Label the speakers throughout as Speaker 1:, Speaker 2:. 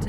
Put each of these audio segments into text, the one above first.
Speaker 1: to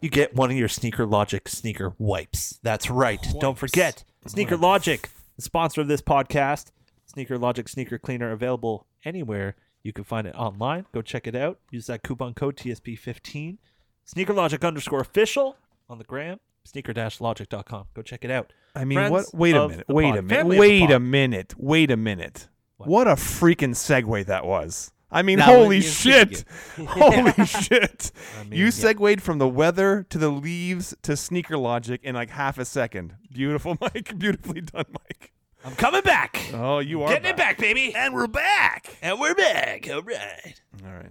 Speaker 2: You get one of your Sneaker Logic sneaker wipes. That's right. Don't
Speaker 3: Wipes.
Speaker 2: forget Sneaker Logic, the sponsor of this podcast. Sneaker Logic sneaker cleaner available anywhere. You can find it online. Go check it out. Use that coupon code TSP15. Sneaker Logic underscore official on the gram. Sneaker logic.com. Go check it out.
Speaker 4: i mean
Speaker 2: Friends
Speaker 4: what wait a
Speaker 2: of
Speaker 4: minute
Speaker 2: the
Speaker 4: wait
Speaker 2: pod,
Speaker 4: a minute
Speaker 2: family of the
Speaker 4: wait a
Speaker 2: pod.
Speaker 4: minute wait a minute
Speaker 2: What?
Speaker 4: what, a freaking segue that was i mean
Speaker 3: That
Speaker 4: holy
Speaker 3: was-
Speaker 4: shit holy shit
Speaker 2: I mean,
Speaker 4: you
Speaker 2: yeah.
Speaker 4: segued from the weather to the leaves to sneaker logic in like half a second beautiful mike beautifully done mike
Speaker 2: I'm coming back.
Speaker 4: Oh, you are
Speaker 2: Getting it back, baby. And we're back. And we're back. All right.
Speaker 4: All right.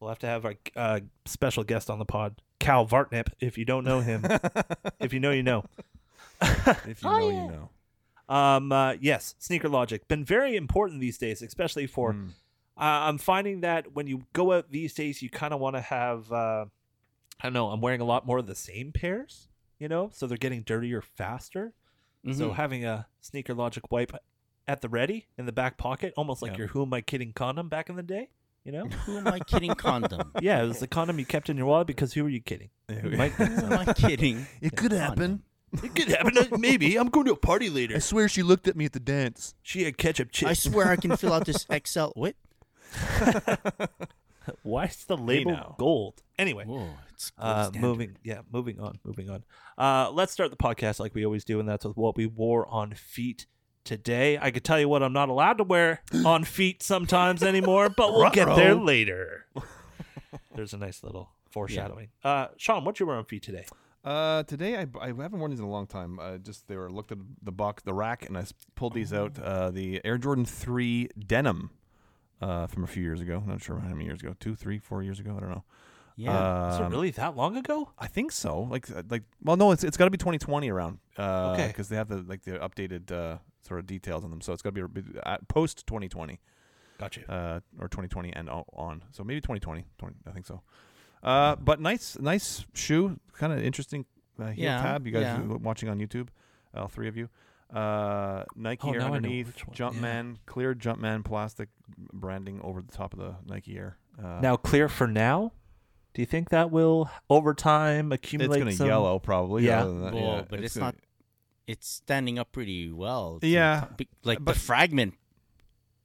Speaker 2: We'll have to have our uh, special guest on the pod, Cal Vartnip. If you don't know him, if you know, you know.
Speaker 4: If you know, you know.
Speaker 2: Um, uh, yes, sneaker logic been very important these days, especially for.
Speaker 4: Mm.
Speaker 2: Uh, I'm finding that when you go out these days, you kind of want to have. Uh, I don't know. I'm wearing a lot more of the same pairs, you know, so they're getting dirtier faster. So
Speaker 4: Mm-hmm.
Speaker 3: Mhm.
Speaker 2: having a sneaker logic wipe at the ready in the back pocket, almost like
Speaker 4: Yeah.
Speaker 2: your "Who am I kidding?" condom back in the day, you know.
Speaker 3: who am I kidding? Condom.
Speaker 2: yeah, it was the condom you kept in your wallet because who were you kidding?
Speaker 4: Anyway.
Speaker 2: Mike
Speaker 3: Who am I kidding?
Speaker 4: It could happen.
Speaker 2: It could happen. uh, Maybe I'm going to a party later.
Speaker 4: swear she looked at me at the dance.
Speaker 2: She had ketchup
Speaker 3: I swear I can fill out this Excel. What?
Speaker 2: Why is the label
Speaker 4: now.
Speaker 2: gold? Anyway,
Speaker 3: Whoa,
Speaker 4: Oh,
Speaker 3: it's gold
Speaker 2: uh,
Speaker 3: standard.
Speaker 2: moving, yeah, moving on, moving on. Uh, let's start the podcast like we always do, and that's with what we wore on feet today. I could tell you what I'm not allowed to wear on feet sometimes anymore, but we'll get there later. There's a nice little foreshadowing. Uh, Sean, what you wear on feet today?
Speaker 4: Uh, today I, I haven't worn these in a long time. Uh, just they were looked at the box, the rack, and I s- pulled these out. Uh, the Air Jordan Three denim, uh, from a few years ago. Not sure how many years ago. Two, three, four years ago. I don't know.
Speaker 3: Yeah.
Speaker 2: Is it
Speaker 4: Um,
Speaker 2: really that long ago?
Speaker 4: I think so. Like uh, like well no, it's it's got to be 2020 around. Uh,
Speaker 2: Okay.
Speaker 4: Because they have the like the updated uh, sort of details on them, so it's got to be uh, post 2020.
Speaker 2: Gotcha.
Speaker 4: uh, or 2020 and o- on. So maybe 2020, 20, I think so. Uh, but nice, nice shoe. Kind of interesting uh, heel
Speaker 3: Yeah,
Speaker 4: tab. You guys
Speaker 3: yeah.
Speaker 4: who are watching on YouTube, all three of you. Uh, Nike
Speaker 2: Oh,
Speaker 4: Air
Speaker 2: now I know
Speaker 4: underneath,
Speaker 2: which one, yeah.
Speaker 4: Jumpman, clear Jumpman plastic branding over the top of the Nike Air. Uh,
Speaker 2: now clear for now Do you think that will over time
Speaker 4: It's
Speaker 2: accumulate?
Speaker 4: gonna
Speaker 2: some-
Speaker 4: yellow probably.
Speaker 2: Yeah.
Speaker 4: other than that,
Speaker 3: Well,
Speaker 4: yeah,
Speaker 3: but it's
Speaker 4: gonna-
Speaker 3: not- It's standing up pretty well. to-
Speaker 4: Yeah,
Speaker 3: be- like
Speaker 4: but-
Speaker 3: the fragment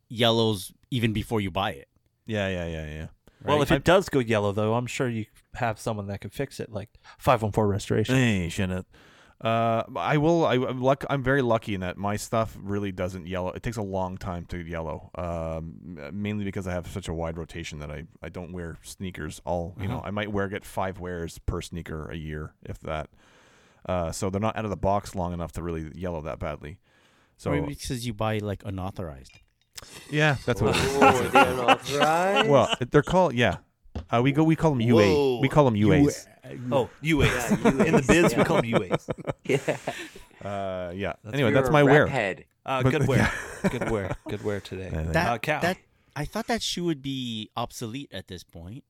Speaker 3: yellows even before you buy it.
Speaker 4: Yeah, yeah, yeah, yeah.
Speaker 2: Well,
Speaker 4: right?
Speaker 2: if it does go yellow, though, I'm sure you have someone that can fix it, like five one four restoration.
Speaker 4: Hey, shut up. Uh, I will. I, I'm luck. I'm very lucky in that my stuff really doesn't yellow. It takes a long time to yellow. Um, mainly because I have such a wide rotation that I, I don't wear sneakers. All you know, I might wear get five wears per sneaker a year, if that. Uh, so they're not out of the box long enough to really yellow that badly. So
Speaker 3: Maybe because you buy like unauthorized.
Speaker 4: yeah, that's what. it is.
Speaker 5: Oh, they're not right.
Speaker 4: Well, they're called yeah. Uh, we go. We call them UA. We call them UAs.
Speaker 2: Oh, UAs. In the biz, we call them UAs.
Speaker 5: yeah.
Speaker 4: Uh, yeah. anyway,
Speaker 5: You're
Speaker 4: that's
Speaker 5: a
Speaker 4: my
Speaker 5: rap
Speaker 4: wear.
Speaker 5: Head.
Speaker 2: Uh,
Speaker 4: But-
Speaker 2: good wear. good wear. Good wear today.
Speaker 4: Yeah, thank
Speaker 3: That,
Speaker 2: uh, Cal.
Speaker 3: that I thought that shoe would be obsolete at this point,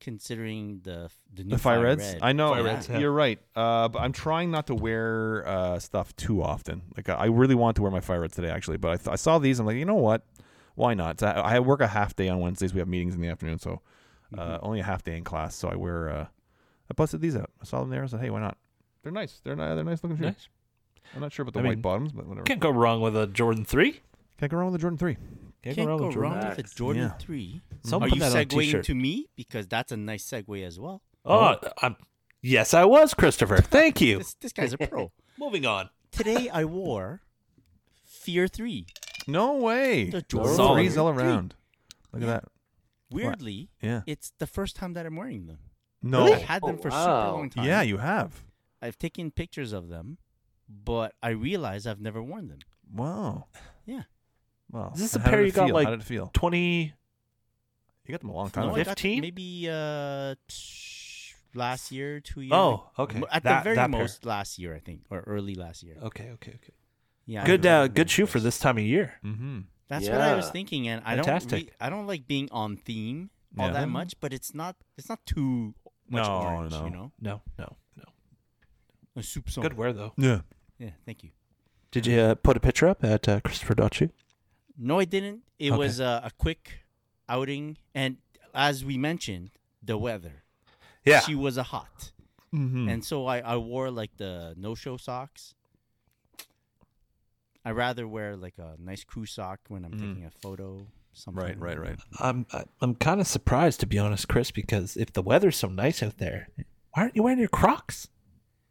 Speaker 3: considering the the new
Speaker 4: The fire reds.
Speaker 3: Red.
Speaker 4: I know.
Speaker 2: Fire
Speaker 4: yeah,
Speaker 2: reds, yeah.
Speaker 4: You're right. Uh, but I'm trying not to wear uh, stuff too often. Like I- I really want to wear my fire reds today, actually. But I, th- I saw these. I'm like, you know what? Why not? So I, I work a half day on Wednesdays. We have meetings in the afternoon, so uh,
Speaker 2: Mm-hmm.
Speaker 4: only a half day in class. So I wear. Uh, I busted these out. I saw them there. I said, hey, why not? They're nice. They're ni- they're nice looking shoes.
Speaker 2: Nice.
Speaker 4: I'm not sure about the
Speaker 2: I
Speaker 4: white
Speaker 2: mean,
Speaker 4: bottoms, but whatever.
Speaker 2: Can't go wrong with a Jordan three.
Speaker 4: Can't go wrong with the Jordan Three.
Speaker 2: Can't,
Speaker 3: Can't go
Speaker 2: with Jordan
Speaker 3: wrong with a Jordan three.
Speaker 2: Someone
Speaker 3: Are
Speaker 2: put
Speaker 3: you
Speaker 2: that on a
Speaker 3: segueing
Speaker 2: t-shirt.
Speaker 3: to me because that's a nice segue as well?
Speaker 2: Oh, I'm. Yes, I was Christopher. Thank you.
Speaker 3: This, this guy's a pro.
Speaker 2: Moving on.
Speaker 3: Today I wore Fear three.
Speaker 4: No way.
Speaker 3: The
Speaker 4: Jordan
Speaker 2: Jordan
Speaker 4: Threes all
Speaker 3: three.
Speaker 4: around. Look at that.
Speaker 3: Weirdly,
Speaker 4: Yeah.
Speaker 3: it's the first time that I'm wearing them.
Speaker 4: No.
Speaker 3: I've had them
Speaker 5: Oh,
Speaker 3: for
Speaker 5: wow.
Speaker 3: super long time.
Speaker 4: Yeah, you have.
Speaker 3: I've taken pictures of them, but I realize I've never worn them.
Speaker 4: Wow.
Speaker 3: Yeah.
Speaker 4: Wow.
Speaker 2: Is this
Speaker 4: And
Speaker 2: a
Speaker 4: how
Speaker 2: pair
Speaker 4: did it
Speaker 2: you got,
Speaker 4: feel?
Speaker 2: like,
Speaker 4: How did it feel?
Speaker 2: Twenty.
Speaker 4: You got them a long
Speaker 3: No,
Speaker 4: time.
Speaker 3: I
Speaker 4: ago.
Speaker 3: got
Speaker 2: 15?
Speaker 3: Maybe uh, psh, last year, two years.
Speaker 2: Oh, okay.
Speaker 3: Mo- At
Speaker 2: That-
Speaker 3: the very
Speaker 2: that pair.
Speaker 3: most, last year I think, or early last year.
Speaker 2: Okay. Okay. Okay.
Speaker 3: Yeah. I
Speaker 2: good.
Speaker 3: remember
Speaker 2: Uh, good
Speaker 3: wearing
Speaker 2: shoe for
Speaker 3: those.
Speaker 2: this time of year.
Speaker 4: Mm-hmm.
Speaker 3: That's what I was
Speaker 5: Yeah.
Speaker 3: thinking, and I don't.
Speaker 2: Fantastic. Mm.
Speaker 3: re- I don't like being on theme all
Speaker 4: Yeah.
Speaker 3: that much, but it's not. It's not too much
Speaker 4: No,
Speaker 3: orange,
Speaker 4: no.
Speaker 3: you know.
Speaker 2: No. No. No.
Speaker 3: A soup song.
Speaker 2: Good wear though.
Speaker 4: Yeah.
Speaker 3: Yeah. Thank you.
Speaker 2: Did you uh, put a picture up at uh, Christopher.shoe?
Speaker 3: No, I didn't. It
Speaker 2: Okay.
Speaker 3: was uh, a quick outing, and as we mentioned, the weather. She was a hot.
Speaker 4: Mm-hmm.
Speaker 3: And so I, I wore like the no show socks. I rather wear like a nice crew sock when I'm
Speaker 4: Mhm.
Speaker 3: taking a photo. Something.
Speaker 4: right, right, right.
Speaker 2: I'm I- I'm kind of surprised to be honest, Chris, because if the weather's so nice out there, why aren't you wearing your Crocs?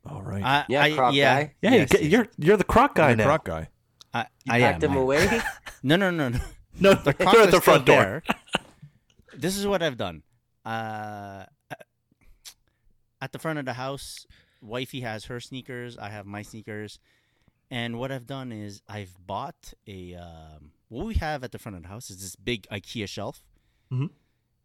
Speaker 4: All right.
Speaker 3: I,
Speaker 5: Yeah,
Speaker 3: I,
Speaker 5: croc
Speaker 3: yeah,
Speaker 5: guy.
Speaker 2: Yeah,
Speaker 3: yes,
Speaker 2: you get,
Speaker 3: yes.
Speaker 2: you're you're the Croc guy
Speaker 4: You're a
Speaker 2: now.
Speaker 4: croc guy.
Speaker 3: I,
Speaker 5: You
Speaker 3: I
Speaker 5: packed them
Speaker 3: am. I am.
Speaker 5: away?
Speaker 3: No, no, no, no.
Speaker 2: No,
Speaker 3: The
Speaker 2: you're
Speaker 3: Crocs
Speaker 2: at
Speaker 3: are
Speaker 2: the
Speaker 3: still
Speaker 2: front door.
Speaker 3: there. this is what I've done. Uh, at the front of the house, wifey has her sneakers. I have my sneakers. And what I've done is I've bought a. Um, what we have at the front of the house is this big IKEA shelf.
Speaker 2: Mhm.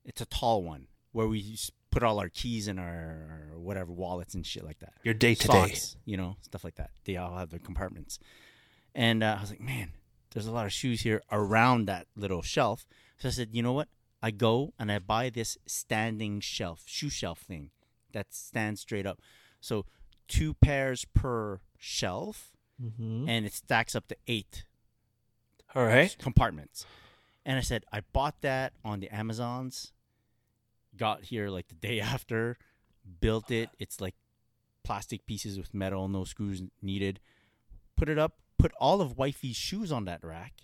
Speaker 3: It's a tall one where we s- put all our keys and our whatever wallets and shit like that
Speaker 2: Your day to day.
Speaker 3: socks, you know, stuff like that. They all have their compartments. And uh, I was like, man, there's a lot of shoes here around that little shelf. So I said, you know what? I go and I buy this standing shelf, shoe shelf thing that stands straight up. So two pairs per shelf,
Speaker 2: Mm-hmm.
Speaker 3: and it stacks up to eight
Speaker 2: All right.
Speaker 3: compartments. And I said, I bought that on the Amazons, got here like the day after, built it. It's like plastic pieces with metal, no screws needed. Put it up, put all of Wifey's shoes on that rack.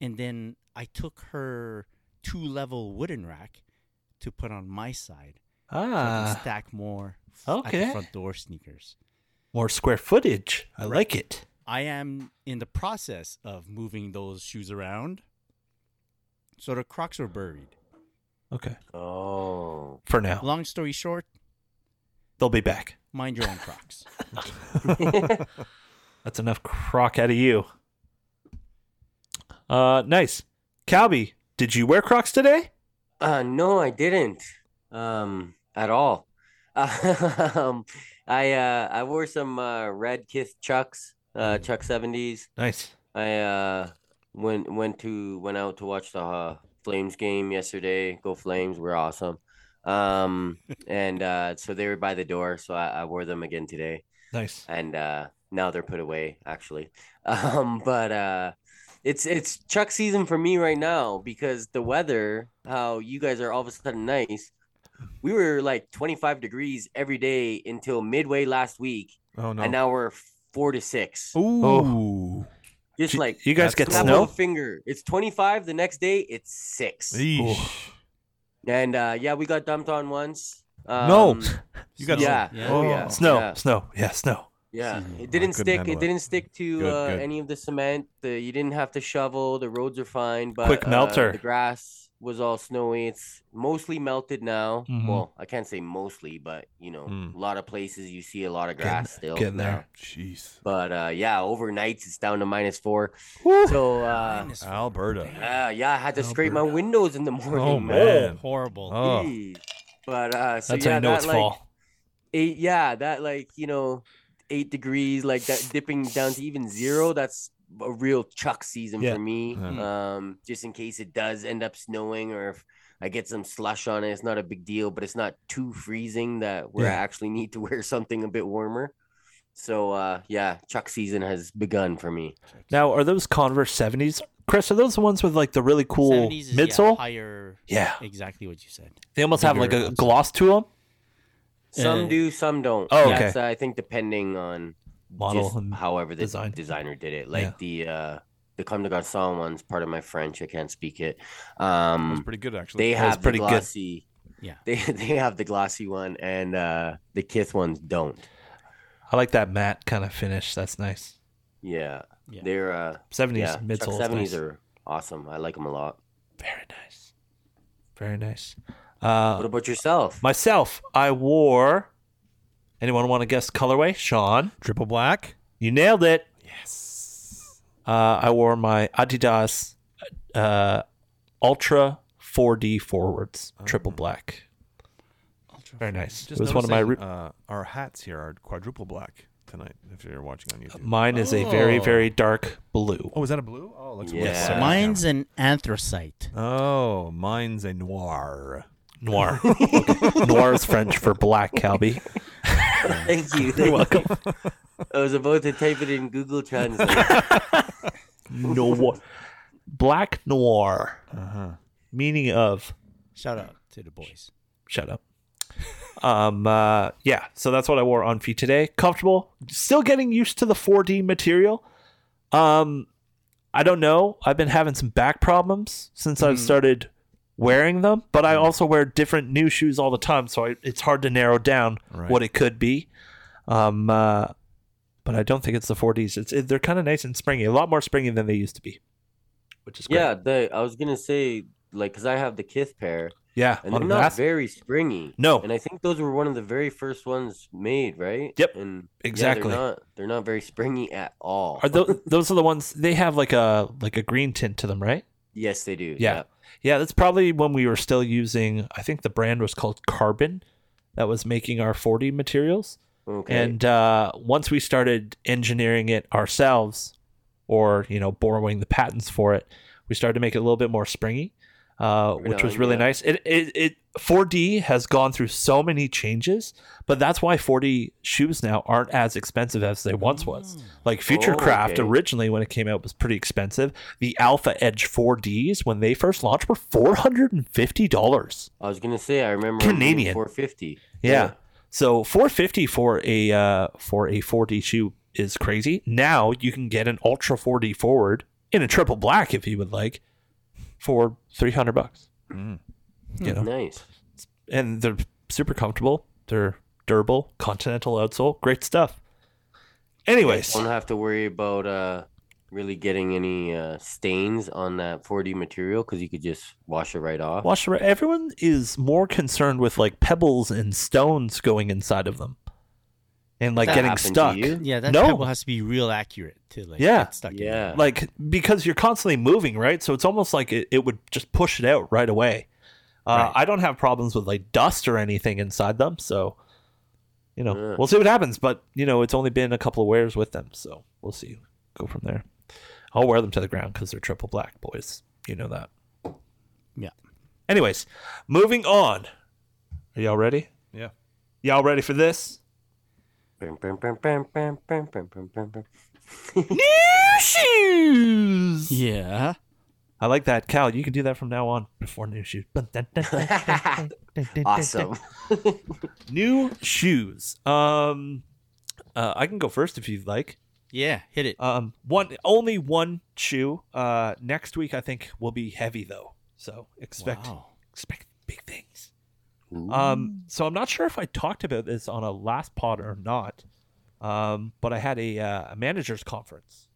Speaker 3: And then I took her two level wooden rack to put on my side. So I
Speaker 2: Ah,
Speaker 3: can stack more f- at
Speaker 2: okay.
Speaker 3: the front door sneakers.
Speaker 2: more square footage. I like it.
Speaker 3: I am in the process of moving those shoes around. So the Crocs were buried.
Speaker 2: Okay.
Speaker 5: Oh.
Speaker 2: For now,
Speaker 3: Long story short,
Speaker 2: they'll be back.
Speaker 3: mind your own Crocs.
Speaker 2: That's enough Croc out of you. Uh, nice. Calby, did you wear Crocs today?
Speaker 5: Uh, no, I didn't. Um, at all. Um, I uh, I wore some uh, red Kith Chucks,
Speaker 3: Hmm.
Speaker 5: uh, Chuck seventies.
Speaker 2: Nice.
Speaker 5: I uh went went to went out to watch the uh, Flames game yesterday. Go Flames! We're awesome. Um, and uh, so they were by the door, so I, I wore them again today
Speaker 2: Nice.
Speaker 5: and uh, now they're put away actually. Um, but uh, it's it's Chuck season for me right now because the weather, how you guys are all of a sudden nice. we were like 25 degrees every day until midway last week,
Speaker 4: Oh no.
Speaker 5: and now we're four to six.
Speaker 4: Ooh.
Speaker 5: Just like
Speaker 2: you guys get
Speaker 4: that's
Speaker 5: snap
Speaker 4: cool.
Speaker 5: of a
Speaker 2: snow?
Speaker 5: finger. It's 25. The next day, it's six.
Speaker 4: Eesh.
Speaker 5: And uh, yeah, we got dumped on once. Um,
Speaker 4: No. You got
Speaker 5: yeah.
Speaker 3: Yeah.
Speaker 5: Oh,
Speaker 4: Oh.
Speaker 5: yeah.
Speaker 2: Snow,
Speaker 5: Yeah.
Speaker 2: snow, yeah, snow.
Speaker 5: Yeah,
Speaker 3: Excuse me.
Speaker 5: it didn't
Speaker 4: couldn't
Speaker 5: stick.
Speaker 4: handle
Speaker 5: It
Speaker 4: it.
Speaker 5: didn't stick to
Speaker 4: Good,
Speaker 5: uh,
Speaker 4: good.
Speaker 5: any of the cement. The, you didn't have to shovel. The roads are fine, but
Speaker 2: Quick
Speaker 5: uh,
Speaker 2: melter.
Speaker 5: the grass was all snowy. It's mostly melted now.
Speaker 2: Mhm.
Speaker 5: Well, I can't say mostly, but you know,
Speaker 4: Mm.
Speaker 5: a lot of places you see a lot of
Speaker 2: Getting-
Speaker 5: grass still.
Speaker 2: getting there.
Speaker 5: now.
Speaker 4: Jeez.
Speaker 5: But uh, yeah, overnights it's down to minus four. So uh,
Speaker 3: Minus four.
Speaker 4: Alberta.
Speaker 5: uh, yeah, I had to scrape my windows in the morning.
Speaker 4: Oh,
Speaker 5: man.
Speaker 4: man.
Speaker 3: horrible.
Speaker 4: Oh.
Speaker 5: Jeez. But uh, so
Speaker 2: That's
Speaker 5: yeah,
Speaker 2: how you know
Speaker 5: that,
Speaker 2: it's
Speaker 5: like,
Speaker 2: fall.
Speaker 5: eight yeah that like you know eight degrees like that dipping down to even zero that's a real chuck season
Speaker 2: Yeah.
Speaker 5: for me
Speaker 4: Mhm.
Speaker 5: um just in case it does end up snowing or if i get some slush on it it's not a big deal but it's not too freezing that where i
Speaker 2: Yeah.
Speaker 5: actually need to wear something a bit warmer so uh yeah chuck season has begun for me
Speaker 2: Now, are those Converse 70s? Chris, are those the ones with like the really cool
Speaker 3: 70s is, yeah,
Speaker 2: midsole?
Speaker 3: higher.
Speaker 2: Yeah.
Speaker 3: Exactly what you said.
Speaker 2: They almost have like
Speaker 4: Bigger.
Speaker 2: a gloss to them.
Speaker 5: some
Speaker 3: Uh,
Speaker 5: do some don't
Speaker 2: Oh, okay.
Speaker 5: that's uh, i think depending on
Speaker 2: Model
Speaker 5: just
Speaker 2: and
Speaker 5: however the
Speaker 2: design.
Speaker 5: designer did it like the uh the comme de garçon one's part of my french i can't speak it um
Speaker 4: That's pretty good actually.
Speaker 5: they
Speaker 2: That was
Speaker 5: have
Speaker 2: pretty
Speaker 5: the
Speaker 2: good.
Speaker 5: glossy
Speaker 3: Yeah.
Speaker 5: they they have the glossy one and uh the kith ones don't
Speaker 2: I like that matte kind of finish. That's nice.
Speaker 5: yeah,
Speaker 3: Yeah.
Speaker 5: they're uh
Speaker 2: 70s
Speaker 5: yeah
Speaker 2: midsole. is
Speaker 5: 70s
Speaker 2: nice.
Speaker 5: are awesome i like them a lot
Speaker 2: Very nice. Very nice.
Speaker 5: what
Speaker 2: Uh,
Speaker 5: about yourself
Speaker 2: myself, I wore. Anyone want to guess colorway? Sean,
Speaker 4: Triple black.
Speaker 2: you nailed it. Yes. Uh, I wore my Adidas uh, Ultra 4D forwards, triple black. Very nice. it was one of my.
Speaker 4: noticing,
Speaker 2: re-
Speaker 4: uh, our hats here are quadruple black tonight. If you're watching on YouTube.
Speaker 2: mine is a very,
Speaker 3: Oh.
Speaker 2: very dark blue.
Speaker 4: oh, is that a blue? Oh, it looks blue.
Speaker 2: Uh,
Speaker 5: Yes.
Speaker 4: Yeah.
Speaker 3: Mine's an anthracite.
Speaker 4: Oh, mine's a noir.
Speaker 2: Noir. Noir is French for black, Calby.
Speaker 5: thank you you're welcome i was about to type it in google translate
Speaker 2: Noir. Black noir.
Speaker 4: Uh huh.
Speaker 2: Meaning of
Speaker 3: Shout out to the boys.
Speaker 2: shut up. Um, uh, yeah, so that's what I wore on feet today. Comfortable, still getting used to the 4D material. Um, I don't know. I've been having some back problems since
Speaker 5: Hmm.
Speaker 2: I've started wearing them, but I also wear different new shoes all the time, so I, it's hard to narrow down
Speaker 4: Right.
Speaker 2: what it could be. Um, uh, but I don't think it's the 4Ds. It's it, they're kind of nice and springy, a lot more springy than they used to be, which is great.
Speaker 5: yeah the i was gonna say like because i have the kith pair
Speaker 2: yeah.
Speaker 5: and
Speaker 2: on
Speaker 5: they're
Speaker 2: the
Speaker 5: not
Speaker 2: mask.
Speaker 5: very springy.
Speaker 2: No.
Speaker 5: and I think those were one of the very first ones made, right?
Speaker 2: Yep,
Speaker 5: and
Speaker 2: exactly.
Speaker 5: Yeah, they're not they're not very springy at all.
Speaker 2: Are those those are the ones they have like a like a green tint to them, right?
Speaker 5: yes, they do.
Speaker 2: Yeah. Yeah, that's probably when we were still using. I think the brand was called Carbon, that was making our 40 materials.
Speaker 5: yeah. Okay.
Speaker 2: And uh, once we started engineering it ourselves, or you know, borrowing the patents for it, we started to make it a little bit more springy, uh,
Speaker 5: Right
Speaker 2: which was
Speaker 5: on,
Speaker 2: really
Speaker 5: yeah.
Speaker 2: nice. It, it it 4D has gone through so many changes, but that's why 4D shoes now aren't as expensive as they once was. Like Futurecraft
Speaker 5: Mm. okay.
Speaker 2: originally, when it came out, was pretty expensive. The Alpha Edge 4Ds when they first launched were four hundred and fifty dollars.
Speaker 5: I was gonna say I remember them being
Speaker 2: Canadian.
Speaker 5: 450.
Speaker 2: Yeah. So 450 for a uh, for a 4D shoe is crazy. Now you can get an Ultra 4D forward in a triple black if you would like for 300 bucks.
Speaker 4: Mm.
Speaker 2: You know,
Speaker 5: nice.
Speaker 2: and they're super comfortable. They're durable, continental outsole, great stuff. Anyways,
Speaker 5: Don't have to worry about uh really getting any uh stains on that 4D material because you could just wash it right off.
Speaker 2: wash around. Everyone is more concerned with like pebbles and stones going inside of them, and like
Speaker 5: That
Speaker 2: getting
Speaker 5: happened to
Speaker 2: stuck.
Speaker 5: you?
Speaker 3: Yeah, that
Speaker 2: No.
Speaker 3: pebble has to be real accurate to like
Speaker 2: Yeah.
Speaker 3: get stuck in there.
Speaker 5: Yeah.
Speaker 2: like because you're constantly moving right so it's almost like it, it would just push it out right away uh,
Speaker 3: Right.
Speaker 2: i don't have problems with like dust or anything inside them so you know
Speaker 5: Yeah.
Speaker 2: we'll see what happens but you know it's only been a couple of wears with them so we'll see go from there i'll wear them to the ground because they're triple black boys you know that
Speaker 3: Yeah.
Speaker 2: anyways moving on are y'all ready
Speaker 4: Yeah.
Speaker 2: y'all ready for this
Speaker 5: Bam, bam, bam, bam, bam, bam, bam, bam, bam, bam.
Speaker 2: new shoes
Speaker 3: Yeah.
Speaker 2: I like that, Cal. You can do that from now on. Before new shoes.
Speaker 5: Awesome.
Speaker 2: New shoes. Um, uh, I can go first if you'd like.
Speaker 3: Yeah, hit it.
Speaker 2: Um, one only one shoe. Uh, next week I think will be heavy though, so expect
Speaker 3: Wow.
Speaker 2: expect big things. Um, so I'm not sure if I talked about this on a last pod or not, um, but I had a, uh, a managers conference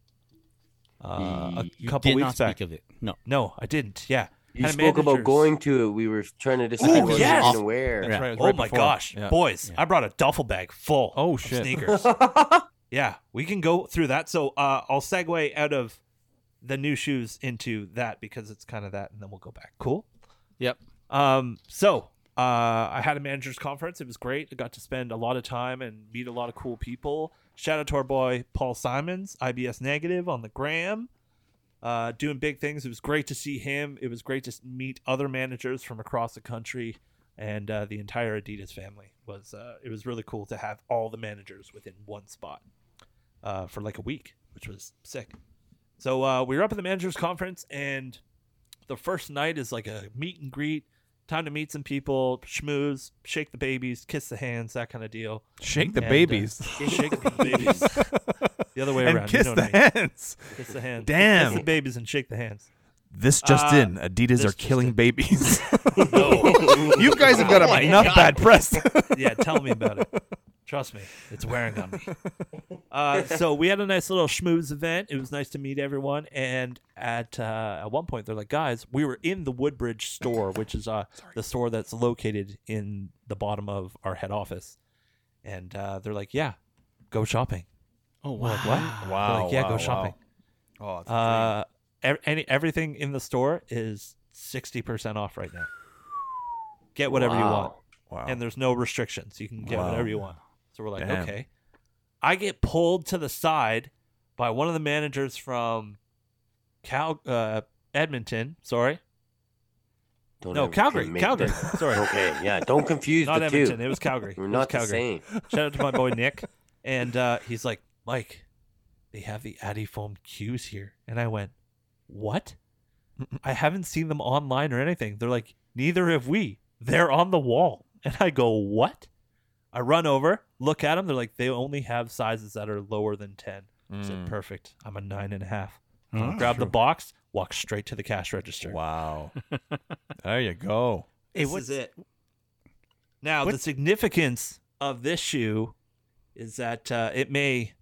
Speaker 2: uh, a
Speaker 3: you
Speaker 2: couple
Speaker 3: did
Speaker 2: weeks
Speaker 3: not
Speaker 2: back.
Speaker 3: speak of it. No.
Speaker 2: No, I didn't. Yeah,
Speaker 5: You
Speaker 2: Had a
Speaker 5: spoke about
Speaker 2: managers-
Speaker 5: going to it. We were trying to decide what
Speaker 2: yes!
Speaker 5: we were gonna wear.
Speaker 3: Yeah.
Speaker 4: That's right, it was
Speaker 2: Oh
Speaker 4: right
Speaker 2: my
Speaker 4: before.
Speaker 2: gosh,
Speaker 4: Yeah.
Speaker 2: boys! I brought a duffel bag full.
Speaker 4: Oh,
Speaker 2: of
Speaker 4: shit.
Speaker 2: sneakers. yeah, we can go through that. So uh, I'll segue out of the new shoes into that because it's kind of that, and then we'll go back. Cool.
Speaker 3: Yep.
Speaker 2: Um, so uh, I had a managers conference. It was great. I got to spend a lot of time and meet a lot of cool people. Shout out to our boy Paul Simons, IBS Negative on the gram, uh, doing big things. It was great to see him. It was great to s- meet other managers from across the country and uh, the entire Adidas family. Was uh, it was really cool to have all the managers within one spot uh, for like a week, which was sick. So uh, we were up at the managers conference, and the first night is like a meet and greet, time to meet some people, schmooze, shake the babies, kiss the hands, that kind of deal.
Speaker 4: Shake the
Speaker 2: And, uh,
Speaker 4: babies.
Speaker 2: shake the babies. The other way
Speaker 4: and
Speaker 2: around,
Speaker 4: kiss
Speaker 2: you know
Speaker 4: the
Speaker 2: what I mean.
Speaker 4: hands.
Speaker 2: Kiss the hands.
Speaker 4: Damn.
Speaker 2: Kiss the babies and shake the hands.
Speaker 4: This just
Speaker 2: Uh,
Speaker 4: in: Oh Adidas
Speaker 2: this
Speaker 4: are
Speaker 2: just
Speaker 4: killing
Speaker 2: in.
Speaker 4: babies.
Speaker 2: No.
Speaker 4: you guys have got
Speaker 3: my
Speaker 4: enough
Speaker 3: God.
Speaker 4: bad press.
Speaker 2: yeah, tell me about it. Trust me, it's wearing on me. Uh, so we had a nice little schmooze event. It was nice to meet everyone. And at uh, at one point, they're like, "Guys, we were in the Woodbridge store, which is uh, the store that's located in the bottom of our head office." And uh, they're like, "Yeah, go shopping."
Speaker 3: Oh
Speaker 2: We're
Speaker 3: wow.
Speaker 2: like, "What?" They're like, "Yeah, go shopping."
Speaker 4: Oh, it's
Speaker 2: Uh, ev- any everything in the store is sixty percent off right now. Get whatever you
Speaker 5: Wow.
Speaker 2: want
Speaker 4: wow.
Speaker 2: and there's no restrictions. You can get
Speaker 4: Wow.
Speaker 2: whatever you want. So we're like,
Speaker 4: Damn.
Speaker 2: okay. I get pulled to the side by one of the managers from Cal uh, Edmonton. Sorry,
Speaker 5: Don't
Speaker 2: no
Speaker 5: ever
Speaker 2: Calgary,
Speaker 5: commit
Speaker 2: Calgary.
Speaker 5: that.
Speaker 2: Sorry,
Speaker 5: Okay, yeah. Don't confuse
Speaker 2: not
Speaker 5: the
Speaker 2: Edmonton.
Speaker 5: two.
Speaker 2: It was Calgary.
Speaker 5: We're
Speaker 2: It was
Speaker 5: not the
Speaker 2: Calgary.
Speaker 5: same.
Speaker 2: Shout out to my boy Nick. And uh, he's like, Mike, they have the Adifoam Qs here. And I went, What? I haven't seen them online or anything. They're like, Neither have we. They're on the wall. And I go, What? I run over, look at them. They're like, They only have sizes that are lower than 10. I said,
Speaker 4: Mm. Oh,
Speaker 2: Perfect. I'm a nine and a half.
Speaker 3: Ah.
Speaker 2: Grab the box, walk straight to the cash register.
Speaker 4: Wow. there you go.
Speaker 3: Hey,
Speaker 2: This
Speaker 3: what's
Speaker 2: is it. Now, the
Speaker 3: what's-
Speaker 2: significance of this shoe is that uh, it may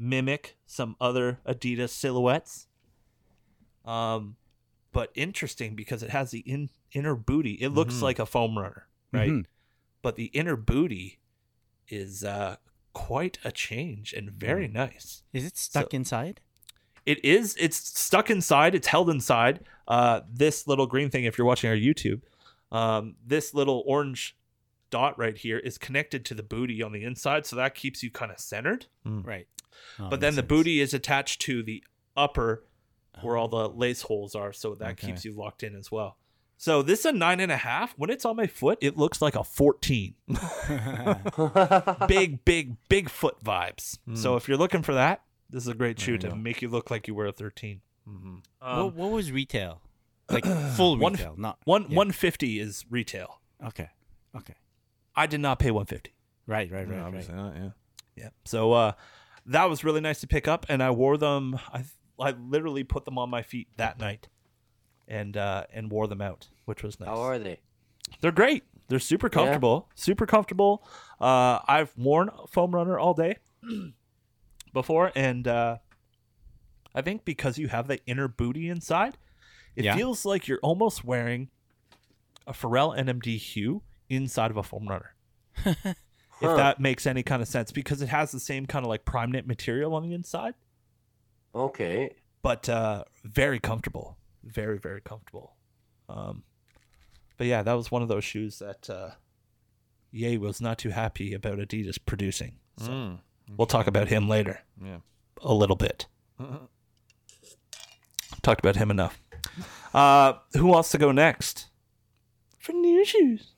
Speaker 2: mimic some other Adidas silhouettes. Um, but interesting because it has the in- inner booty. It looks
Speaker 3: Mm-hmm.
Speaker 4: Mhm.
Speaker 2: like a foam runner, right?
Speaker 3: Mhm.
Speaker 2: But the inner booty is uh, quite a change and very
Speaker 3: Mm.
Speaker 2: nice.
Speaker 3: Is it stuck inside?
Speaker 2: It is. It's stuck inside. It's held inside. Uh, this little green thing, if you're watching our YouTube, um, this little orange dot right here is connected to the booty on the inside, so that keeps you kind of centered.
Speaker 3: Right. Oh,
Speaker 2: but then
Speaker 3: makes
Speaker 2: the
Speaker 3: sense.
Speaker 2: booty is attached to the upper, where all the lace holes are, so that
Speaker 4: Okay.
Speaker 2: keeps you locked in as well. So this is a nine and a half. When it's on my foot, it looks like a fourteen. big, big, big foot vibes. So if you're looking for that, this is a great shoe
Speaker 4: you
Speaker 2: to
Speaker 4: go.
Speaker 2: make you look like you were a thirteen. Um,
Speaker 3: what, what was retail? Like full
Speaker 2: One-
Speaker 3: retail, not
Speaker 2: One
Speaker 3: yeah.
Speaker 2: one fifty is retail.
Speaker 3: Okay. Okay.
Speaker 2: I did not pay one fifty.
Speaker 3: Right. Right. Right.
Speaker 4: No,
Speaker 3: right.
Speaker 4: obviously not. Yeah.
Speaker 2: Yeah. So uh, that was really nice to pick up, and I wore them. I I literally put them on my feet that night, and uh, and wore them out, which was nice.
Speaker 5: How are they?
Speaker 2: They're great. They're super comfortable. Super comfortable. Uh, I've worn foam runner all day before, and uh, I think because you have the inner booty inside, it
Speaker 3: Yeah.
Speaker 2: feels like you're almost wearing a Pharrell NMD hue inside of a foam runner.
Speaker 5: Huh.
Speaker 2: If that makes any kind of sense, because it has the same kind of like prime knit material on the inside,
Speaker 5: Okay.
Speaker 2: but uh, very comfortable, very very comfortable. Um, but yeah, that was one of those shoes that uh, Ye was not too happy about Adidas producing. So
Speaker 4: Mm.
Speaker 2: We'll talk about him later.
Speaker 4: Yeah.
Speaker 2: a little bit. Talked about him enough. Uh, who wants to go next? For new shoes.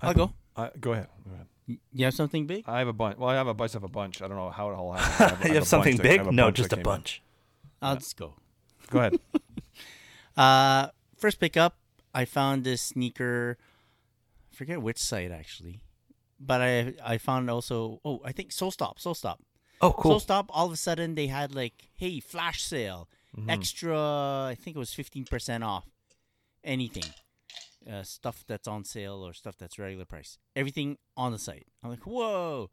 Speaker 3: I'll go.
Speaker 4: I, go ahead. Go ahead.
Speaker 3: You have something big?
Speaker 4: I have a bunch. Well, I have a bunch of a bunch. I don't know how it all happened. I I
Speaker 2: you
Speaker 4: a
Speaker 2: have something
Speaker 4: bunch that- I
Speaker 2: big?
Speaker 4: have a
Speaker 2: no,
Speaker 4: bunch
Speaker 2: just
Speaker 4: that
Speaker 2: a
Speaker 4: came in.
Speaker 2: bunch.
Speaker 3: I'll just go.
Speaker 4: Go ahead.
Speaker 3: Uh, first pickup, I found this sneaker. I forget which site actually, but I I found also. Oh, I think Soul Stop. Soul Stop.
Speaker 2: Oh, cool.
Speaker 3: Soul Stop. All of a sudden, they had like, hey, flash sale,
Speaker 2: Mm-hmm.
Speaker 3: extra. I think it was fifteen percent off anything, uh, stuff that's on sale or stuff that's regular price. Everything on the site. I'm like, whoa.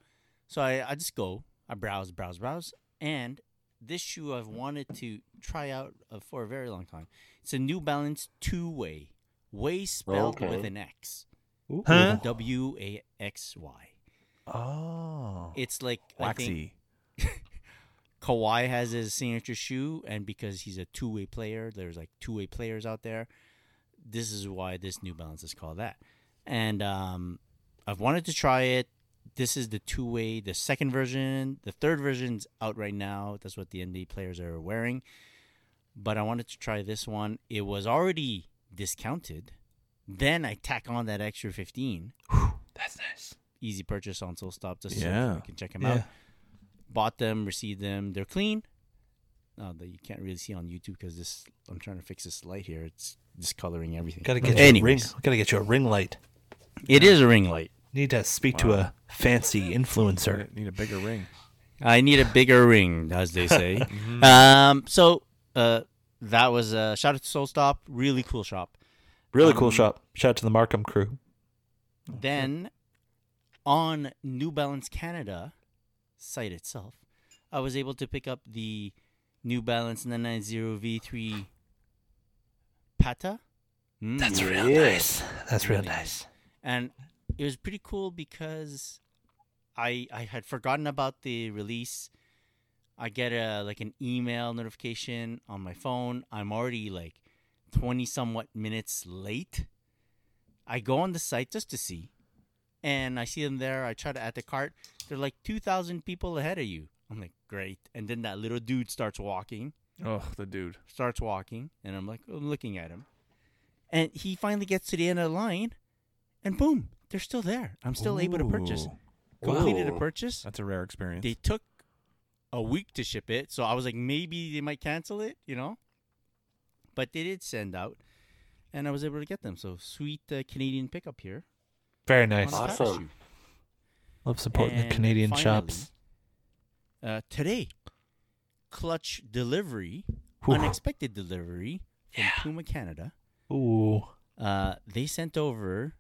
Speaker 3: So I, I just go, I browse, browse, browse, and this shoe I've wanted to try out uh, for a very long time. It's a New Balance two way, way spelled
Speaker 5: Okay.
Speaker 3: with an X,
Speaker 2: Ooh.
Speaker 3: W A X Y.
Speaker 4: Oh.
Speaker 3: It's like I think
Speaker 4: Waxy.
Speaker 3: Kawhi has his signature shoe, and because he's a two way player, there's like two way players out there. This is why this New Balance is called that. And um, I've wanted to try it. This is the two way, the second version. The third version's out right now. That's what the NBA players are wearing. But I wanted to try this one. It was already discounted. Then I tack on that extra 15.
Speaker 2: That's nice.
Speaker 3: Easy purchase on SoulStop. Just so
Speaker 4: Yeah.
Speaker 3: you can check them out
Speaker 2: Yeah.
Speaker 3: bought them, received them. They're clean. Uh, that you can't really see on YouTube because this. I'm trying to fix this light here. It's discoloring everything.
Speaker 2: Gotta get you a ring.
Speaker 3: Anyways,
Speaker 2: Gotta get you a ring light.
Speaker 3: It is a ring light.
Speaker 2: Need to speak to a fancy influencer.
Speaker 4: Need a bigger ring.
Speaker 3: I need a bigger ring, as they say. um, so uh, that was a shout out to Soul Stop. Really cool shop.
Speaker 2: Really
Speaker 4: Um,
Speaker 2: cool shop. Shout out to the Markham crew.
Speaker 3: Then on New Balance Canada site itself, I was able to pick up the New Balance 990 V3 Pata. Mm.
Speaker 2: That's real
Speaker 5: Yeah.
Speaker 2: nice. That's real nice.
Speaker 3: and it was pretty cool because I I had forgotten about the release. I get a like an email notification on my phone. I'm already like twenty somewhat minutes late. I go on the site just to see, and I see them there. I try to add the cart. They're like two thousand people ahead of you. I'm like great, and then that little dude starts walking
Speaker 4: Oh, the dude.
Speaker 3: starts walking, and I'm like I'm looking at him, and he finally gets to the end of the line, and boom, they're still there. I'm still able to purchase.
Speaker 4: Ooh.
Speaker 3: Completed a
Speaker 5: Wow.
Speaker 3: purchase.
Speaker 4: That's a rare experience.
Speaker 3: They took a week to ship it, so I was like, maybe they might cancel it, you know. But they did send out, and I was able to get them. So sweet uh, Canadian pickup here.
Speaker 2: Very
Speaker 3: on
Speaker 2: nice.
Speaker 3: Tata
Speaker 5: Awesome.
Speaker 3: Shoe.
Speaker 2: Love supporting
Speaker 3: And
Speaker 2: the Canadian
Speaker 3: finally,
Speaker 2: shops.
Speaker 3: Uh, today, clutch delivery,
Speaker 2: Whew.
Speaker 3: unexpected delivery from Puma Canada.
Speaker 2: Ooh.
Speaker 3: Uh, they sent over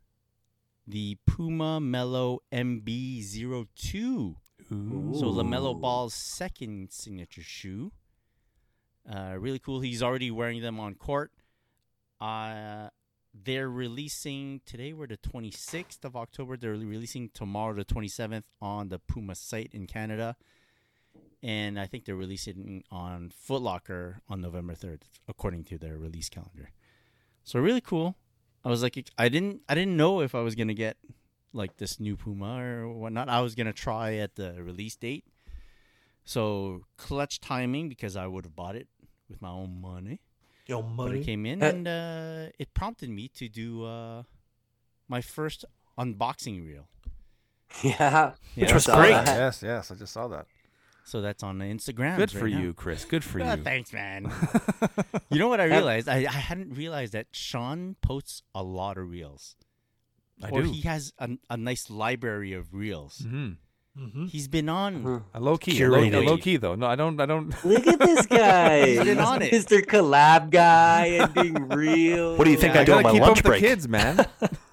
Speaker 3: the Puma Mellow MB02. So LaMelo Ball's second signature shoe. Uh, really cool. He's already wearing them on court. Uh, they're releasing today, we're the 26th of October. They're releasing tomorrow, the 27th, on the Puma site in Canada. And I think they're releasing on Foot Locker on November 3rd, according to their release calendar. So really cool. I was like, I didn't, I didn't know if I was gonna get like this new Puma or whatnot. I was gonna try at the release date. So clutch timing because I would have bought it with my own money,
Speaker 2: Yo,
Speaker 3: but it
Speaker 2: money.
Speaker 3: came in
Speaker 5: Uh,
Speaker 3: and uh, it prompted me to do uh, my first unboxing reel.
Speaker 5: Yeah.
Speaker 3: Yeah. uh,
Speaker 2: Which was
Speaker 5: Saw
Speaker 2: great.
Speaker 5: that.
Speaker 6: Yes, yes, I just saw that.
Speaker 3: So that's on Instagram.
Speaker 4: Good for you, Chris. Good for
Speaker 3: Ah,
Speaker 4: you.
Speaker 3: thanks, man. you know what I realized? I, I hadn't realized that Sean posts a lot of reels.
Speaker 4: I
Speaker 3: or
Speaker 4: do.
Speaker 3: he has a, a nice library of reels.
Speaker 4: Mhm.
Speaker 3: He's been on.
Speaker 4: A low key. A low,
Speaker 2: Curated.
Speaker 4: a low key though. No, I don't. I don't.
Speaker 5: Look at this guy.
Speaker 3: He's been on it.
Speaker 5: Mr. Collab guy and being real.
Speaker 2: What do you think I
Speaker 4: I
Speaker 2: do on
Speaker 4: gotta
Speaker 2: my
Speaker 4: keep up
Speaker 2: lunch
Speaker 4: with the
Speaker 2: break?
Speaker 4: kids, man.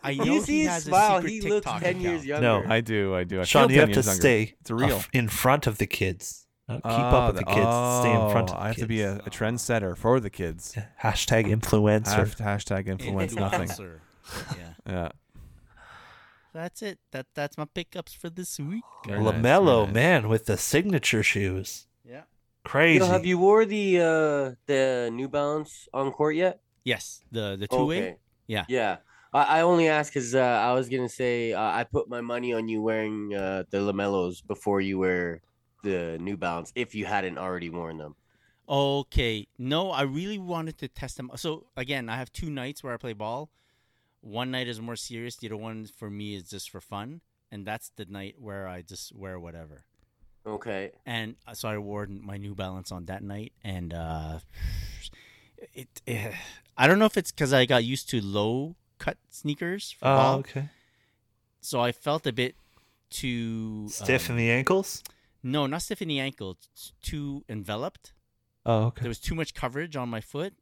Speaker 3: I know
Speaker 5: You see
Speaker 3: he
Speaker 5: his
Speaker 3: has
Speaker 5: smile.
Speaker 3: a secret
Speaker 5: He looks
Speaker 3: TikTok
Speaker 5: 10 years
Speaker 3: account.
Speaker 5: younger.
Speaker 2: No,
Speaker 4: I do. I do. I
Speaker 2: Oh. Sean,
Speaker 4: feel
Speaker 2: you have
Speaker 4: 10
Speaker 2: to
Speaker 4: years younger.
Speaker 2: stay
Speaker 4: It's a real.
Speaker 2: af- in front of the kids. Not keep up with the kids. stay in front of the
Speaker 4: Oh, I have
Speaker 2: kids.
Speaker 4: to be a, a trendsetter for the kids.
Speaker 2: hashtag influencer.
Speaker 4: Hasht- hashtag influence nothing.
Speaker 3: Influencer. yeah,
Speaker 4: Yeah.
Speaker 3: that's it. That that's my pickups for this week.
Speaker 4: Very nice, very
Speaker 2: Lamelo,
Speaker 4: nice.
Speaker 2: man, with the signature shoes.
Speaker 3: Yeah.
Speaker 2: Crazy.
Speaker 5: Yo, have you wore the uh the New Balance on court yet?
Speaker 3: Yes, the the two way. Yeah.
Speaker 5: Yeah. I, I only asked because uh, I was gonna say uh, I put my money on you wearing uh, the Lamellos before you wear the New Balance if you hadn't already worn them.
Speaker 3: Okay. No, I really wanted to test them. So again, I have two nights where I play ball. One night is more serious. The other one for me is just for fun, and that's the night where I just wear whatever.
Speaker 5: Okay.
Speaker 3: and uh, so I wore my New Balance on that night, and uh, it, eh, I don't know if it's because I got used to low cut sneakers, for
Speaker 2: Oh,
Speaker 3: Bob,
Speaker 2: okay.
Speaker 3: so I felt a bit too
Speaker 2: Stiff
Speaker 3: um,
Speaker 2: in the ankles.
Speaker 3: no, not stiff in the ankle. t- Too enveloped.
Speaker 2: Oh,
Speaker 3: There
Speaker 2: okay.
Speaker 3: was too much coverage on my foot,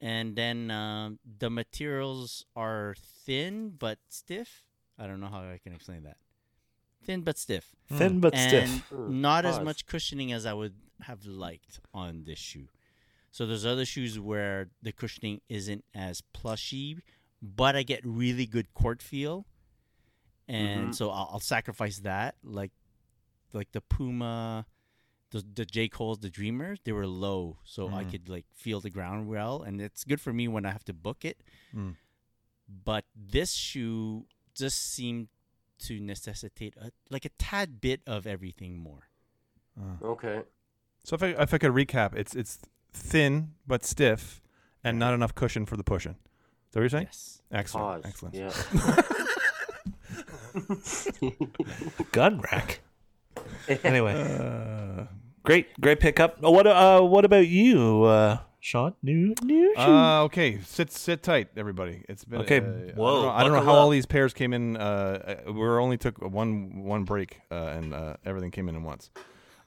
Speaker 3: and then um, the materials are thin but stiff. I don't know how I can explain that. Thin but stiff.
Speaker 4: Hmm.
Speaker 2: Thin but
Speaker 3: and
Speaker 2: stiff.
Speaker 3: not as
Speaker 5: Pause.
Speaker 3: much cushioning as I would have liked on this shoe. So there's other shoes where the cushioning isn't as plushy, but I get really good court feel, and
Speaker 4: Mm-hmm.
Speaker 5: Mhm.
Speaker 3: so I'll, I'll sacrifice that. Like, like the Puma, the the J Cole's, the Dreamers, they were low, so I
Speaker 4: Mhm.
Speaker 3: could like feel the ground well, and it's good for me when I have to book it.
Speaker 4: Mm.
Speaker 3: But this shoe just seemed to necessitate a, like a tad bit of everything more.
Speaker 5: Okay.
Speaker 4: So if I if I could recap, it's it's thin but stiff, and not enough cushion for the pushing. Is that what you're saying?
Speaker 3: Yes.
Speaker 4: Excellent.
Speaker 5: Pause.
Speaker 4: Excellent.
Speaker 5: Yeah.
Speaker 2: Gun rack. anyway,
Speaker 4: Uh,
Speaker 2: great, great pickup. Oh, What, uh, what about you, uh, Sean? New, new shoe.
Speaker 4: Uh, okay, sit sit tight, everybody. It's been
Speaker 2: Okay,
Speaker 4: uh,
Speaker 2: whoa,
Speaker 4: I don't know, I don't know
Speaker 2: buckle
Speaker 4: how all
Speaker 2: up.
Speaker 4: these pairs came in. Uh, uh, we were only took one one break, uh, and uh, everything came in at once.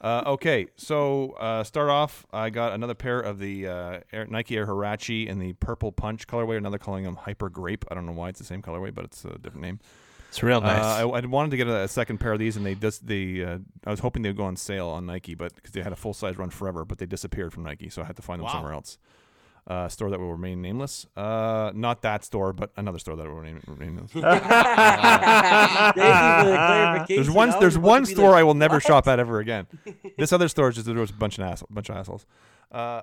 Speaker 4: Uh, okay, so uh, start off. I got another pair of the uh, Air, Nike Air Hirachi in the purple punch colorway. Another calling them Hyper Grape. I don't know why it's the same colorway, but it's a different name.
Speaker 2: it's real nice.
Speaker 4: Uh, I, I wanted to get a, a second pair of these, and they just they. Uh, I was hoping they would go on sale on Nike, but because they had a full size run forever, but they disappeared from Nike, so I had to find them
Speaker 3: Wow.
Speaker 4: somewhere else. Uh, store that will remain nameless. Uh, not that store, but another store that will remain remain nameless.
Speaker 5: Thank you for the clarification.
Speaker 4: there's one.
Speaker 5: I was
Speaker 4: There's
Speaker 5: about
Speaker 4: one
Speaker 5: to be
Speaker 4: store I
Speaker 5: like,
Speaker 4: will never
Speaker 5: "What?"
Speaker 4: shop at ever again. this other store is just there was a bunch of asshole, bunch of assholes. Uh,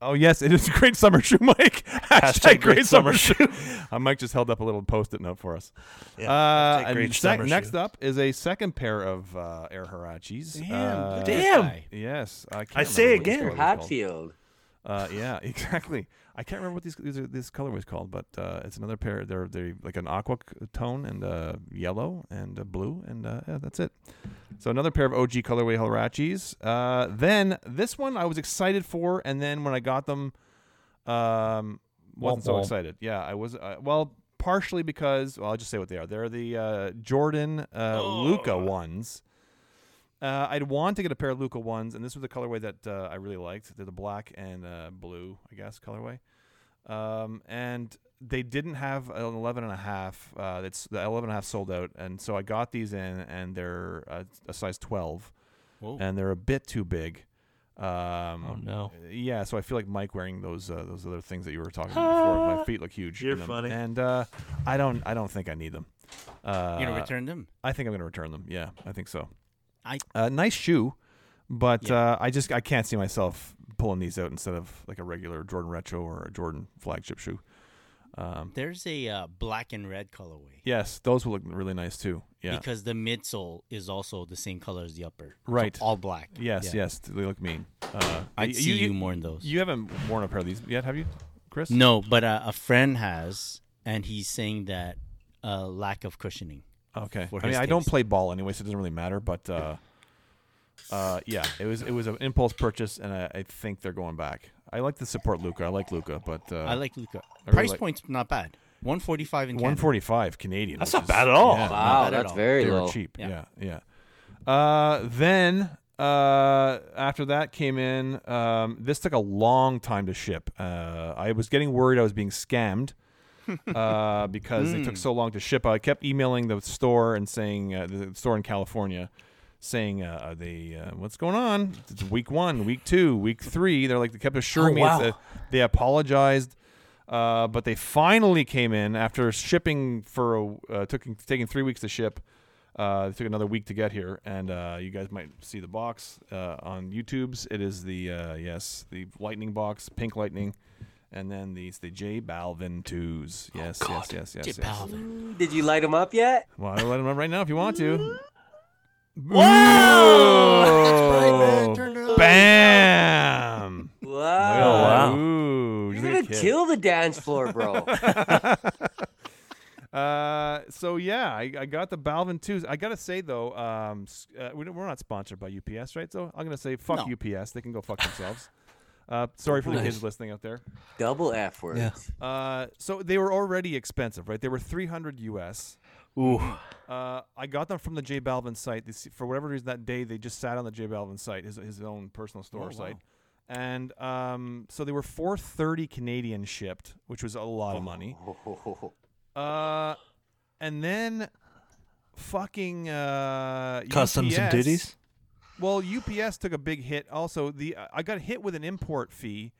Speaker 4: oh yes, it is a great summer shoe, Mike. Hashtag great summer shoe. Uh, Mike just held up a little post-it note for us.
Speaker 2: Yeah,
Speaker 4: Uh,
Speaker 2: hashtag
Speaker 4: and
Speaker 2: great
Speaker 4: sec-
Speaker 2: summer
Speaker 4: next
Speaker 2: shoe.
Speaker 4: up is a second pair of uh, Air Hirachis. Uh,
Speaker 3: look at this
Speaker 2: Damn.
Speaker 3: guy.
Speaker 4: Yes, I, can't
Speaker 2: I
Speaker 4: remember
Speaker 2: say
Speaker 4: what these
Speaker 2: again.
Speaker 4: colorways are called.
Speaker 5: Hatfield.
Speaker 4: Uh, yeah, exactly. I can't remember what these these, are, this color was called, but uh, it's another pair. They're they like an aqua c- tone and uh, yellow and uh, blue, and uh, yeah, that's it. So another pair of OG colorway Halrachis. Uh, then this one I was excited for, and then when I got them, um, wasn't so
Speaker 2: womp.
Speaker 4: excited. Yeah, I was. Uh, well, partially because well, I'll just say what they are. They're the uh, Jordan uh, Luca ones. Uh, I'd want to get a pair of Luca ones, and this was the colorway that uh, I really liked. They're the black and uh, blue, I guess, colorway. Um, and they didn't have an 11 and a half. Uh, that's the 11 and a half sold out, and so I got these in, and they're uh, a size 12,
Speaker 3: Whoa.
Speaker 4: and they're a bit too big. Um,
Speaker 2: oh no.
Speaker 4: yeah, so I feel like Mike wearing those uh, those other things that you were talking about before. My feet look huge.
Speaker 2: Ah, You're
Speaker 4: in them.
Speaker 2: funny.
Speaker 4: And uh, I don't I don't think I need them. Uh,
Speaker 3: you gonna return them?
Speaker 4: I think I'm gonna return them. Yeah, I think so.
Speaker 3: I-
Speaker 4: uh, nice shoe, but
Speaker 3: Yeah.
Speaker 4: uh, I just I can't see myself pulling these out instead of like a regular Jordan retro or a Jordan flagship shoe. Um,
Speaker 3: There's a uh, black and red colorway.
Speaker 4: yes, those will look really nice too. Yeah.
Speaker 3: Because the midsole is also the same color as the upper. So
Speaker 4: Right.
Speaker 3: all black.
Speaker 4: yes,
Speaker 3: Yeah.
Speaker 4: yes, they look mean. Uh,
Speaker 3: I'd
Speaker 4: y-
Speaker 3: see you, more in those.
Speaker 4: You haven't worn a pair of these yet, have you, Chris?
Speaker 3: no, but uh, a friend has, and he's saying that uh, lack of cushioning.
Speaker 4: Oh, Okay.
Speaker 3: for
Speaker 4: I mean,
Speaker 3: his
Speaker 4: I don't
Speaker 3: taste.
Speaker 4: play ball anyway, so it doesn't really matter. But uh, uh, yeah, it was it was an impulse purchase, and I, I think they're going back. I like to support Luca. I like Luca, but uh,
Speaker 3: I like Luca.
Speaker 4: really
Speaker 3: Price
Speaker 4: like-
Speaker 3: point's not bad. 145 in Canada.
Speaker 4: one forty five Canadian.
Speaker 2: That's
Speaker 4: which
Speaker 2: not
Speaker 4: is-
Speaker 2: bad at all.
Speaker 4: yeah,
Speaker 3: not
Speaker 5: Wow,
Speaker 3: bad at
Speaker 5: that's
Speaker 3: all.
Speaker 5: very
Speaker 4: they were
Speaker 5: low.
Speaker 4: cheap. Yeah,
Speaker 3: Yeah.
Speaker 4: yeah. Uh, then uh, after that came in. Um, this took a long time to ship. Uh, I was getting worried I was being scammed. uh, because it took so long to ship. I kept emailing the store and saying uh, the store in California, saying uh, are they uh, what's going on? It's week one, week two, week three. They're like they kept
Speaker 2: Oh,
Speaker 4: assuring me
Speaker 2: wow.
Speaker 4: it's a, they apologized, uh, but they finally came in after shipping for a, uh, took taking three weeks to ship. Uh, it took another week to get here, and uh, you guys might see the box uh, on YouTube's. It is the uh, yes, the lightning box, pink lightning, and then these the J Balvin twos.
Speaker 5: Oh,
Speaker 4: Yes, yes, yes, yes, yes.
Speaker 3: Balvin.
Speaker 5: Did you light him up yet?
Speaker 4: Well, I'll let them up right now if you want to.
Speaker 2: Whoa!
Speaker 4: Bam!
Speaker 5: Oh, Wow.
Speaker 2: wow.
Speaker 4: Ooh,
Speaker 5: You're
Speaker 4: just like a
Speaker 5: gonna
Speaker 4: kid.
Speaker 5: kill the dance floor, bro.
Speaker 4: Uh, so yeah, I, I got the Balvin twos. I gotta say though, um, s- uh, we don't- we're not sponsored by UPS, right? So I'm gonna say fuck
Speaker 3: No.
Speaker 4: UPS. They can go fuck themselves. Uh, sorry for the
Speaker 2: Nice.
Speaker 4: kids listening out there.
Speaker 5: Double F words.
Speaker 4: Uh, so they were already expensive, right? They were 300 US.
Speaker 2: Ooh.
Speaker 4: Uh, I got them from the J Balvin site. This, for whatever reason, that day they just sat on the J Balvin site, his, his own
Speaker 2: Oh,
Speaker 4: personal store site. And um, so they were 430 Canadian shipped, which was a lot
Speaker 2: Oh.
Speaker 4: of money. Uh, and then fucking uh,
Speaker 2: Customs and
Speaker 4: UPS
Speaker 2: duties.
Speaker 4: Well, UPS took a big hit. Also, the I got hit with an import fee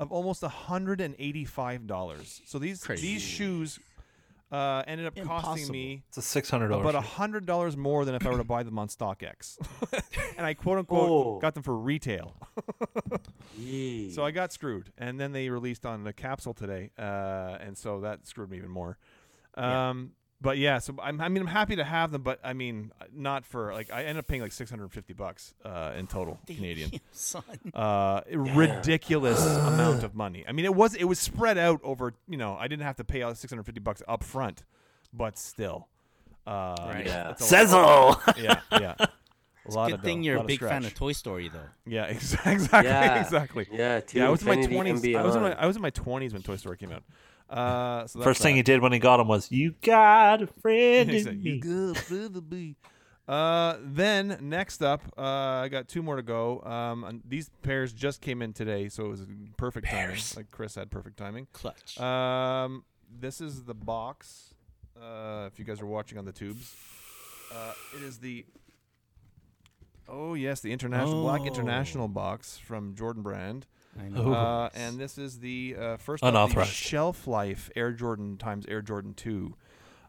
Speaker 4: of almost hundred and eighty-five dollars. So these these shoes uh, ended up costing
Speaker 3: Impossible.
Speaker 4: me
Speaker 2: It's a six hundred dollars.
Speaker 4: about hundred dollars more than if I were to buy them on StockX, and I quote unquote
Speaker 5: Oh.
Speaker 4: got them for retail.
Speaker 5: Yee.
Speaker 4: So I got screwed, and then they released on the capsule today, uh, and so that screwed me even more. Um, But yeah, so I'm, I mean, I'm happy to have them, but I mean, not for like I ended up paying like 650 bucks uh, in total Canadian.
Speaker 3: Damn, son.
Speaker 4: Uh, ridiculous amount of money. I mean, it was it was spread out over. You know, I didn't have to pay all 650 bucks up front, but still. Uh,
Speaker 3: Right.
Speaker 5: Yeah.
Speaker 4: it's a lot-
Speaker 2: Sizzle.
Speaker 4: Yeah, yeah. A lot
Speaker 3: Good
Speaker 4: of
Speaker 3: thing
Speaker 4: dough,
Speaker 3: you're a
Speaker 4: lot
Speaker 3: big fan
Speaker 4: scratch.
Speaker 3: of Toy Story, though.
Speaker 4: Yeah, ex- exactly,
Speaker 5: Yeah.
Speaker 4: exactly.
Speaker 5: Yeah, to
Speaker 4: yeah, I was in my
Speaker 5: infinity and
Speaker 4: twenties. I was in my
Speaker 5: beyond.
Speaker 4: I was in my twenties when Toy Story came out. Uh, so that's
Speaker 2: First thing
Speaker 4: that.
Speaker 2: he did when he got him was, "You got a friend
Speaker 4: He
Speaker 2: in
Speaker 4: said, "You
Speaker 2: me."
Speaker 4: good, brother B." Uh, then next up, uh, I got two more to go. Um, and these pairs just came in today, so it was perfect
Speaker 2: Pairs.
Speaker 4: timing. Like Chris had perfect timing.
Speaker 3: Clutch.
Speaker 4: Um, this is the box. Uh, if you guys are watching on the tubes, uh, it is the. Oh yes, the international black
Speaker 3: Oh.
Speaker 4: international box from Jordan Brand.
Speaker 3: I
Speaker 2: Ooh.
Speaker 3: know.
Speaker 4: Uh, and this is the uh, first off, the
Speaker 2: Unauthorized.
Speaker 4: shelf life Air Jordan times Air Jordan Two.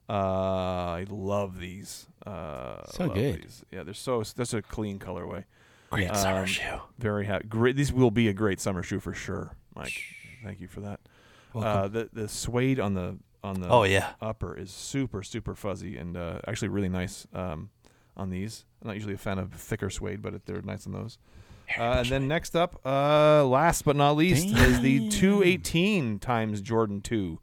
Speaker 4: Uh, I love these. Uh,
Speaker 3: So
Speaker 4: love
Speaker 3: good.
Speaker 4: These. Yeah, they're so that's a clean colorway.
Speaker 2: Great summer
Speaker 4: Um,
Speaker 2: shoe.
Speaker 4: Very ha- great. These will be a great summer shoe for sure, Mike. Thank you for that. Uh, the the suede on the on the
Speaker 2: Oh yeah.
Speaker 4: upper is super super fuzzy and uh, actually really nice um, on these. I'm not usually a fan of thicker suede, but it- they're nice on those. Uh, and then next up, uh, last but not least, is the 218 times Jordan 2.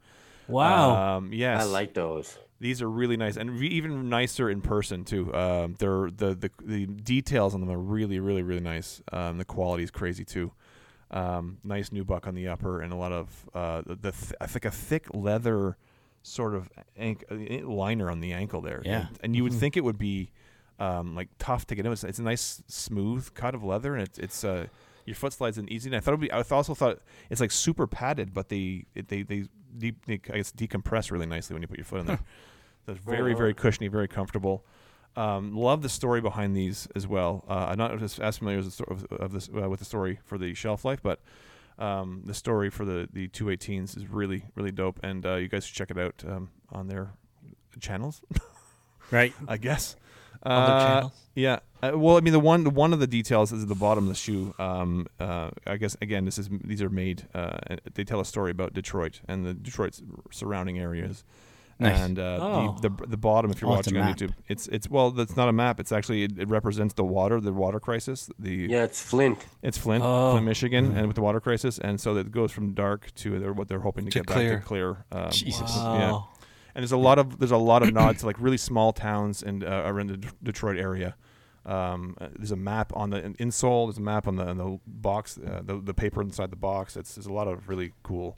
Speaker 2: Wow.
Speaker 4: Um, yes,
Speaker 5: I like those.
Speaker 4: these are really nice and re- even nicer in person too. Um, they're the, the the details on them are really really really nice. Um, the quality is crazy too. Um, nice new buck on the upper and a lot of uh, the, the th- I think a thick leather sort of ank- uh, liner on the ankle there.
Speaker 3: Yeah.
Speaker 4: and, and you would think it would be um, like tough to get in. It's, it's a nice smooth cut of leather and it's it's uh, your foot slides in easy. And I thought it'd be, I also thought it's like super padded, but they it, they they, de- they I guess decompress really nicely when you put your foot in there. So it's very, very cushiony, very comfortable. Um, love the story behind these as well. Uh, I'm not as, as familiar as the sto- of, of this, uh, with the story for the shelf life, but um, the story for the, the 218s is really, really dope. And uh, you guys should check it out um, on their channels,
Speaker 3: right.
Speaker 4: I guess.
Speaker 2: their
Speaker 4: Uh,
Speaker 2: channels?
Speaker 4: Yeah. Uh, well, I mean, the one the one of the details is at the bottom of the shoe. Um, uh, I guess again, this is these are made. Uh, and they tell a story about Detroit and the Detroit's surrounding areas.
Speaker 3: Nice.
Speaker 4: And uh,
Speaker 2: Oh.
Speaker 4: the, the the bottom, if you're
Speaker 3: Oh, it's a
Speaker 4: watching on
Speaker 3: map.
Speaker 4: YouTube, it's it's well, that's not a map. It's actually it, it represents the water, the water crisis. The
Speaker 5: Yeah, it's Flint.
Speaker 4: it's Flint,
Speaker 2: Oh.
Speaker 4: Flint, Michigan, and with the water crisis, and so that goes from dark to their, what they're hoping to,
Speaker 2: To
Speaker 4: get
Speaker 2: clear.
Speaker 4: back to clear. Um,
Speaker 3: Jesus.
Speaker 4: yeah.
Speaker 2: Wow.
Speaker 4: And there's a lot of there's a lot of nods to like really small towns and uh, around the D- Detroit area. Um, uh, there's a map on the in- insole. There's a map on the, on the box, uh, the, the paper inside the box. It's there's a lot of really cool,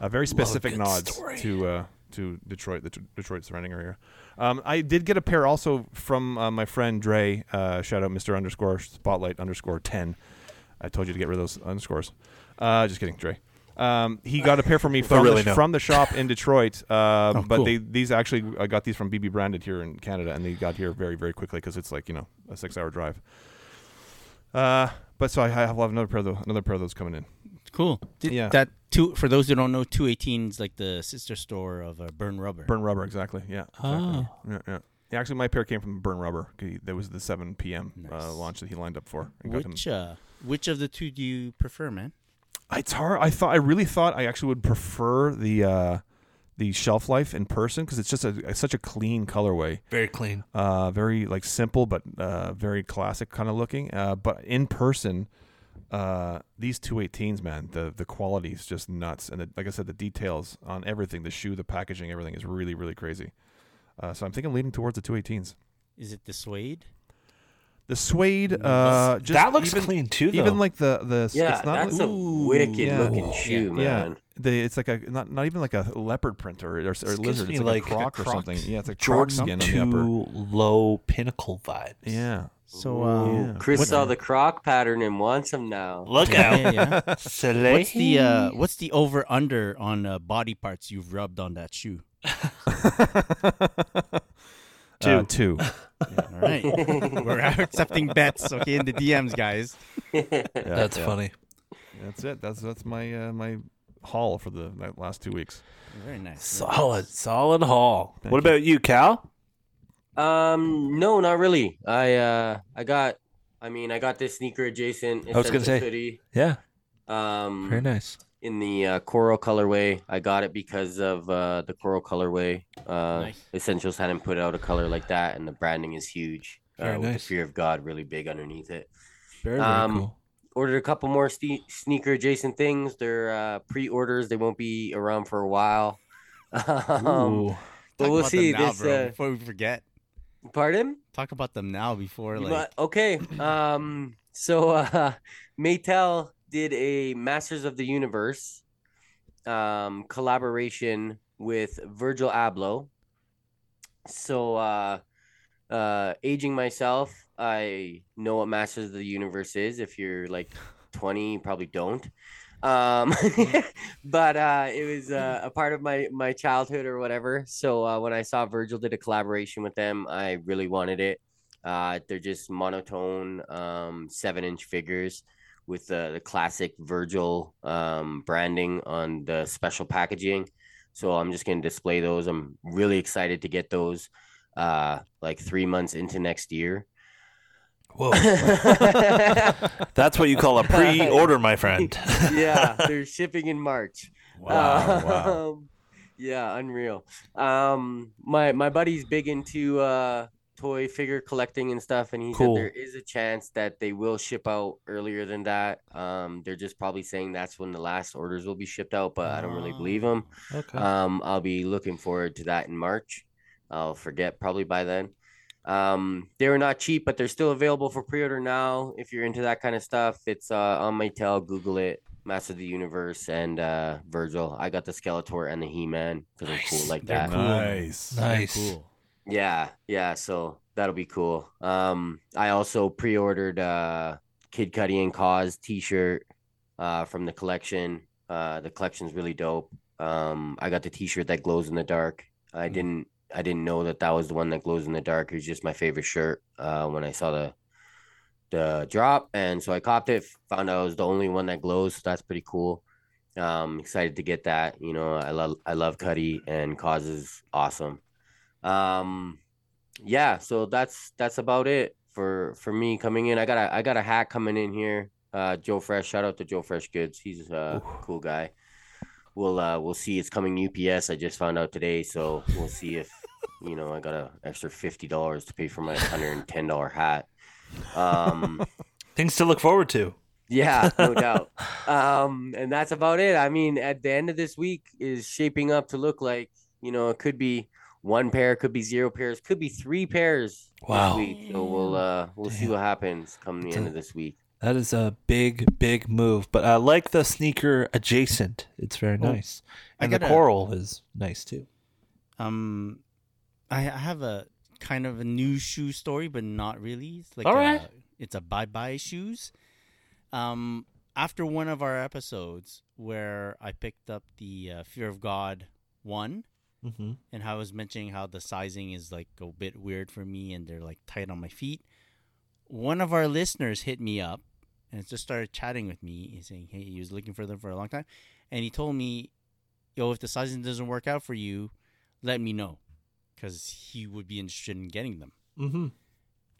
Speaker 4: uh, very specific
Speaker 2: good
Speaker 4: nods
Speaker 2: story.
Speaker 4: to uh, to Detroit, the t- Detroit surrounding area. Um, I did get a pair also from uh, my friend Dre. Uh, shout out Mr. Underscore Spotlight Underscore Ten. I told you to get rid of those underscores. Uh, just kidding, Dre. Um, he got a pair for me from,
Speaker 2: really
Speaker 4: the,
Speaker 2: know. Oh,
Speaker 4: from the shop in Detroit, uh, but
Speaker 3: cool.
Speaker 4: they these actually I got these from BB branded here in Canada, and they got here very very quickly because it's like you know a six hour drive. Uh, but so I, I have another pair though, another pair of those coming in.
Speaker 3: Cool. Did
Speaker 4: Yeah.
Speaker 3: That two for those who don't know, two eighteen is like the sister store of uh, Burn Rubber.
Speaker 4: Burn rubber, exactly. Yeah. Exactly. Yeah, yeah. Yeah, Actually, my pair came from Burn Rubber. He- That was the 7 p.m. Uh,
Speaker 3: Nice.
Speaker 4: launch that he lined up for. and got him-
Speaker 3: Which uh, which of the two do you prefer, man?
Speaker 4: It's hard. I thought I really thought I actually would prefer the uh, the shelf life in person because it's just a, it's such a clean colorway.
Speaker 2: Very clean.
Speaker 4: uh, very like simple but uh, very classic kind of looking. Uh, but in person, uh, these 218s, man, the the quality is just nuts. And the, like I said, the details on everything, the shoe, the packaging, everything is really really crazy. Uh, so I'm thinking leaning towards the 218s.
Speaker 3: Is it the suede?
Speaker 4: The suede, uh, just
Speaker 2: that looks
Speaker 4: even,
Speaker 2: clean too, though.
Speaker 4: Even like the the
Speaker 5: Yeah,
Speaker 4: it's not
Speaker 5: that's
Speaker 4: like,
Speaker 5: a wicked
Speaker 4: yeah.
Speaker 5: looking shoe,
Speaker 4: yeah.
Speaker 5: man.
Speaker 4: They, it's like a not not even like a leopard print or or, or
Speaker 2: gives
Speaker 4: lizard.
Speaker 2: me
Speaker 4: It's like,
Speaker 2: like
Speaker 4: a
Speaker 2: a
Speaker 4: croc, or
Speaker 2: croc.
Speaker 4: something. Yeah, it's like croc
Speaker 2: Jordan
Speaker 4: skin on the upper.
Speaker 2: too low pinnacle vibes.
Speaker 4: Yeah,
Speaker 3: So uh,
Speaker 4: Ooh. Yeah.
Speaker 5: Chris
Speaker 4: What-
Speaker 5: saw the croc pattern and wants him now.
Speaker 2: Look
Speaker 3: yeah,
Speaker 2: out,
Speaker 3: yeah. What's the uh,
Speaker 2: Salehi.
Speaker 3: what's the over under on uh, body parts you've rubbed on that shoe?
Speaker 4: Uh,
Speaker 2: Two.
Speaker 4: two.
Speaker 3: All right, we're accepting bets, okay, in the DMs, guys.
Speaker 2: That's funny.
Speaker 4: That's it. That's that's my uh, my haul for the that last two weeks.
Speaker 3: Very nice.
Speaker 2: Solid, solid haul. what about you, Cal?
Speaker 5: Um, no, not really. I uh, I got, I mean, I got this sneaker adjacent.
Speaker 2: I was gonna
Speaker 5: Essential
Speaker 2: say.
Speaker 5: City,
Speaker 2: Yeah,
Speaker 5: um,
Speaker 2: very nice.
Speaker 5: in the uh, coral colorway. I got it because of uh, the coral colorway. Uh,
Speaker 3: Nice.
Speaker 5: Essentials hadn't put out a color like that, and the branding is huge.
Speaker 2: Very
Speaker 5: uh, With the
Speaker 2: nice.
Speaker 5: fear of God really big underneath it.
Speaker 2: Very,
Speaker 5: very Um, cool. Ordered a couple more ste sneaker adjacent things. They're uh, pre-orders. They won't be around for a while. um,
Speaker 2: Ooh.
Speaker 5: but
Speaker 3: Talk
Speaker 5: we'll
Speaker 3: about
Speaker 5: see.
Speaker 3: them now,
Speaker 5: this,
Speaker 3: bro,
Speaker 5: uh,
Speaker 3: before we forget.
Speaker 5: pardon.
Speaker 3: Talk about them now before
Speaker 5: You
Speaker 3: like
Speaker 5: might- okay. Um. So uh, Maytel did a Masters of the Universe um, collaboration with Virgil Abloh. So uh, uh, aging myself, I know what Masters of the Universe is. If you're like 20, you probably don't. Um, but uh, it was uh, a part of my my childhood or whatever. So uh, when I saw Virgil did a collaboration with them, I really wanted it. Uh, they're just monotone um, seven inch figures with uh, the classic Virgil um, branding on the special packaging. So I'm just going to display those. I'm really excited to get those uh, like three months into next year.
Speaker 2: Whoa,
Speaker 5: yeah,
Speaker 2: that's what you call a pre-order, my friend.
Speaker 5: they're shipping in March.
Speaker 4: Wow, wow.
Speaker 5: Um, yeah, unreal. Um, my my buddy's big into uh, toy figure collecting and stuff, and he
Speaker 2: Cool.
Speaker 5: said there is a chance that they will ship out earlier than that. Um, they're just probably saying that's when the last orders will be shipped out, but I don't really believe
Speaker 2: Ah.
Speaker 5: him.
Speaker 2: okay.
Speaker 5: Um, I'll be looking forward to that in March. I'll forget probably by then. Um, they were not cheap, but they're still available for pre-order now. If you're into that kind of stuff, it's uh, on my tail. Google it. Master of the Universe and uh, Virgil. I got the Skeletor and the He-Man because I'm cool
Speaker 2: Nice.
Speaker 5: like
Speaker 3: They're
Speaker 5: that.
Speaker 3: cool.
Speaker 4: Nice.
Speaker 3: they're
Speaker 2: nice.
Speaker 3: cool.
Speaker 5: Yeah, yeah. So that'll be cool. Um, I also pre-ordered uh, Kid Cudi and Cause T-shirt uh, from the collection. Uh, the collection's really dope. Um, I got the T-shirt that glows in the dark. I didn't, I didn't know that that was the one that glows in the dark. It was just my favorite shirt uh, when I saw the the drop, and so I copped it. Found out I was the only one that glows. So that's pretty cool. Um, excited to get that. You know, I love, I love Cudi and Cause is awesome um yeah so that's that's about it for for me coming in i got a i got a hack coming in here uh joe fresh shout out to joe fresh goods he's a cool guy we'll uh we'll see it's coming ups i just found out today so we'll see if you know i got a extra $50 to pay for my $110 hat um
Speaker 2: Things to look forward to.
Speaker 5: yeah, no doubt. Um, and that's about it. I mean, at the end of this week is shaping up to look like, you know, it could be one pair, could be zero pairs, could be three pairs
Speaker 2: Wow.
Speaker 5: this week. So we'll uh we'll see what happens come the end of this week.
Speaker 2: That is a big, big move. But I like the sneaker adjacent. It's very nice.
Speaker 3: I
Speaker 2: And the
Speaker 3: gotta-
Speaker 2: coral is nice too.
Speaker 3: Um, I, I have a kind of a new shoe story, but not really. It's like
Speaker 2: All
Speaker 3: a-
Speaker 2: right.
Speaker 3: it's a bye bye shoes. Um, after one of our episodes where I picked up the uh, Fear of God one,
Speaker 2: Mm-hmm.
Speaker 3: and how I was mentioning how the sizing is like a bit weird for me, and they're like tight on my feet. One of our listeners hit me up and just started chatting with me, and saying, "Hey, he was looking for them for a long time," and he told me, "Yo, if the sizing doesn't work out for you, let me know, because he would be interested in getting them."
Speaker 2: Mm-hmm.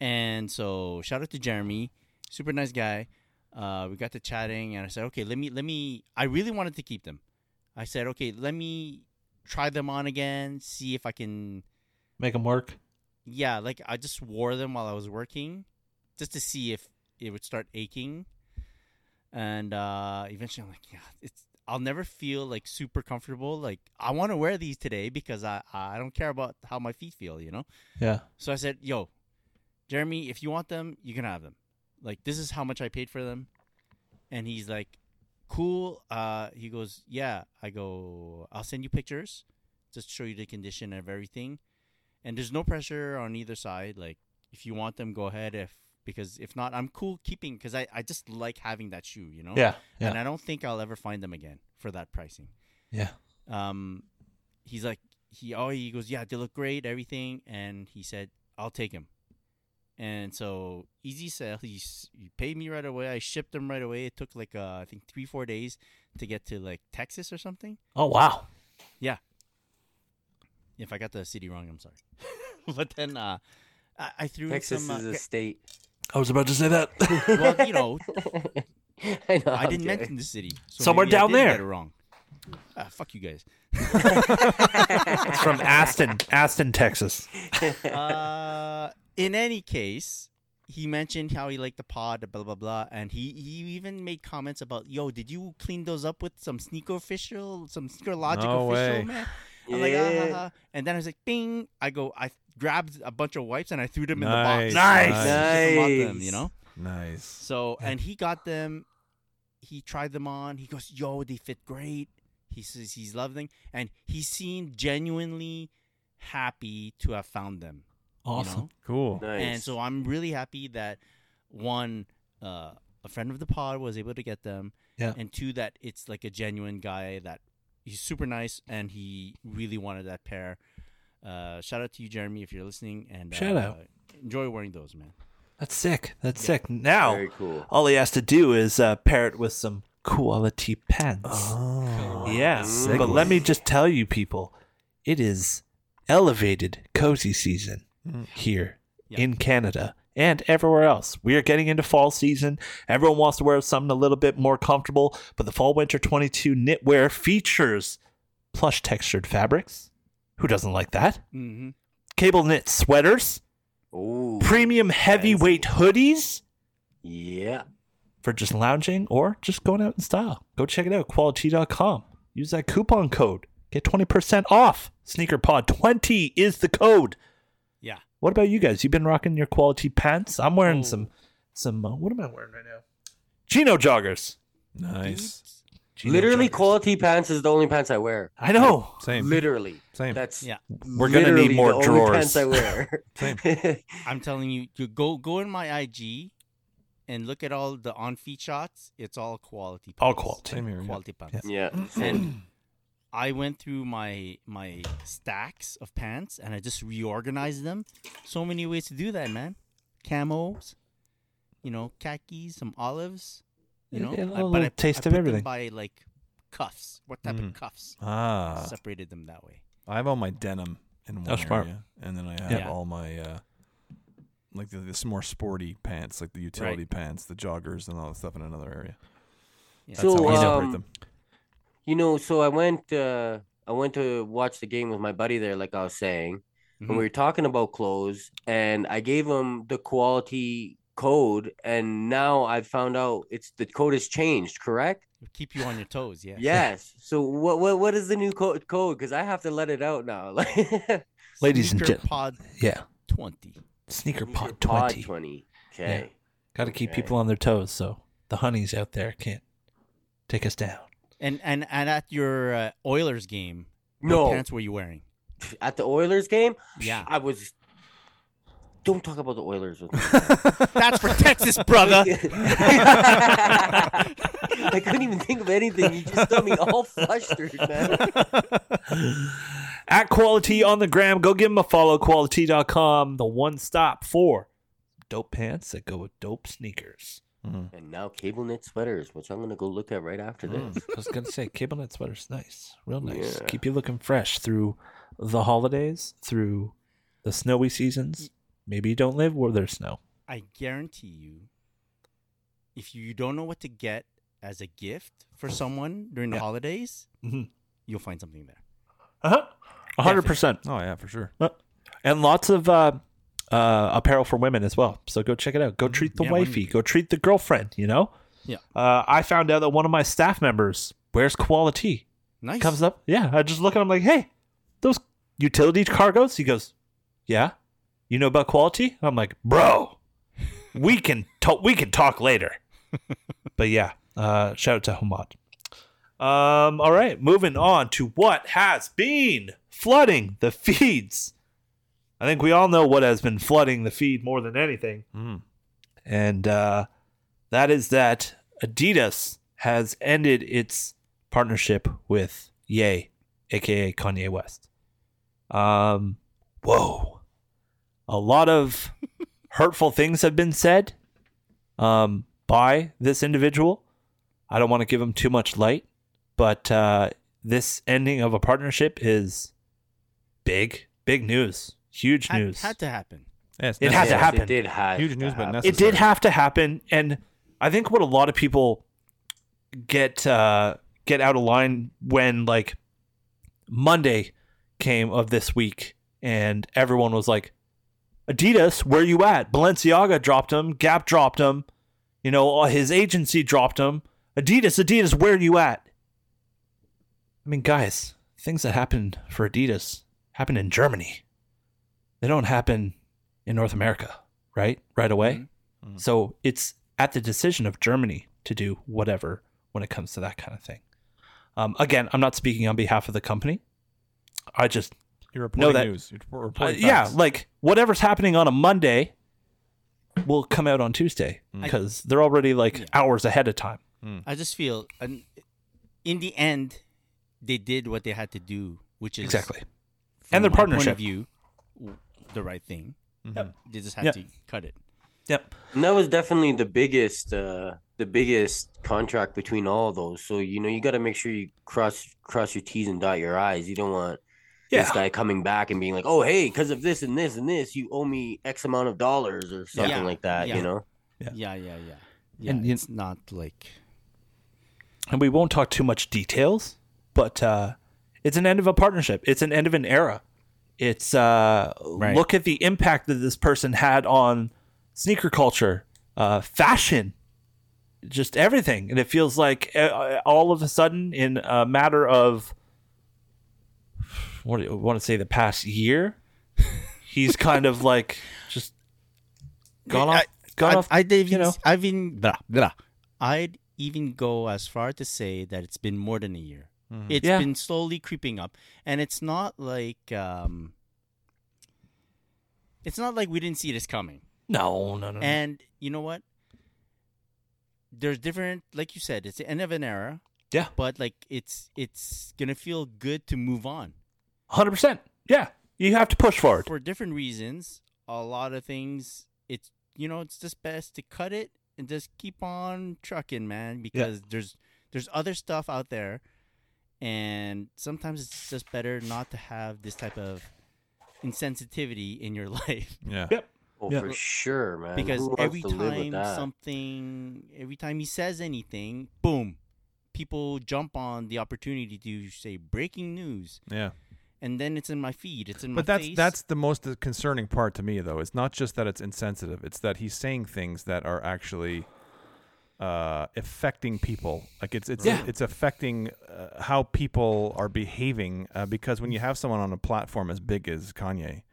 Speaker 3: And so shout out to Jeremy, super nice guy. Uh, we got to chatting, and I said, okay, let me let me. I really wanted to keep them. I said, okay, let me try them on again, see if I can.
Speaker 2: Make them work.
Speaker 3: Yeah, like I just wore them while I was working, just to see if it would start aching. And uh, eventually, I'm like, yeah, it's. I'll never feel like super comfortable. Like I want to wear these today because I I don't care about how my feet feel, you know.
Speaker 2: Yeah.
Speaker 3: So I said, "Yo, Jeremy, if you want them, you can have them. Like this is how much I paid for them. And he's like, Cool. Uh he goes, Yeah. I go, I'll send you pictures. Just show you the condition of everything. And there's no pressure on either side. Like if you want them, go ahead. If because if not, I'm cool keeping because I, I just like having that shoe, you know?
Speaker 2: Yeah. Yeah.
Speaker 3: And I don't think I'll ever find them again for that pricing.
Speaker 2: yeah.
Speaker 3: Um, he's like, he oh he goes, yeah, they look great, everything, and he said, I'll take him. And so easy sell. He, s- he paid me right away. I shipped them right away. It took like uh, I think three four days to get to like Texas or something.
Speaker 2: Oh wow.
Speaker 3: If I got the city wrong, I'm sorry. but then uh, I, I threw in
Speaker 5: Texas
Speaker 3: some. uh,
Speaker 5: is a state.
Speaker 2: I was about to say that.
Speaker 3: well, you know,
Speaker 5: I know.
Speaker 3: I
Speaker 5: I'm
Speaker 3: didn't
Speaker 5: kidding.
Speaker 3: mention the city. So
Speaker 2: Somewhere
Speaker 3: maybe I
Speaker 2: down
Speaker 3: did get
Speaker 2: there.
Speaker 3: it wrong. Ah, fuck you guys.
Speaker 2: it's from Aston, Aston, Texas.
Speaker 3: uh, in any case, he mentioned how he liked the pod, blah blah blah, and he, he even made comments about, yo, did you clean those up with some sneaker official, some sneaker logic
Speaker 4: No
Speaker 3: official,
Speaker 4: way.
Speaker 3: man? I'm like, ah, ha,
Speaker 5: Yeah.
Speaker 3: ha. and then I was like, ding, I go, I grabbed a bunch of wipes and I threw them in the box.
Speaker 4: Nice,
Speaker 2: Nice.
Speaker 3: Just among them,
Speaker 5: nice.
Speaker 3: you know.
Speaker 4: Nice.
Speaker 3: So and he got them. He tried them on. He goes, "Yo, they fit great." He says he's loving, and he seemed genuinely happy to have found them. you
Speaker 2: Awesome.
Speaker 3: know?
Speaker 4: Cool.
Speaker 5: Nice.
Speaker 3: And so I'm really happy that one, uh, a friend of the pod was able to get them.
Speaker 2: Yeah.
Speaker 3: And two, that it's like a genuine guy that he's super nice and he really wanted that pair. Uh, shout out to you, Jeremy, if you're listening. And
Speaker 2: Shout
Speaker 3: uh,
Speaker 2: out.
Speaker 3: Enjoy wearing those, man.
Speaker 2: That's sick. That's sick. Now
Speaker 5: Very cool.
Speaker 2: all he has to do is uh, pair it with some quality pants.
Speaker 4: Oh.
Speaker 2: yeah.
Speaker 5: Mm.
Speaker 2: But let me just tell you, people, it is elevated cozy season here
Speaker 3: Yeah.
Speaker 2: in Canada and everywhere else. We are getting into fall season. Everyone wants to wear something a little bit more comfortable, but the fall winter 22 knitwear features plush textured fabrics. Who doesn't like that?
Speaker 3: Mm-hmm.
Speaker 2: Cable knit sweaters,
Speaker 5: Ooh.
Speaker 2: premium heavyweight hoodies
Speaker 5: yeah.
Speaker 2: for just lounging or just going out in style. Go check it out, quality.com. Use that coupon code. Get 20% off. SneakerPod20 is the code.
Speaker 3: Yeah.
Speaker 2: What about you guys? You've been rocking your quality pants. I'm wearing
Speaker 3: Oh.
Speaker 2: some, some, uh, what am I wearing right now? Chino joggers.
Speaker 4: Nice.
Speaker 2: Chino
Speaker 5: literally,
Speaker 2: joggers.
Speaker 5: quality pants is the only pants I wear.
Speaker 2: I know.
Speaker 4: Same.
Speaker 5: Literally.
Speaker 4: Same.
Speaker 5: That's
Speaker 3: Yeah.
Speaker 2: We're gonna need
Speaker 5: literally
Speaker 2: more
Speaker 5: the
Speaker 2: drawers.
Speaker 5: Only pants I wear.
Speaker 3: I'm telling you, you go go in my IG and look at all the on feet shots. It's all quality.
Speaker 2: All
Speaker 3: pants.
Speaker 2: quality.
Speaker 4: Same here. yeah.
Speaker 3: Quality pants.
Speaker 5: yeah.
Speaker 3: Mm.
Speaker 5: And
Speaker 3: I went through my my stacks of pants and I just reorganized them. So many ways to do that, man. Camos, you know, khakis, some olives, you
Speaker 2: Yeah, a
Speaker 3: know. I-
Speaker 2: little
Speaker 3: but I,
Speaker 2: taste
Speaker 3: I
Speaker 2: of
Speaker 3: put them
Speaker 2: everything.
Speaker 3: by like cuffs. What type
Speaker 2: Mm-hmm.
Speaker 4: Mm.
Speaker 3: of cuffs?
Speaker 2: Uh,
Speaker 4: Ah,
Speaker 3: Separated them that way.
Speaker 4: I have all my denim in one
Speaker 7: Oh,
Speaker 2: That's smart.
Speaker 4: area, and then I have
Speaker 3: Yeah.
Speaker 4: all my uh, like the, this more sporty pants, like the utility pants, the joggers, and all that stuff in another area.
Speaker 3: Yeah.
Speaker 4: That's
Speaker 5: So,
Speaker 4: how I
Speaker 2: uh,
Speaker 4: separate
Speaker 5: um,
Speaker 4: them.
Speaker 5: you know, so I went. Uh, I went to watch the game with my buddy there, like I was saying, and we were talking about clothes, and I gave him the quality code, and now I found out it's the code has changed. Correct.
Speaker 3: Keep you on your toes, yeah.
Speaker 5: Yes. So what what what is the new co- code? Because I have to let it out now. Like
Speaker 2: Ladies and
Speaker 3: Sneaker
Speaker 2: gen-
Speaker 3: pod
Speaker 2: Yeah.
Speaker 3: twenty.
Speaker 2: SneakerPod20.
Speaker 5: Pod twenty. Okay.
Speaker 2: Got to keep
Speaker 5: Okay.
Speaker 2: people on their toes so the honeys out there can't take us down.
Speaker 3: And and and at your uh, Oilers game, what
Speaker 5: No,
Speaker 3: pants were you wearing?
Speaker 5: at the Oilers game,
Speaker 3: Yeah,
Speaker 5: I was. Don't talk about the Oilers with me.
Speaker 3: that's for Texas, brother.
Speaker 5: I couldn't even think of anything. You just got me all flustered, man.
Speaker 2: At Quality on the gram, go give them a follow. Quality.com, the one stop for dope pants that go with dope sneakers.
Speaker 5: And now cable knit sweaters, which I'm gonna go look at right after
Speaker 7: Hmm.
Speaker 5: this.
Speaker 2: I was gonna say cable knit sweaters, nice, real nice.
Speaker 5: Yeah.
Speaker 2: Keep you looking fresh through the holidays, through the snowy seasons. Maybe you don't live where there's snow.
Speaker 3: I guarantee you, if you don't know what to get as a gift for someone during the
Speaker 2: Yeah.
Speaker 3: holidays,
Speaker 7: Mm-hmm.
Speaker 2: Mhm.
Speaker 3: you'll find something there.
Speaker 2: Uh huh. A hundred percent.
Speaker 4: Oh yeah, for sure.
Speaker 2: Uh, And lots of uh, uh, apparel for women as well. So go check it out. Go treat the
Speaker 3: Yeah,
Speaker 2: wifey.
Speaker 3: women-
Speaker 2: Go treat the girlfriend. You know.
Speaker 3: Yeah.
Speaker 2: Uh, I found out that one of my staff members wears quality.
Speaker 3: Nice.
Speaker 2: comes up. Yeah, I just look at him like, hey, those utility cargoes. He goes, yeah.
Speaker 7: you know about quality? I'm like, bro, we can talk. We can talk later. but yeah, uh, shout out to Hamad. Um, all right, moving on to what has been flooding the feeds. I think we all know what has been flooding the feed more than anything,
Speaker 4: Mm.
Speaker 7: and uh, that is that Adidas has ended its partnership with Ye, aka Kanye West. Um, whoa, a lot of hurtful things have been said um, by this individual. I don't want to give him too much light, but uh, this ending of a partnership is big, big news, huge
Speaker 3: Had,
Speaker 7: news.
Speaker 3: had to happen.
Speaker 4: Yes,
Speaker 7: It has to
Speaker 5: Yes,
Speaker 7: happen.
Speaker 5: It did have
Speaker 4: Huge
Speaker 5: to
Speaker 4: news, but
Speaker 5: happen.
Speaker 4: necessary.
Speaker 7: it did have to happen, and I think what a lot of people get uh, get out of line when like Monday came of this week, and everyone was like, "Adidas, where you at?" Balenciaga dropped him, Gap dropped him, you know, all- his agency dropped him. Adidas, Adidas, where you at? I mean, guys, things that happen for Adidas happen in Germany. They don't happen in North America, right? Right away. So it's at the decision of Germany to do whatever when it comes to that kind of thing. Um, again, I'm not speaking on behalf of the company. I just
Speaker 4: You're reporting
Speaker 7: that-
Speaker 4: news. You're repor-
Speaker 7: uh,
Speaker 4: reporting
Speaker 7: yeah,
Speaker 4: facts.
Speaker 7: like whatever's happening on a Monday will come out on Tuesday
Speaker 4: Mm.
Speaker 7: because they're already like
Speaker 3: Yeah.
Speaker 7: hours ahead of time.
Speaker 3: I just feel, and in the end, they did what they had to do, which is
Speaker 7: Exactly.
Speaker 3: from
Speaker 7: And their
Speaker 3: my point
Speaker 7: partnership. Mm-hmm.
Speaker 3: of view, w- the right thing.
Speaker 4: Mhm.
Speaker 3: They just had
Speaker 7: Yeah.
Speaker 3: to cut it.
Speaker 7: Yep.
Speaker 5: And that was definitely the biggest, uh, the biggest contract between all those. So you know, you got to make sure you cross cross your T's and dot your I's. You don't want this
Speaker 7: Yeah.
Speaker 5: guy coming back and being like, "Oh, hey, because of this and this and this, you owe me X amount of dollars or something
Speaker 3: Yeah.
Speaker 5: like that."
Speaker 3: Yeah.
Speaker 5: You know?
Speaker 7: Yeah.
Speaker 3: Yeah, yeah, yeah. Yeah,
Speaker 7: And you-
Speaker 3: it's not like
Speaker 7: And we won't talk too much details, but uh, it's an end of a partnership. It's an end of an era. It's uh,
Speaker 3: Right.
Speaker 7: look at the impact that this person had on sneaker culture, uh, fashion, just everything. And it feels like uh, all of a sudden, in a matter of what do you want to say, the past year, he's kind of like just gone off. Gone
Speaker 3: I,
Speaker 7: off.
Speaker 3: I'd even,
Speaker 7: you know.
Speaker 3: I've been, blah, blah. I'd even go as far to say that it's been more than a year. It's
Speaker 7: Yeah.
Speaker 3: been slowly creeping up, and it's not like um, it's not like we didn't see this coming.
Speaker 7: no, no, no. no.
Speaker 3: And you know what? There's different, like you said, it's the end of an era.
Speaker 7: Yeah.
Speaker 3: But like, it's it's gonna feel good to move on
Speaker 7: 100%. Yeah. You have to push forward.
Speaker 3: for different reasons. A lot of things. It's you know, it's just best to cut it and just keep on trucking, man. Because there's there's other stuff out there, and sometimes it's just better not to have this type of insensitivity in your life.
Speaker 4: Yeah.
Speaker 7: Yep.
Speaker 5: Oh,
Speaker 7: Yeah.
Speaker 5: for sure, man. Who
Speaker 3: because
Speaker 5: wants
Speaker 3: every
Speaker 5: to live with
Speaker 3: time
Speaker 5: that?
Speaker 3: something every time he says anything boom people jump on the opportunity to say breaking news
Speaker 4: Yeah.
Speaker 3: and then it's in my feed it's in my
Speaker 4: But that's
Speaker 3: face.
Speaker 4: that's the most concerning part to me, though. It's not just that it's insensitive; it's that he's saying things that are actually uh, affecting people. Like it's it's
Speaker 7: Yeah.
Speaker 4: it's affecting uh, how people are behaving. Uh, because when you have someone on a platform as big as Kanye,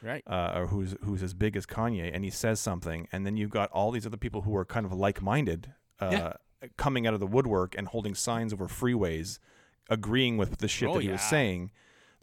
Speaker 3: right
Speaker 4: uh, or who's who's as big as Kanye, and he says something, and then you've got all these other people who are kind of like-minded uh, coming out of the woodwork and holding signs over freeways, agreeing with the shit
Speaker 3: Oh,
Speaker 4: that he was
Speaker 3: yeah.
Speaker 4: saying.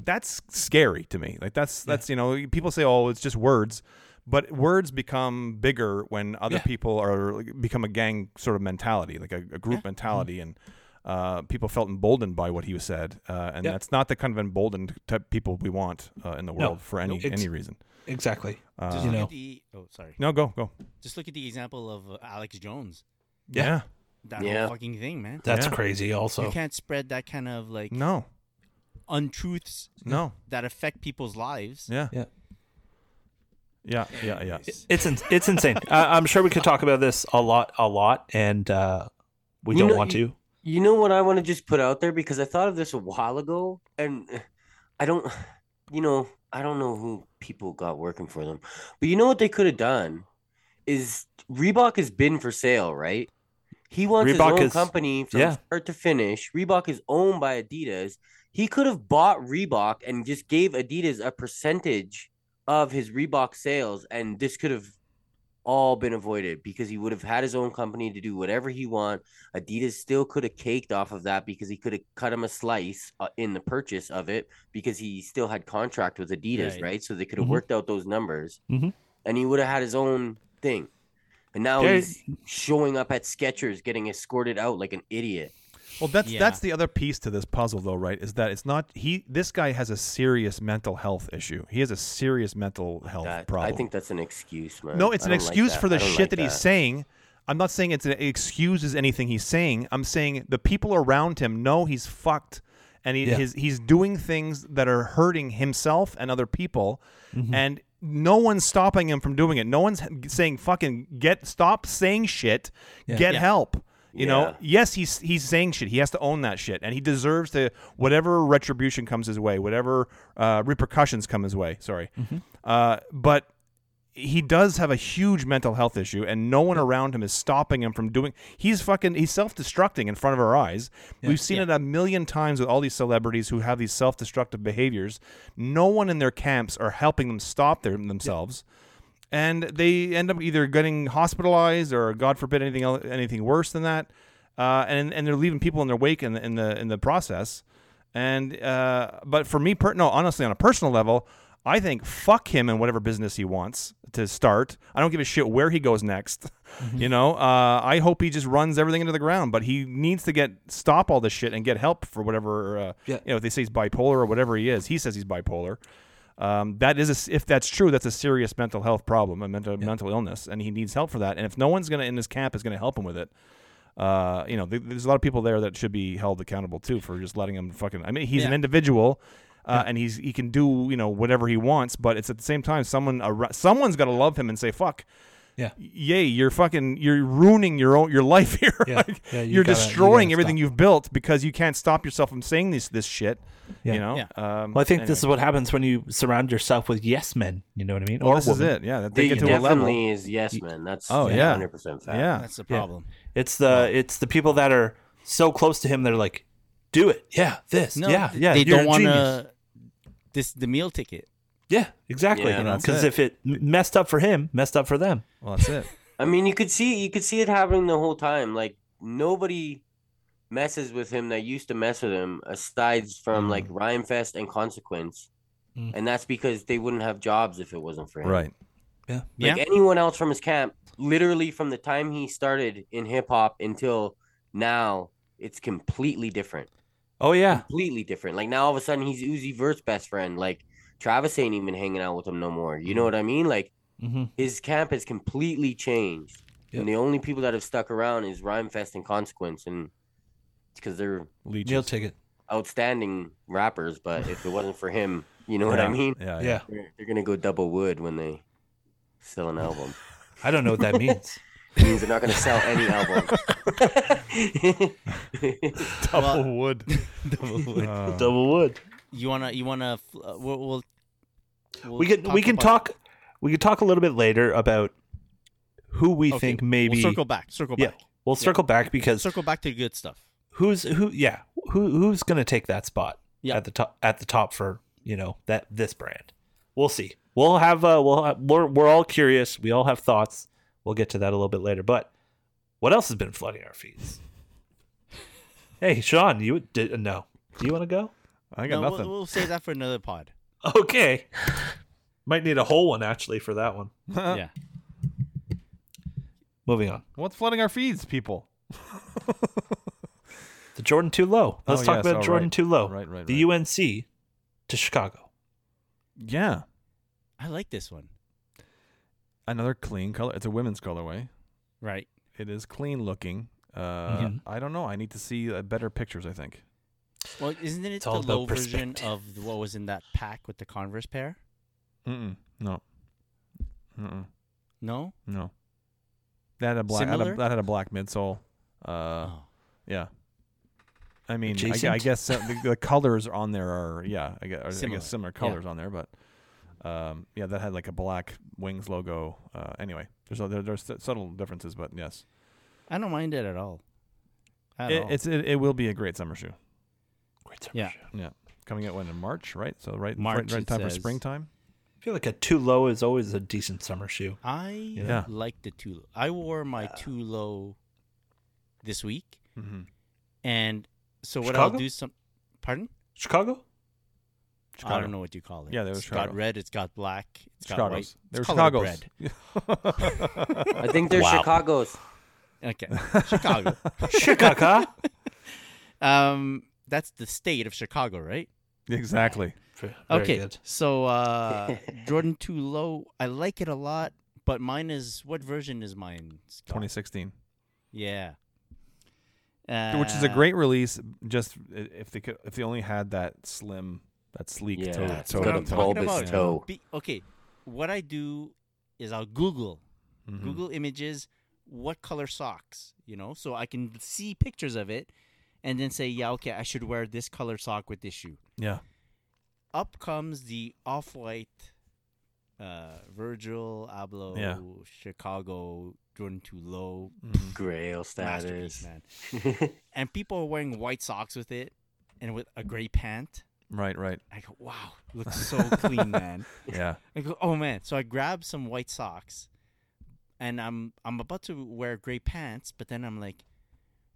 Speaker 4: That's scary to me. Like that's that's you know people say oh it's just words, but words become bigger when other
Speaker 7: Yeah.
Speaker 4: people are like, become a gang sort of mentality, like a, a group mentality, and. Uh, people felt emboldened by what he said, uh, and
Speaker 7: Yeah.
Speaker 4: that's not the kind of emboldened type of people we want uh, in the world for any
Speaker 7: It's-
Speaker 4: any reason.
Speaker 7: Exactly.
Speaker 4: uh,
Speaker 3: just
Speaker 7: you
Speaker 3: look
Speaker 7: know.
Speaker 3: at the oh sorry
Speaker 4: No, go, go.
Speaker 3: just look at the example of uh, alex jones
Speaker 7: Yeah.
Speaker 3: that
Speaker 5: Yeah.
Speaker 3: whole fucking thing man
Speaker 7: That's
Speaker 4: Yeah.
Speaker 7: crazy.
Speaker 3: you
Speaker 7: Also,
Speaker 3: can't spread that kind of like
Speaker 4: No.
Speaker 3: untruths
Speaker 4: No.
Speaker 3: that affect people's lives
Speaker 4: Yeah.
Speaker 7: Yeah.
Speaker 4: Yeah. Yeah. Yeah.
Speaker 7: it's in, it's insane. I, I'm sure we could talk about this a lot, a lot, and uh, we
Speaker 5: You
Speaker 7: don't
Speaker 5: know,
Speaker 7: want
Speaker 5: you-
Speaker 7: to.
Speaker 5: You know what I want to just put out there because I thought of this a while ago, and eh, I don't, you know, I don't know who people got working for them, but you know what they could have done is Reebok has been for sale, right? He wants his
Speaker 7: Reebok
Speaker 5: own
Speaker 7: is-
Speaker 5: company from
Speaker 7: yeah.
Speaker 5: start to finish. Reebok is owned by Adidas. He could have bought Reebok and just gave Adidas a percentage of his Reebok sales, and this could have all been avoided because he would have had his own company to do whatever he want. Adidas still could have caked off of that because he could have cut him a slice uh, in the purchase of it because he still had contract with Adidas,
Speaker 3: Right.
Speaker 5: right? So they could have
Speaker 2: Mhm.
Speaker 4: Mm-hmm.
Speaker 5: worked out those numbers,
Speaker 2: Mhm.
Speaker 5: and he would have had his own thing. And now
Speaker 2: Yeah.
Speaker 5: he's showing up at Skechers, getting escorted out like an idiot.
Speaker 4: Well, that's
Speaker 3: Yeah.
Speaker 4: that's the other piece to this puzzle, though, right? Is that it's not he. This guy has a serious mental health issue. He has a serious mental health
Speaker 5: That-
Speaker 4: problem.
Speaker 5: I think that's an excuse, man.
Speaker 4: Oh, no, it's
Speaker 5: I
Speaker 4: an
Speaker 5: don't like
Speaker 4: excuse
Speaker 5: that.
Speaker 4: for the
Speaker 5: I don't
Speaker 4: shit
Speaker 5: like
Speaker 4: that, he's saying. I'm not saying it's it excuses anything he's saying. I'm saying the people around him know he's fucked, and he,
Speaker 2: Yeah.
Speaker 4: his, he's doing things that are hurting himself and other people,
Speaker 3: Mm-hmm.
Speaker 4: and no one's stopping him from doing it. No one's saying fucking get stop saying shit, get
Speaker 3: Yeah.
Speaker 4: help. You know,
Speaker 5: Yeah.
Speaker 4: yes, he's he's saying shit. He has to own that shit, and he deserves to whatever retribution comes his way, whatever uh, repercussions come his way. Sorry,
Speaker 3: Mm-hmm.
Speaker 4: uh, but he does have a huge mental health issue, and no one around him is stopping him from doing. He's fucking he's self destructing in front of our eyes. We've seen it a million times with all these celebrities who have these self destructive behaviors. No one in their camps are helping them stop their, themselves and they end up either getting hospitalized or, God forbid, anything else, anything worse than that. Uh, and and they're leaving people in their wake in the in the in the process. And uh, but for me, per- no, honestly, on a personal level, I think fuck him and whatever business he wants to start. I don't give a shit where he goes next. You know, uh, I hope he just runs everything into the ground. But he needs to get stop all this shit and get help for whatever. Uh,
Speaker 2: Yeah.
Speaker 4: You know, if they say he's bipolar or whatever he is, he says he's bipolar. Um, that is, a s if that's true, that's a serious mental health problem, a mental mental illness, and he needs help for that. And if no one's gonna in his camp is gonna help him with it, uh, you know, th- there's a lot of people there that should be held accountable too for just letting him fucking. I mean, he's an
Speaker 3: Yeah.
Speaker 4: individual, uh, and he's he can do you know whatever he wants, but it's at the same time someone ar- someone's gotta love him and say fuck.
Speaker 2: Yeah.
Speaker 4: Yay, you're fucking you're ruining your own your life here.
Speaker 2: Yeah.
Speaker 4: Like,
Speaker 2: Yeah, you
Speaker 4: you're
Speaker 2: gotta- you
Speaker 4: destroying
Speaker 2: gotta
Speaker 4: everything
Speaker 2: stop.
Speaker 4: you've built because you can't stop yourself from saying this this shit.
Speaker 2: Yeah.
Speaker 4: You know?
Speaker 3: Yeah.
Speaker 4: Um,
Speaker 2: Well, I think
Speaker 4: anyway.
Speaker 2: this is what happens when you surround yourself with yes men. You know what I mean?
Speaker 4: Well, this
Speaker 2: women.
Speaker 4: is it. Yeah, that
Speaker 5: That.
Speaker 4: they
Speaker 5: He
Speaker 4: get to a level.
Speaker 5: definitely is yes, man. That's
Speaker 4: Oh, yeah.
Speaker 5: 100% fact.
Speaker 4: Yeah,
Speaker 3: That's the problem.
Speaker 2: It's the it's the people that are so close to him. They're like, do it. Yeah, this.
Speaker 3: No,
Speaker 2: yeah,
Speaker 3: th-
Speaker 2: yeah.
Speaker 3: They
Speaker 2: you're
Speaker 3: don't
Speaker 2: a
Speaker 3: want
Speaker 2: genius."
Speaker 3: to. This the meal ticket.
Speaker 2: Yeah, exactly.
Speaker 5: Yeah.
Speaker 4: That's
Speaker 2: Because
Speaker 4: it.
Speaker 2: if it m- messed up for him, messed up for them.
Speaker 4: well, that's it.
Speaker 5: I mean, you could see you could see it happening the whole time. Like nobody messes with him that used to mess with him, aside from like Rhyme Fest and Consequence,
Speaker 2: Mm.
Speaker 5: and that's because they wouldn't have jobs if it wasn't for him.
Speaker 4: right.
Speaker 5: Like
Speaker 3: yeah.
Speaker 5: anyone else from his camp, literally from the time he started in hip hop until now, it's completely different.
Speaker 2: Oh yeah,
Speaker 5: Completely different. Like now, all of a sudden, he's Uzi Vert's best friend. Like Travis ain't even hanging out with him no more. You know what I mean? Like
Speaker 2: mm-hmm.
Speaker 5: his camp has completely changed,
Speaker 2: Yep.
Speaker 5: and the only people that have stuck around is Rhymefest and Consequence, and because they're
Speaker 2: meal ticket.
Speaker 5: outstanding rappers. But if it wasn't for him, you know what
Speaker 4: Yeah.
Speaker 5: I mean?
Speaker 4: Yeah,
Speaker 2: Yeah,
Speaker 5: They're, they're gonna go double wood when they sell an album.
Speaker 2: I don't know what that means.
Speaker 5: It means they're not gonna sell any album.
Speaker 4: Double wood. Uh,
Speaker 2: Double wood.
Speaker 3: You wanna you wanna fl- uh, we'll, we'll, we'll
Speaker 2: We can we can
Speaker 3: about-
Speaker 2: talk. We can talk a little bit later about who we
Speaker 3: okay,
Speaker 2: think
Speaker 3: we'll
Speaker 2: maybe.
Speaker 3: circle back circle
Speaker 2: yeah,
Speaker 3: back
Speaker 2: we'll circle back because
Speaker 3: circle back to the good stuff.
Speaker 2: who's who yeah who who's gonna take that spot
Speaker 3: Yeah.
Speaker 2: at the top at the top for you know that this brand we'll see we'll have uh we'll have, we're, we're all curious we all have thoughts we'll get to that a little bit later but what else has been flooding our feeds hey sean you did no do you want to go
Speaker 4: I got
Speaker 3: No, we'll-
Speaker 4: nothing.
Speaker 3: We'll, save that for another pod.
Speaker 2: okay might need a whole one actually for that one
Speaker 3: yeah.
Speaker 2: moving on
Speaker 4: What's flooding our feeds, people?
Speaker 2: the jordan too low let's
Speaker 4: Oh,
Speaker 2: talk
Speaker 4: yes,
Speaker 2: about
Speaker 4: all
Speaker 2: jordan
Speaker 4: right.
Speaker 2: too low
Speaker 4: Right, right,
Speaker 2: the unc to chicago
Speaker 4: Yeah,
Speaker 3: I like this one.
Speaker 4: another clean color. It's a women's colorway.
Speaker 3: Right.
Speaker 4: It is clean looking. Uh,
Speaker 2: Mhm.
Speaker 4: I don't know. I need to see uh, better pictures. I think.
Speaker 3: Well, isn't it
Speaker 2: It's
Speaker 3: the
Speaker 2: all about
Speaker 3: low version
Speaker 2: perspective.
Speaker 3: of what was in that pack with the Converse pair?
Speaker 4: Mm-mm. No. Mm-mm.
Speaker 3: No.
Speaker 4: No. That had a black. That had a,
Speaker 3: Similar?
Speaker 4: that had a black midsole. Uh,
Speaker 3: oh.
Speaker 4: yeah. I mean, I, gu- I
Speaker 2: Adjacent?
Speaker 4: guess uh, the, the colors on there are yeah. I guess, I
Speaker 3: Similar.
Speaker 4: guess similar
Speaker 3: Yeah.
Speaker 4: colors on there, but um, yeah, that had like a black wings logo. Uh, anyway, there's other, there's su- subtle differences, but yes,
Speaker 3: I don't mind it at all. At
Speaker 4: it,
Speaker 3: all.
Speaker 4: it's it, it will be a great summer shoe.
Speaker 2: Great
Speaker 3: Yeah.
Speaker 2: summer show.
Speaker 4: Yeah, coming out when in March, right? So right,
Speaker 3: March,
Speaker 4: right, right
Speaker 3: it
Speaker 4: time for
Speaker 3: says.
Speaker 4: springtime.
Speaker 7: I feel like a too low is always a decent summer shoe.
Speaker 3: I
Speaker 4: Yeah.
Speaker 3: like the too low. I wore my too low this week,
Speaker 4: Mm-hmm.
Speaker 3: and so what
Speaker 7: Chicago?
Speaker 3: I'll do some. Pardon?
Speaker 7: Chicago?
Speaker 3: I don't know what you call it.
Speaker 4: Yeah, they were
Speaker 3: it's
Speaker 4: Chicago.
Speaker 3: got red. It's got black. It's got white.
Speaker 4: Chicago's. They're
Speaker 3: it's colored
Speaker 4: Chicago's.
Speaker 3: bread.
Speaker 5: I think they're
Speaker 7: Wow.
Speaker 5: Chicago's.
Speaker 3: Okay, Chicago.
Speaker 7: Chicago.
Speaker 3: Um, that's the state of Chicago, right?
Speaker 4: exactly.
Speaker 7: Very
Speaker 3: okay,
Speaker 7: good.
Speaker 3: so uh, Jordan too low. I like it a lot, but mine is what version is mine? Scott?
Speaker 4: 2016,
Speaker 3: Yeah.
Speaker 4: which is a
Speaker 3: Uh,
Speaker 4: great release. Just i- if they could, if they only had that slim, that sleek
Speaker 5: Yeah,
Speaker 4: toe.
Speaker 5: that's
Speaker 4: toe
Speaker 5: what
Speaker 4: to
Speaker 5: I'm
Speaker 4: toe.
Speaker 5: talking bulbous
Speaker 3: about.
Speaker 5: toe.
Speaker 3: Be- okay, what I do is I'll Google
Speaker 4: Mhm.
Speaker 3: Google Images what color socks, you know, so I can see pictures of it, and then say, yeah, okay, I should wear this color sock with this shoe.
Speaker 4: Yeah.
Speaker 3: Up comes the off white, uh, Virgil Abloh
Speaker 4: Yeah.
Speaker 3: Chicago Jordan too low
Speaker 4: Mhm.
Speaker 5: Grail
Speaker 3: masterpiece,
Speaker 5: status.
Speaker 3: man. And people are wearing white socks with it, and with a gray pant.
Speaker 4: Right. Right.
Speaker 3: I go, wow, looks so clean, man.
Speaker 4: Yeah.
Speaker 3: I go, oh man! So I grab some white socks, and I'm I'm about to wear gray pants, but then I'm like,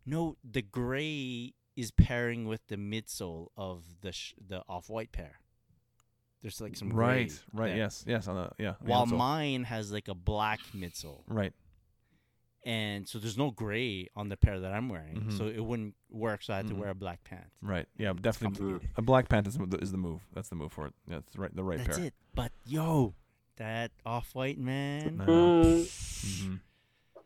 Speaker 3: no, the gray is pairing with the midsole of the sh- the off white pair. There's like some gray
Speaker 4: Right. Right.
Speaker 3: there.
Speaker 4: Yes. Yes. On the yeah. the
Speaker 3: While
Speaker 4: outsole.
Speaker 3: mine has like a black midsole,
Speaker 4: Right.
Speaker 3: and so there's no gray on the pair that I'm wearing,
Speaker 4: Mhm.
Speaker 3: so it wouldn't work. So I had to
Speaker 4: Mhm.
Speaker 3: wear a black pant.
Speaker 4: Right. Yeah. Definitely.
Speaker 5: complicated.
Speaker 4: A black pant is, the- is the move. That's the move for it. That's the right. The right
Speaker 3: That's
Speaker 4: pair.
Speaker 3: it. But yo, that off white man,
Speaker 4: No.
Speaker 5: Mm.
Speaker 4: Mhm. Uh-huh.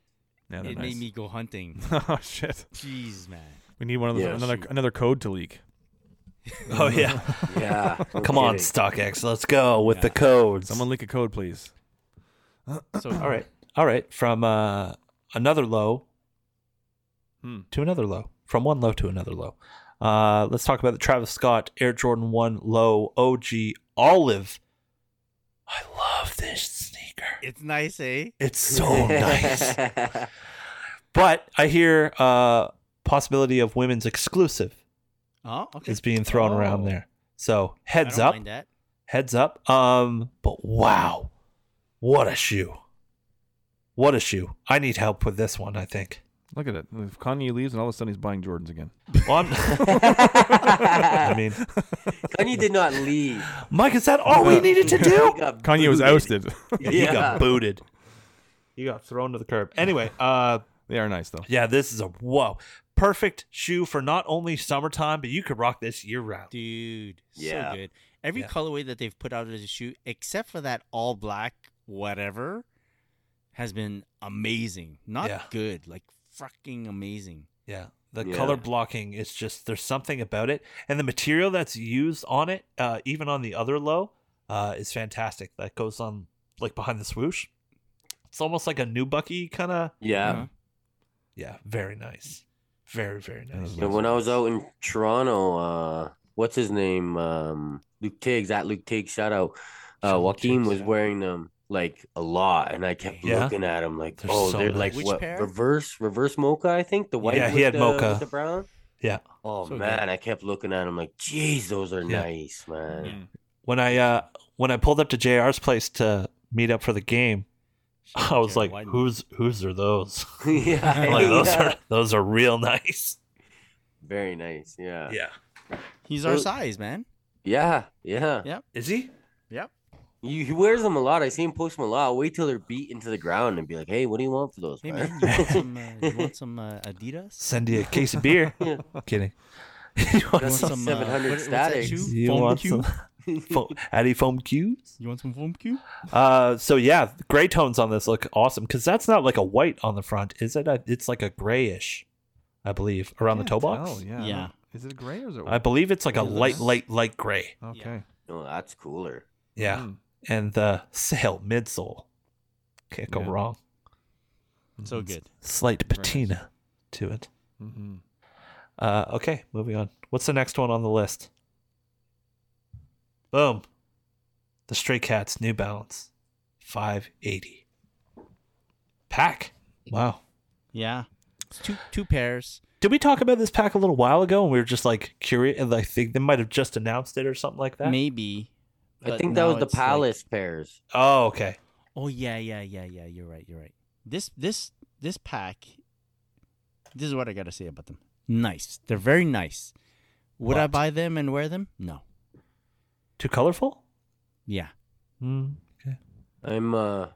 Speaker 4: Yeah. They're
Speaker 3: it
Speaker 4: nice.
Speaker 3: made me go hunting.
Speaker 4: oh shit.
Speaker 3: Jeez, man.
Speaker 4: We need one of those,
Speaker 5: Yeah,
Speaker 4: another
Speaker 3: shoot.
Speaker 4: another code to leak.
Speaker 7: Oh, yeah.
Speaker 5: yeah. no
Speaker 7: Come on,
Speaker 5: kidding.
Speaker 7: StockX. Let's go with the
Speaker 3: Yeah.
Speaker 7: codes.
Speaker 4: Someone leak a code, please.
Speaker 3: So
Speaker 7: All right. All right. From uh, another low
Speaker 4: Hmm.
Speaker 7: to another low. From one low to another low. Uh, let's talk about the Travis Scott Air Jordan 1 Low OG Olive. I love this sneaker.
Speaker 3: It's nice, eh?
Speaker 7: It's so nice. But I hear uh possibility of women's exclusive
Speaker 3: Oh, okay.
Speaker 7: is being thrown around
Speaker 3: Oh.
Speaker 7: there. So
Speaker 3: I
Speaker 7: heads
Speaker 3: don't
Speaker 7: up,
Speaker 3: mind that.
Speaker 7: heads up. Um, but wow, what a shoe! What a shoe! I need help with this one. I think.
Speaker 4: Look at it. If Kanye leaves, and all of a sudden he's buying Jordans again.
Speaker 7: Well, I'm- I mean,
Speaker 5: Kanye did not leave.
Speaker 7: Mike, is that all we needed to do?
Speaker 5: He got
Speaker 4: Kanye was
Speaker 5: booted.
Speaker 4: ousted.
Speaker 7: Yeah, he got booted. He got thrown to the curb. Anyway, uh,
Speaker 4: they are nice though.
Speaker 7: yeah, this is a whoa, perfect shoe for not only summertime, but you could rock this year round.
Speaker 3: Dude,
Speaker 5: Yeah.
Speaker 3: so good. Every
Speaker 7: Yeah.
Speaker 3: colorway that they've put out as a shoe, except for that all black whatever, has been amazing. Not
Speaker 7: Yeah.
Speaker 3: good, like fucking amazing.
Speaker 7: Yeah. The
Speaker 5: Yeah.
Speaker 7: color blocking is just there's something about it, and the material that's used on it, uh, even on the other low, uh, is fantastic. That goes on like behind the swoosh. It's almost like a new Bucky kind of.
Speaker 5: Yeah.
Speaker 3: Uh-huh.
Speaker 7: Yeah, very nice, very very nice.
Speaker 4: Mhm.
Speaker 5: So when I was out in Toronto, uh, what's his name? Um, Luke Tiggs, at Luke Tiggs, shout out.
Speaker 7: Shout
Speaker 5: Uh,
Speaker 7: out
Speaker 5: Joaquin
Speaker 7: Tiggs,
Speaker 5: was
Speaker 7: yeah.
Speaker 5: wearing them like a lot, and I kept
Speaker 7: Yeah?
Speaker 5: looking at him like,
Speaker 7: They're
Speaker 5: oh,
Speaker 7: so
Speaker 5: they're
Speaker 7: nice.
Speaker 5: like
Speaker 3: Which
Speaker 5: what
Speaker 3: pair?
Speaker 5: reverse reverse mocha, I think the white.
Speaker 7: Yeah, he
Speaker 5: with
Speaker 7: had
Speaker 5: the,
Speaker 7: mocha.
Speaker 5: with the brown.
Speaker 7: Yeah.
Speaker 5: Oh
Speaker 3: So good.
Speaker 5: man, I kept looking at him like, geez, those are
Speaker 7: Yeah.
Speaker 5: nice, man.
Speaker 7: When I uh, when I pulled up to JR's place to meet up for the game,
Speaker 3: Shit,
Speaker 7: I was
Speaker 3: Jared
Speaker 7: like,
Speaker 3: Wyden.
Speaker 7: whose whose are those?
Speaker 5: yeah,
Speaker 7: I'm like those
Speaker 5: yeah.
Speaker 7: are those are real nice.
Speaker 5: very nice. Yeah.
Speaker 7: Yeah.
Speaker 3: He's our
Speaker 5: Who-
Speaker 3: size, man.
Speaker 5: Yeah. Yeah.
Speaker 7: Is he?
Speaker 5: He, he wears them a lot. I see him post them a lot. Wait till they're beat into the ground and be like, hey, what do you want for those?
Speaker 3: Hey,
Speaker 5: man?"
Speaker 3: man, you want some, uh, you want some uh, Adidas?
Speaker 7: Send you a case of beer.
Speaker 5: Yeah.
Speaker 7: Kidding. you want
Speaker 3: You want
Speaker 7: some-
Speaker 3: some
Speaker 5: 700
Speaker 3: uh, what- what's that
Speaker 5: statics.
Speaker 3: shoe?
Speaker 7: You
Speaker 3: Foam
Speaker 7: want
Speaker 3: Q?
Speaker 7: some foam, Addy foam cubes?
Speaker 3: You want some foam cube?
Speaker 7: Uh, so yeah, gray tones on this look awesome because that's not like a white on the front, is it? I- It's like a grayish, I believe, around the toe box.
Speaker 4: Oh yeah.
Speaker 3: Yeah.
Speaker 4: Is it gray or is it?
Speaker 7: I believe it's like a
Speaker 3: Yeah, that's-
Speaker 7: light, light, light gray.
Speaker 4: okay.
Speaker 5: Oh, that's cooler.
Speaker 7: Yeah,
Speaker 4: Mm.
Speaker 7: and the sail midsole can't go
Speaker 4: Yeah.
Speaker 7: wrong.
Speaker 3: So good.
Speaker 7: Slight
Speaker 4: nice.
Speaker 7: patina to it.
Speaker 4: Mhm.
Speaker 7: Uh, okay, moving on. What's the next one on the list? Boom. The Stray Cats New Balance 580. Pack. Wow.
Speaker 3: Yeah. It's two two pairs.
Speaker 7: Did we talk about this pack a little while ago and we were just like curious? And I think they might have just announced it or something like that.
Speaker 3: Maybe.
Speaker 5: I
Speaker 3: But
Speaker 5: think that was
Speaker 3: now
Speaker 5: the
Speaker 3: it's, like-
Speaker 5: Palace pairs.
Speaker 2: Oh, okay.
Speaker 3: Oh yeah, yeah, yeah, yeah. You're right. You're right. This this this pack. This is what I gotta say about them. Nice. They're very nice. Would I
Speaker 2: What?
Speaker 3: buy them and wear them? No.
Speaker 2: Too colorful?
Speaker 3: Yeah.
Speaker 2: Mm, okay.
Speaker 5: I'm uh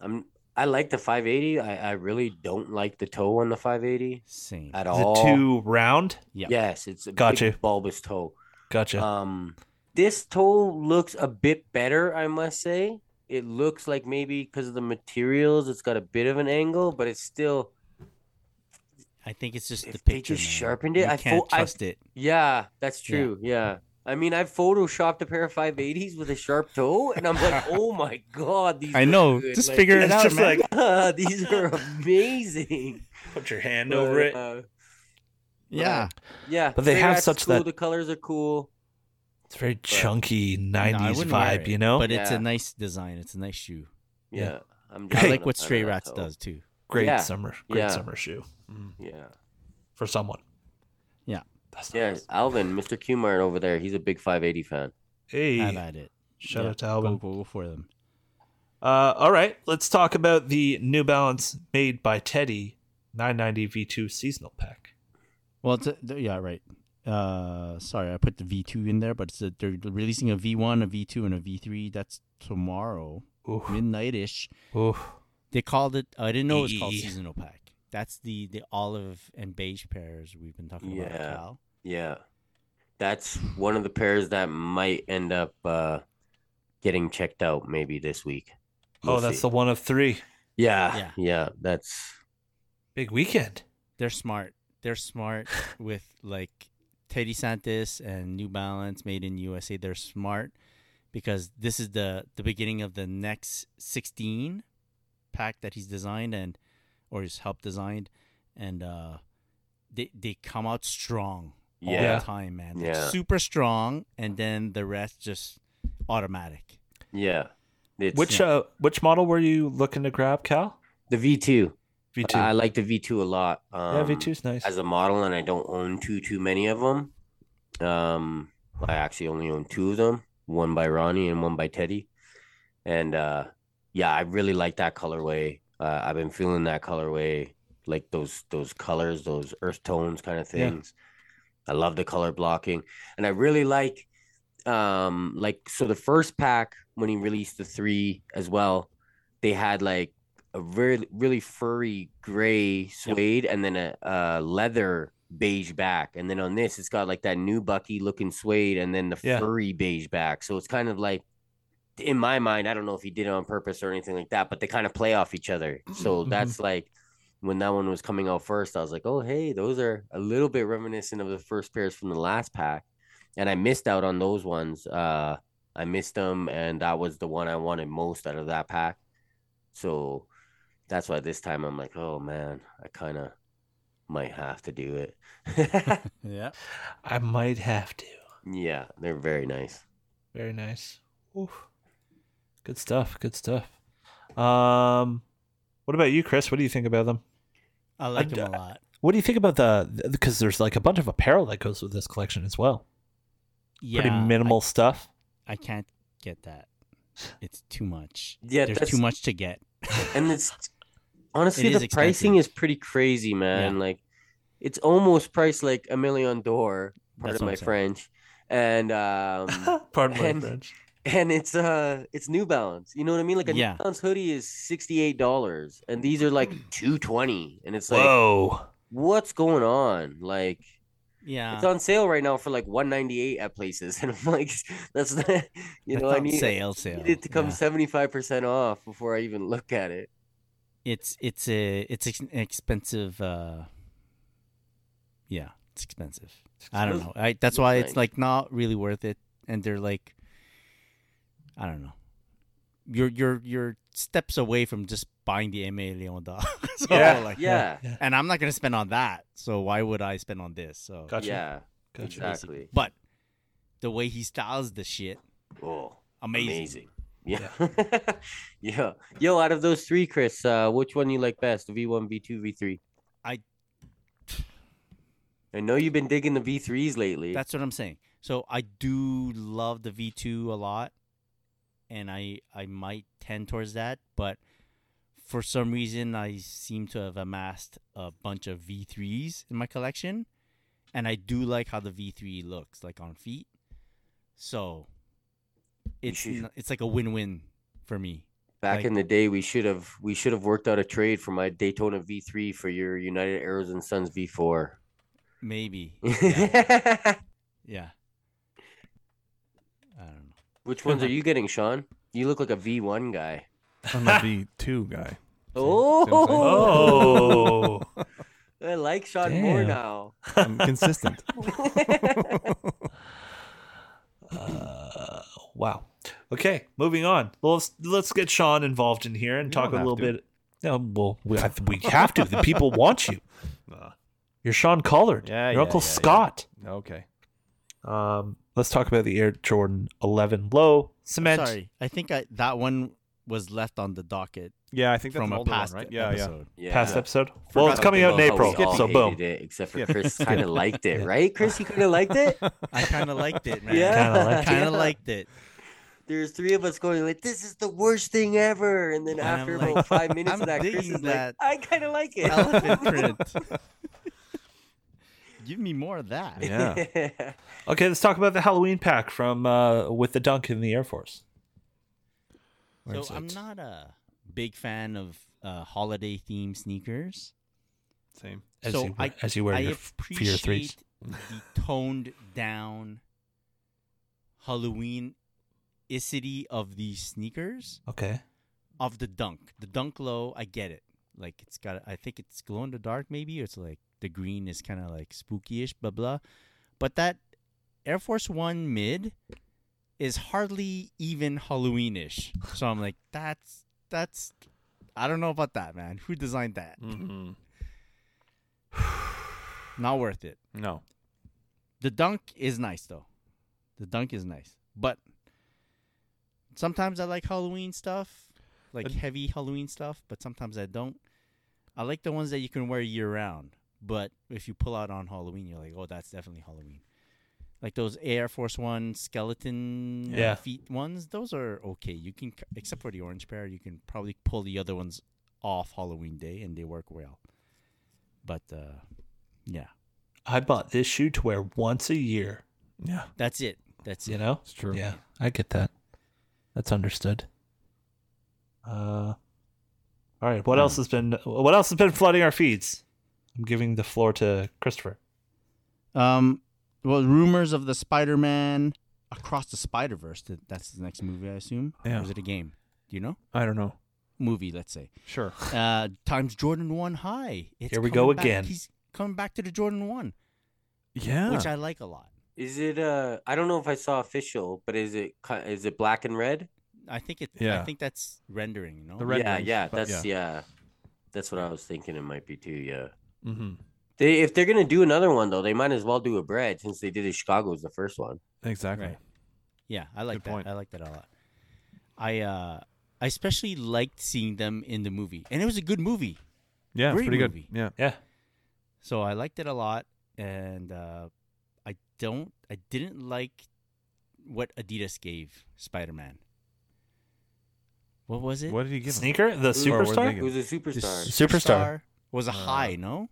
Speaker 5: I'm I like the 580. I I really don't like the toe on the 580
Speaker 3: Same.
Speaker 5: at
Speaker 2: Is
Speaker 5: all.
Speaker 2: it too round?
Speaker 3: Yeah.
Speaker 5: Yes, it's a
Speaker 2: Gotcha.
Speaker 5: big bulbous toe.
Speaker 2: Gotcha.
Speaker 3: Uh,
Speaker 5: Um, this toe looks a bit better, I must say. It looks like maybe because of the materials, it's got a bit of an angle, but it's still
Speaker 3: I think it's just
Speaker 5: If
Speaker 3: the
Speaker 5: they
Speaker 3: picture.
Speaker 5: just
Speaker 3: man.
Speaker 5: sharpened it,
Speaker 3: You
Speaker 5: I fo-
Speaker 3: can't
Speaker 5: I-
Speaker 3: trust it.
Speaker 5: yeah, that's
Speaker 3: Yeah.
Speaker 5: true. Yeah. I mean, I photoshopped a pair of 580s with a sharp toe, and I'm like, oh my god, these
Speaker 3: I
Speaker 5: look
Speaker 3: know.
Speaker 5: good.
Speaker 3: Just
Speaker 5: Like,
Speaker 3: figure it
Speaker 2: it's
Speaker 3: out,
Speaker 2: just
Speaker 3: man.
Speaker 2: like-
Speaker 5: these are amazing.
Speaker 2: Put your hand
Speaker 5: But,
Speaker 2: over it.
Speaker 5: uh,
Speaker 3: yeah.
Speaker 5: yeah,
Speaker 2: But they
Speaker 5: Figure
Speaker 2: have
Speaker 5: out's
Speaker 2: such
Speaker 5: cool,
Speaker 2: that-
Speaker 5: the colors are cool.
Speaker 2: It's very chunky 90s
Speaker 3: wouldn't wear
Speaker 2: vibe,
Speaker 3: it,
Speaker 2: you know?
Speaker 3: But it's
Speaker 5: Yeah.
Speaker 3: a nice design. It's a nice shoe.
Speaker 2: Yeah.
Speaker 5: Yeah, I'm
Speaker 3: I
Speaker 5: just
Speaker 3: like
Speaker 5: not
Speaker 3: what
Speaker 5: a fan of
Speaker 3: Stray
Speaker 5: that
Speaker 3: Rats
Speaker 5: toe.
Speaker 3: does too.
Speaker 2: great
Speaker 5: yeah.
Speaker 2: summer. Great
Speaker 5: Yeah.
Speaker 2: summer shoe
Speaker 5: Yeah.
Speaker 2: for someone.
Speaker 3: Yeah.
Speaker 2: That's
Speaker 5: Yeah,
Speaker 2: nice.
Speaker 5: Alvin, Mr. Qmart over there. He's a big 580 fan.
Speaker 2: Hey.
Speaker 3: Have at it.
Speaker 2: Shout
Speaker 3: Yeah,
Speaker 2: out to Alvin.
Speaker 3: Go, go, go for them.
Speaker 2: Uh, all right, let's talk about the New Balance made by Teddy 990 V2 seasonal pack.
Speaker 3: Well, it's a, th- yeah, right. Uh, sorry, I put the V two in there, but it's a, they're releasing a V one, a V two, and a V three. That's tomorrow,
Speaker 2: Oof.
Speaker 3: midnight ish.
Speaker 2: Oof.
Speaker 3: They called it. I didn't know it was called
Speaker 2: Eee.
Speaker 3: seasonal pack. That's the the olive and beige pairs we've been talking about.
Speaker 5: Yeah.
Speaker 3: Cal.
Speaker 5: Yeah. That's one of the pairs that might end up uh, getting checked out maybe this week.
Speaker 2: Oh, that's the one of three.
Speaker 5: the yeah,
Speaker 3: Yeah.
Speaker 5: yeah. that's
Speaker 2: Big weekend.
Speaker 3: They're smart. They're smart with like Teddy Santis and New Balance made in USA. They're smart because this is the the beginning of the next 16 pack that he's designed and or he's helped designed and uh they they come out strong all
Speaker 5: Yeah.
Speaker 3: the time, man. Like,
Speaker 5: Yeah.
Speaker 3: super strong and then the rest just automatic.
Speaker 5: yeah. It's
Speaker 2: Which uh, which model were you looking to grab, Cal?
Speaker 5: the V2.
Speaker 2: V2.
Speaker 5: I like the V2 a lot. Um,
Speaker 2: yeah, V2's nice.
Speaker 5: as a model and I don't own too too many of them. Um, I actually only own two of them, one by Ronnie and one by Teddy. And uh, yeah, I really like that colorway. Uh, I've been feeling that colorway, like those those colors, those earth tones kind of
Speaker 2: Yeah.
Speaker 5: things. I love the color blocking, and I really like um like so the first pack when he released the three as well, they had like a really really furry gray suede and then a, a leather beige back and then on this it's got like that new bucky looking suede and then the
Speaker 2: Yeah.
Speaker 5: furry beige back so it's kind of like in my mind i don't know if he did it on purpose or anything like that but they kind of play off each other so
Speaker 2: Mhm.
Speaker 5: that's like when that one was coming out first i was like oh hey those are a little bit reminiscent of the first pairs from the last pack and i missed out on those ones uh i missed them and that was the one i wanted most out of that pack so that's why this time I'm like, oh man, I kind of might have to do it.
Speaker 3: Yeah.
Speaker 2: I might have to.
Speaker 5: yeah, they're very nice.
Speaker 2: Very nice. Oof. Good stuff. Good stuff. Um, what about you, Chris? What do you think about them?
Speaker 3: I like
Speaker 2: d-
Speaker 3: them a lot.
Speaker 2: What do you think about the? Because there's like a bunch of apparel that goes with this collection as well.
Speaker 3: Yeah.
Speaker 2: Pretty
Speaker 3: I-
Speaker 2: minimal stuff.
Speaker 3: I can't get that. It's too much.
Speaker 5: Yeah,
Speaker 3: There's
Speaker 5: that's-
Speaker 3: too much to get.
Speaker 5: And it's honestly
Speaker 3: It
Speaker 5: the
Speaker 3: is
Speaker 5: pricing
Speaker 3: expensive.
Speaker 5: is pretty crazy, man. Like, it's almost priced like a million d'or. Part of
Speaker 3: That's what
Speaker 5: my
Speaker 3: I'm saying.
Speaker 5: French, and um,
Speaker 2: Pardon my
Speaker 5: and-
Speaker 2: French.
Speaker 5: and it's uh, it's New Balance. You know what I mean? Like a
Speaker 3: Yeah. Hmm.
Speaker 5: New Balance hoodie is sixty eight dollars, and these are like two twenty. And it's like,
Speaker 2: Whoa.
Speaker 5: what's going on? Like.
Speaker 3: Yeah.
Speaker 5: It's on sale right now for like 198 at places, and I'm like, that's not, you
Speaker 3: That's
Speaker 5: know, I
Speaker 3: not
Speaker 5: need,
Speaker 3: sale
Speaker 5: I
Speaker 3: sale.
Speaker 5: need it to come
Speaker 3: Yeah.
Speaker 5: 75 percent off before I even look at it.
Speaker 3: It's it's a it's ex- an expensive. Uh, yeah, it's expensive. I don't know. I, that's why it's
Speaker 5: Right.
Speaker 3: like not really worth it. And they're like, I don't know. You're you're you're steps away from just buying the MA Leon da. so,
Speaker 2: Yeah.
Speaker 3: like,
Speaker 5: yeah,
Speaker 3: And I'm not gonna spend on that. So why would I spend on this? So.
Speaker 2: Gotcha.
Speaker 5: yeah,
Speaker 2: Gotcha.
Speaker 5: exactly.
Speaker 3: But the way he styles the shit,
Speaker 5: Oh,
Speaker 3: amazing.
Speaker 5: amazing. Yeah, yeah. Yo, out of those three, Chris, uh, which one you like best? The V1, V2, V3.
Speaker 3: I-
Speaker 5: I know you've been digging the V3s lately.
Speaker 3: That's what I'm saying. So I do love the V2 a lot. and I I might tend towards that, but for some reason I seem to have amassed a bunch of V3s in my collection, and I do like how the V3 looks like on feet. So it's
Speaker 5: should-
Speaker 3: n- it's like a win-win for me.
Speaker 5: Back
Speaker 3: Like-
Speaker 5: in the day, we should have we should have worked out a trade for my Daytona V3 for your United Arrows and Sons V4.
Speaker 3: Maybe. Yeah.
Speaker 5: Which
Speaker 3: yeah. I don't know.
Speaker 5: ones are you getting, Sean? You look like a V1 guy.
Speaker 4: I'm a V two guy.
Speaker 2: Oh.
Speaker 5: I like Sean more
Speaker 4: Damn.
Speaker 5: now.
Speaker 4: I'm consistent.
Speaker 2: Uh, wow. Okay, moving on. Well, let's let's get Sean involved in here and
Speaker 4: You
Speaker 2: talk a
Speaker 4: don't have
Speaker 2: little
Speaker 4: to.
Speaker 2: bit. No, well, we have, we have to. The people want you. You're Sean Collard.
Speaker 4: Yeah,
Speaker 2: your
Speaker 4: yeah,
Speaker 2: Uncle
Speaker 4: yeah, yeah.
Speaker 2: Scott.
Speaker 4: okay.
Speaker 2: Um, let's talk about the Air Jordan 11 Low cement.
Speaker 3: Sorry. I think I that one was left on the docket
Speaker 4: Yeah, I think that's
Speaker 3: from
Speaker 4: an
Speaker 3: a
Speaker 4: older
Speaker 3: past
Speaker 4: one, right? Yeah, yeah.
Speaker 3: episode.
Speaker 5: Yeah.
Speaker 2: Past episode.
Speaker 5: Forgot
Speaker 2: Well, it's coming out in
Speaker 5: about how we
Speaker 2: April,
Speaker 5: all
Speaker 2: so
Speaker 5: hated
Speaker 2: boom.
Speaker 5: It, except for
Speaker 4: Skip.
Speaker 5: Chris, kind of liked it, right? Chris, you kind of liked it.
Speaker 3: I kind of liked it, man.
Speaker 5: Yeah.
Speaker 2: Kinda liked
Speaker 3: kind
Speaker 5: Yeah.
Speaker 3: of liked it.
Speaker 5: There's three of us going like, "This is the worst thing ever," and then
Speaker 3: And I'm
Speaker 5: after
Speaker 3: like,
Speaker 5: about five minutes
Speaker 3: "I'm
Speaker 5: of that, Chris
Speaker 3: digging
Speaker 5: is
Speaker 3: that
Speaker 5: like, "I kind of like it."
Speaker 3: Elephant print. Give me more of that.
Speaker 4: Yeah.
Speaker 2: Okay, let's talk about the Halloween pack from uh, with the dunk in the Air Force. Where is
Speaker 3: So I'm
Speaker 2: it?
Speaker 3: not a big fan of uh, holiday themed sneakers.
Speaker 4: Same.
Speaker 2: As
Speaker 3: so
Speaker 2: you,
Speaker 3: I
Speaker 2: as you wear
Speaker 3: I
Speaker 2: your f- for your threes.
Speaker 3: appreciate the toned down Halloween icity of these sneakers
Speaker 2: Okay.
Speaker 3: of the dunk. The dunk low, I get it. Like it's got I think it's glow in the dark maybe or it's like the green is kind of like spookyish blah blah. But that Air Force 1 mid is hardly even Halloweenish. So I'm like that's that's I don't know about that, man. Who designed that?
Speaker 2: Mm.
Speaker 4: Mm-hmm.
Speaker 3: Not worth it.
Speaker 4: No.
Speaker 3: The dunk is nice though. The dunk is nice. But sometimes I like Halloween stuff, like
Speaker 4: But-
Speaker 3: heavy Halloween stuff, but sometimes I don't. I like the ones that you can wear year round, but if you pull out on Halloween, you're like, "Oh, that's definitely Halloween." Like those Air Force 1 skeleton uh,
Speaker 2: Yeah.
Speaker 3: feet ones, those are okay. You can c- except for the orange pair, you can probably pull the other ones off Halloween day and they work well. But uh yeah,
Speaker 2: I bought this shoe to wear once a year.
Speaker 4: Yeah,
Speaker 3: that's it. That's
Speaker 2: You
Speaker 3: it.
Speaker 2: know.
Speaker 4: it's true.
Speaker 2: Yeah, I get that. That's understood. Uh, all right. What else has been What else has been flooding our feeds? I'm giving the floor to Christopher.
Speaker 3: Um, well, rumors of the Spider-Man across the Spider-Verse. that- That's the next movie, I assume.
Speaker 4: Yeah.
Speaker 3: Or is it a game? Do you know?
Speaker 4: I don't know.
Speaker 3: Movie, let's say.
Speaker 4: Sure.
Speaker 3: Uh, times Jordan One high. It's
Speaker 2: Here we
Speaker 3: coming
Speaker 2: go
Speaker 3: back.
Speaker 2: again.
Speaker 3: He's coming back to the Jordan One,
Speaker 4: Yeah.
Speaker 3: which I like a lot.
Speaker 5: is it? Uh, I don't know if I saw official, but is it? ki- Is it black and red?
Speaker 3: I think it. I
Speaker 4: Yeah.
Speaker 3: think that's rendering. You know.
Speaker 4: The red
Speaker 5: yeah,
Speaker 4: ones,
Speaker 5: yeah,
Speaker 4: but
Speaker 5: that's yeah. That's what I was thinking. It might be too. Yeah.
Speaker 4: mm-hmm.
Speaker 5: They if they're gonna do another one though, they might as well do a bread since they did a Chicago as the first one.
Speaker 4: Exactly.
Speaker 3: Right. Yeah, I like
Speaker 4: Good
Speaker 3: that.
Speaker 4: point.
Speaker 3: I like that a lot. I uh, I especially liked seeing them in the movie, and it was a good movie.
Speaker 4: Yeah, it's
Speaker 3: Great
Speaker 4: pretty
Speaker 3: movie.
Speaker 4: good. Yeah.
Speaker 2: Yeah.
Speaker 3: So I liked it a lot, and uh, I don't, I didn't like what Adidas gave Spider Man. What was it?
Speaker 4: What did he give? him?
Speaker 2: Sneaker, the
Speaker 4: Or what
Speaker 2: superstar.
Speaker 4: they
Speaker 5: It was a superstar.
Speaker 2: Superstar.
Speaker 3: was a
Speaker 2: Uh,
Speaker 3: high, no?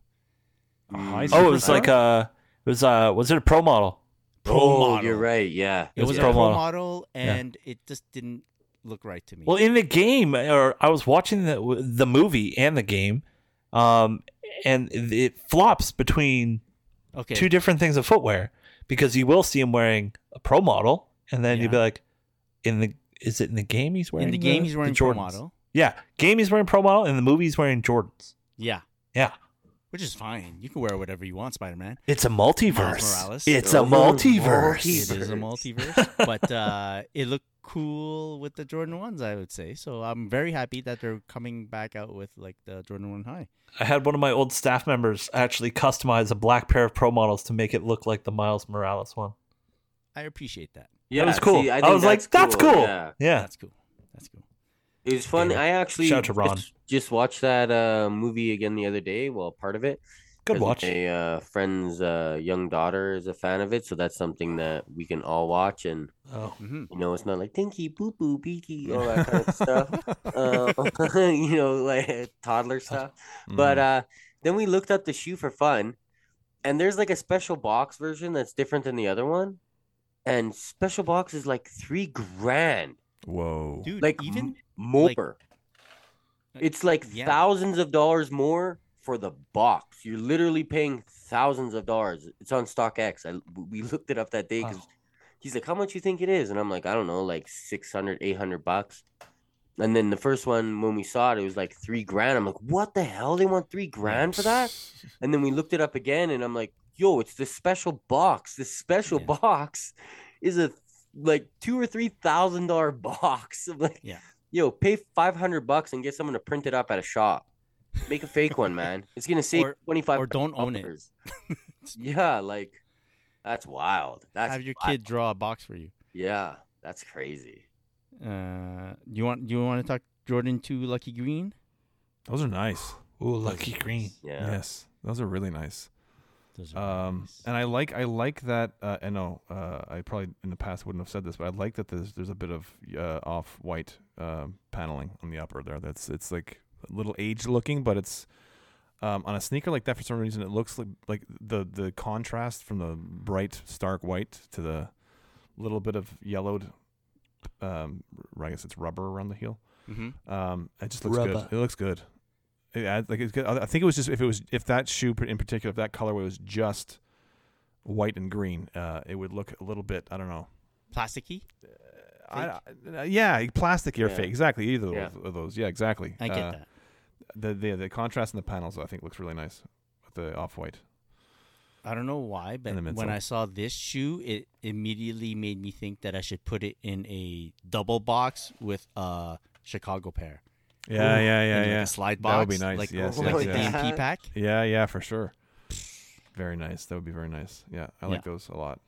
Speaker 4: A
Speaker 5: Mm.
Speaker 4: high
Speaker 2: Oh, it was
Speaker 4: superstar?
Speaker 2: like a. It was uh Was it a pro model?
Speaker 3: Pro
Speaker 5: oh,
Speaker 3: model.
Speaker 5: you're right. Yeah.
Speaker 3: It was
Speaker 2: a
Speaker 3: a
Speaker 2: pro
Speaker 3: pro
Speaker 2: model.
Speaker 3: model,
Speaker 2: Yeah.
Speaker 3: and it just didn't look right to me.
Speaker 2: Well, in the game, or I was watching the the movie and the game, um, and it flops between
Speaker 3: okay,
Speaker 2: two different things of footwear because you will see him wearing a pro model, and then you'll
Speaker 3: Yeah.
Speaker 2: be like, in the is it in the game he's wearing
Speaker 3: in the game, he's wearing pro
Speaker 2: Jordans?
Speaker 3: model.
Speaker 2: Yeah, game he's wearing pro model, and the movie he's wearing Jordans.
Speaker 3: Yeah,
Speaker 2: Yeah,
Speaker 3: which is fine. You can wear whatever you want, Spider Man.
Speaker 2: it's a
Speaker 3: Miles
Speaker 2: multiverse.
Speaker 3: Morales.
Speaker 2: It's a
Speaker 5: Oh,
Speaker 2: multiverse.
Speaker 3: It
Speaker 5: multiverse.
Speaker 3: is a multiverse, but uh, it looked cool with the Jordan ones. I would say so. I'm very happy that they're coming back out with like the Jordan One High.
Speaker 2: I had one of my old staff members actually customize a black pair of pro models to make it look like the Miles Morales one.
Speaker 3: I appreciate that.
Speaker 5: Yeah,
Speaker 2: that was cool.
Speaker 5: see,
Speaker 2: I,
Speaker 5: think
Speaker 2: was like, that's cool.
Speaker 5: Yeah.
Speaker 2: Yeah.
Speaker 3: That's cool. That's cool.
Speaker 5: It was fun.
Speaker 2: Yeah.
Speaker 5: I actually
Speaker 2: Shout out to Ron.
Speaker 5: Just, just watched that uh, movie again the other day. Well, part of it.
Speaker 2: Good
Speaker 5: As
Speaker 2: watch.
Speaker 5: A uh, friend's uh, young daughter is a fan of it, so that's something that we can all watch, and
Speaker 2: Oh,
Speaker 3: hmm
Speaker 5: you know, it's not like Tinky, Boo Boo, Beaky, all that kind of stuff. Uh, you know, like toddler stuff. But
Speaker 4: Mm.
Speaker 5: uh, then we looked up the shoe for fun, and there's like a special box version that's different than the other one, and special box is like three grand,
Speaker 4: Mm. whoa.
Speaker 3: Dude,
Speaker 5: like
Speaker 3: even
Speaker 5: even moper.
Speaker 3: like,
Speaker 5: it's like
Speaker 3: yeah.
Speaker 5: thousands of dollars more for the box. You're literally paying thousands of dollars. It's on StockX. I we looked it up that day because
Speaker 2: Wow.
Speaker 5: he's like, "How much you think it is?" And I'm like, "I don't know, like 600, 800 bucks." And then the first one when we saw it, it was like three grand. I'm like, "What the hell? They want three grand for that?" And then we looked it up again, and I'm like, "Yo, it's this special box. This special
Speaker 3: Yeah.
Speaker 5: box is a like two or three thousand dollar box." I'm like,
Speaker 3: Yeah.
Speaker 5: yo, pay five hundred bucks and get someone to print it up at a shop. Make a fake one, man. It's gonna save
Speaker 3: Or-
Speaker 5: twenty five.
Speaker 3: or don't own it.
Speaker 5: yeah, like that's wild. That's
Speaker 3: have your
Speaker 5: wild.
Speaker 3: kid draw a box for you.
Speaker 5: Yeah, that's crazy.
Speaker 3: Uh, you want you want to talk Jordan to Lucky Green?
Speaker 4: Those are nice.
Speaker 2: ooh, lucky green.
Speaker 5: Yeah.
Speaker 4: Yes, those are really nice.
Speaker 3: Those are
Speaker 4: Um,
Speaker 3: nice.
Speaker 4: and I like I like that. Uh, I know uh, I probably in the past wouldn't have said this, but I like that there's there's a bit of uh, off white uh, paneling on the upper there. That's it's like a little aged looking, but it's um, on a sneaker like that for some reason it looks like like the the contrast from the bright stark white to the little bit of yellowed. Um, r- I guess it's rubber around the heel.
Speaker 3: Mhm.
Speaker 4: Um, it just looks
Speaker 2: Rubber.
Speaker 4: good. It looks good. It adds, like it's good. I I think it was just if it was if that shoe in particular, if that colorway was just white and green, uh, it would look a little bit. I don't know.
Speaker 3: plasticky.
Speaker 4: I, I- uh, yeah, plasticky or
Speaker 5: Yeah.
Speaker 4: fake. Exactly. Either
Speaker 5: Yeah.
Speaker 4: of- of those. Yeah, exactly.
Speaker 3: I get
Speaker 4: Uh,
Speaker 3: that.
Speaker 4: The, the the contrast in the panels, I think, looks really nice with the off white.
Speaker 3: I don't know why, but
Speaker 4: the
Speaker 3: when
Speaker 4: midsole.
Speaker 3: I saw this shoe, it immediately made me think that I should put it in a double box with a Chicago pair.
Speaker 4: Yeah, yeah, yeah,
Speaker 3: And, like,
Speaker 4: yeah.
Speaker 3: a slide box.
Speaker 4: That would be nice.
Speaker 3: Like,
Speaker 4: yes,
Speaker 3: like
Speaker 4: yes,
Speaker 5: oh,
Speaker 3: the
Speaker 4: yes.
Speaker 5: yeah.
Speaker 3: DMP pack.
Speaker 4: Yeah, yeah, for sure. Very nice. That would be very nice. Yeah, I like
Speaker 3: Yeah.
Speaker 4: those a lot.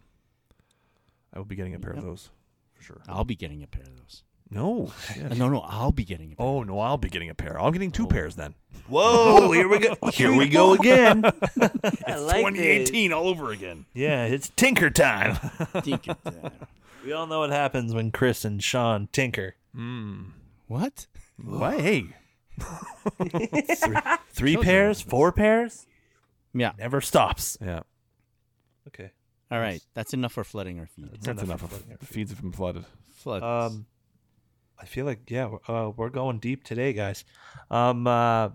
Speaker 4: I will be getting a pair of those for sure.
Speaker 3: I'll be getting a pair of those.
Speaker 4: No.
Speaker 3: Uh, no, no, I'll be getting a pair.
Speaker 4: Oh no, I'll be getting a pair. I'm getting two pairs then.
Speaker 2: Whoa, here we go. Here we go again.
Speaker 5: I like this.
Speaker 4: all over again.
Speaker 2: yeah, it's tinker time.
Speaker 3: Think it, uh,
Speaker 2: We all know what happens when Chris and Sean tinker.
Speaker 3: what?
Speaker 4: Why? Hey,
Speaker 2: Three pairs, four pairs,
Speaker 3: Yeah.
Speaker 2: never stops.
Speaker 4: yeah,
Speaker 2: Okay.
Speaker 3: All right. That's enough for flooding our feed.
Speaker 4: that's enough. of Feeds have been flooded.
Speaker 3: Flood.
Speaker 2: Um, I feel like yeah, we're- uh, we're going deep today, guys. Um, uh,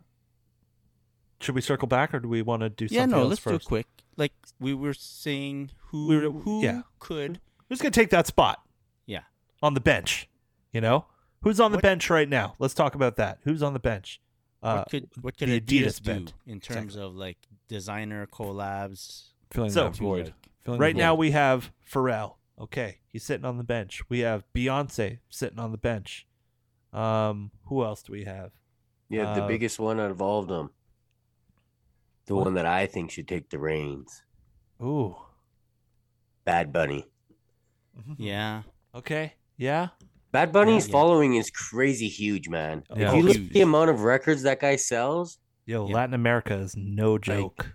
Speaker 2: should we circle back, or do we want to do something
Speaker 3: yeah, no,
Speaker 2: else
Speaker 3: let's do it
Speaker 2: first?
Speaker 3: quick. Like we were saying, who
Speaker 2: We were-
Speaker 3: who
Speaker 2: yeah.
Speaker 3: could?
Speaker 2: Who's gonna take that spot
Speaker 3: Yeah.
Speaker 2: on the bench? You know, who's on the
Speaker 3: What-
Speaker 2: bench right now? Let's talk about that. Who's on the bench? Uh,
Speaker 3: what could what could
Speaker 2: the
Speaker 3: Adidas,
Speaker 2: Adidas
Speaker 3: do
Speaker 2: band.
Speaker 3: in terms of like designer collabs?
Speaker 4: Filling
Speaker 2: So-
Speaker 4: that void. Filling the
Speaker 2: right now
Speaker 4: void.
Speaker 2: we have Pharrell. Okay, he's sitting on the bench. We have Beyonce sitting on the bench. Um, who else do we have?
Speaker 5: Yeah, the
Speaker 2: Uh,
Speaker 5: biggest one out of all of them. The one that I think should take the reins.
Speaker 2: Ooh.
Speaker 5: Bad Bunny.
Speaker 4: Mm-hmm.
Speaker 3: Yeah,
Speaker 2: Okay. Yeah. Oh,
Speaker 5: Bad Bunny's
Speaker 3: yeah.
Speaker 5: following is crazy huge, man.
Speaker 4: Yeah.
Speaker 5: If you look
Speaker 3: Huge.
Speaker 5: at the amount of records that guy sells,
Speaker 2: Yo,
Speaker 3: Yeah.
Speaker 2: Latin America is no joke.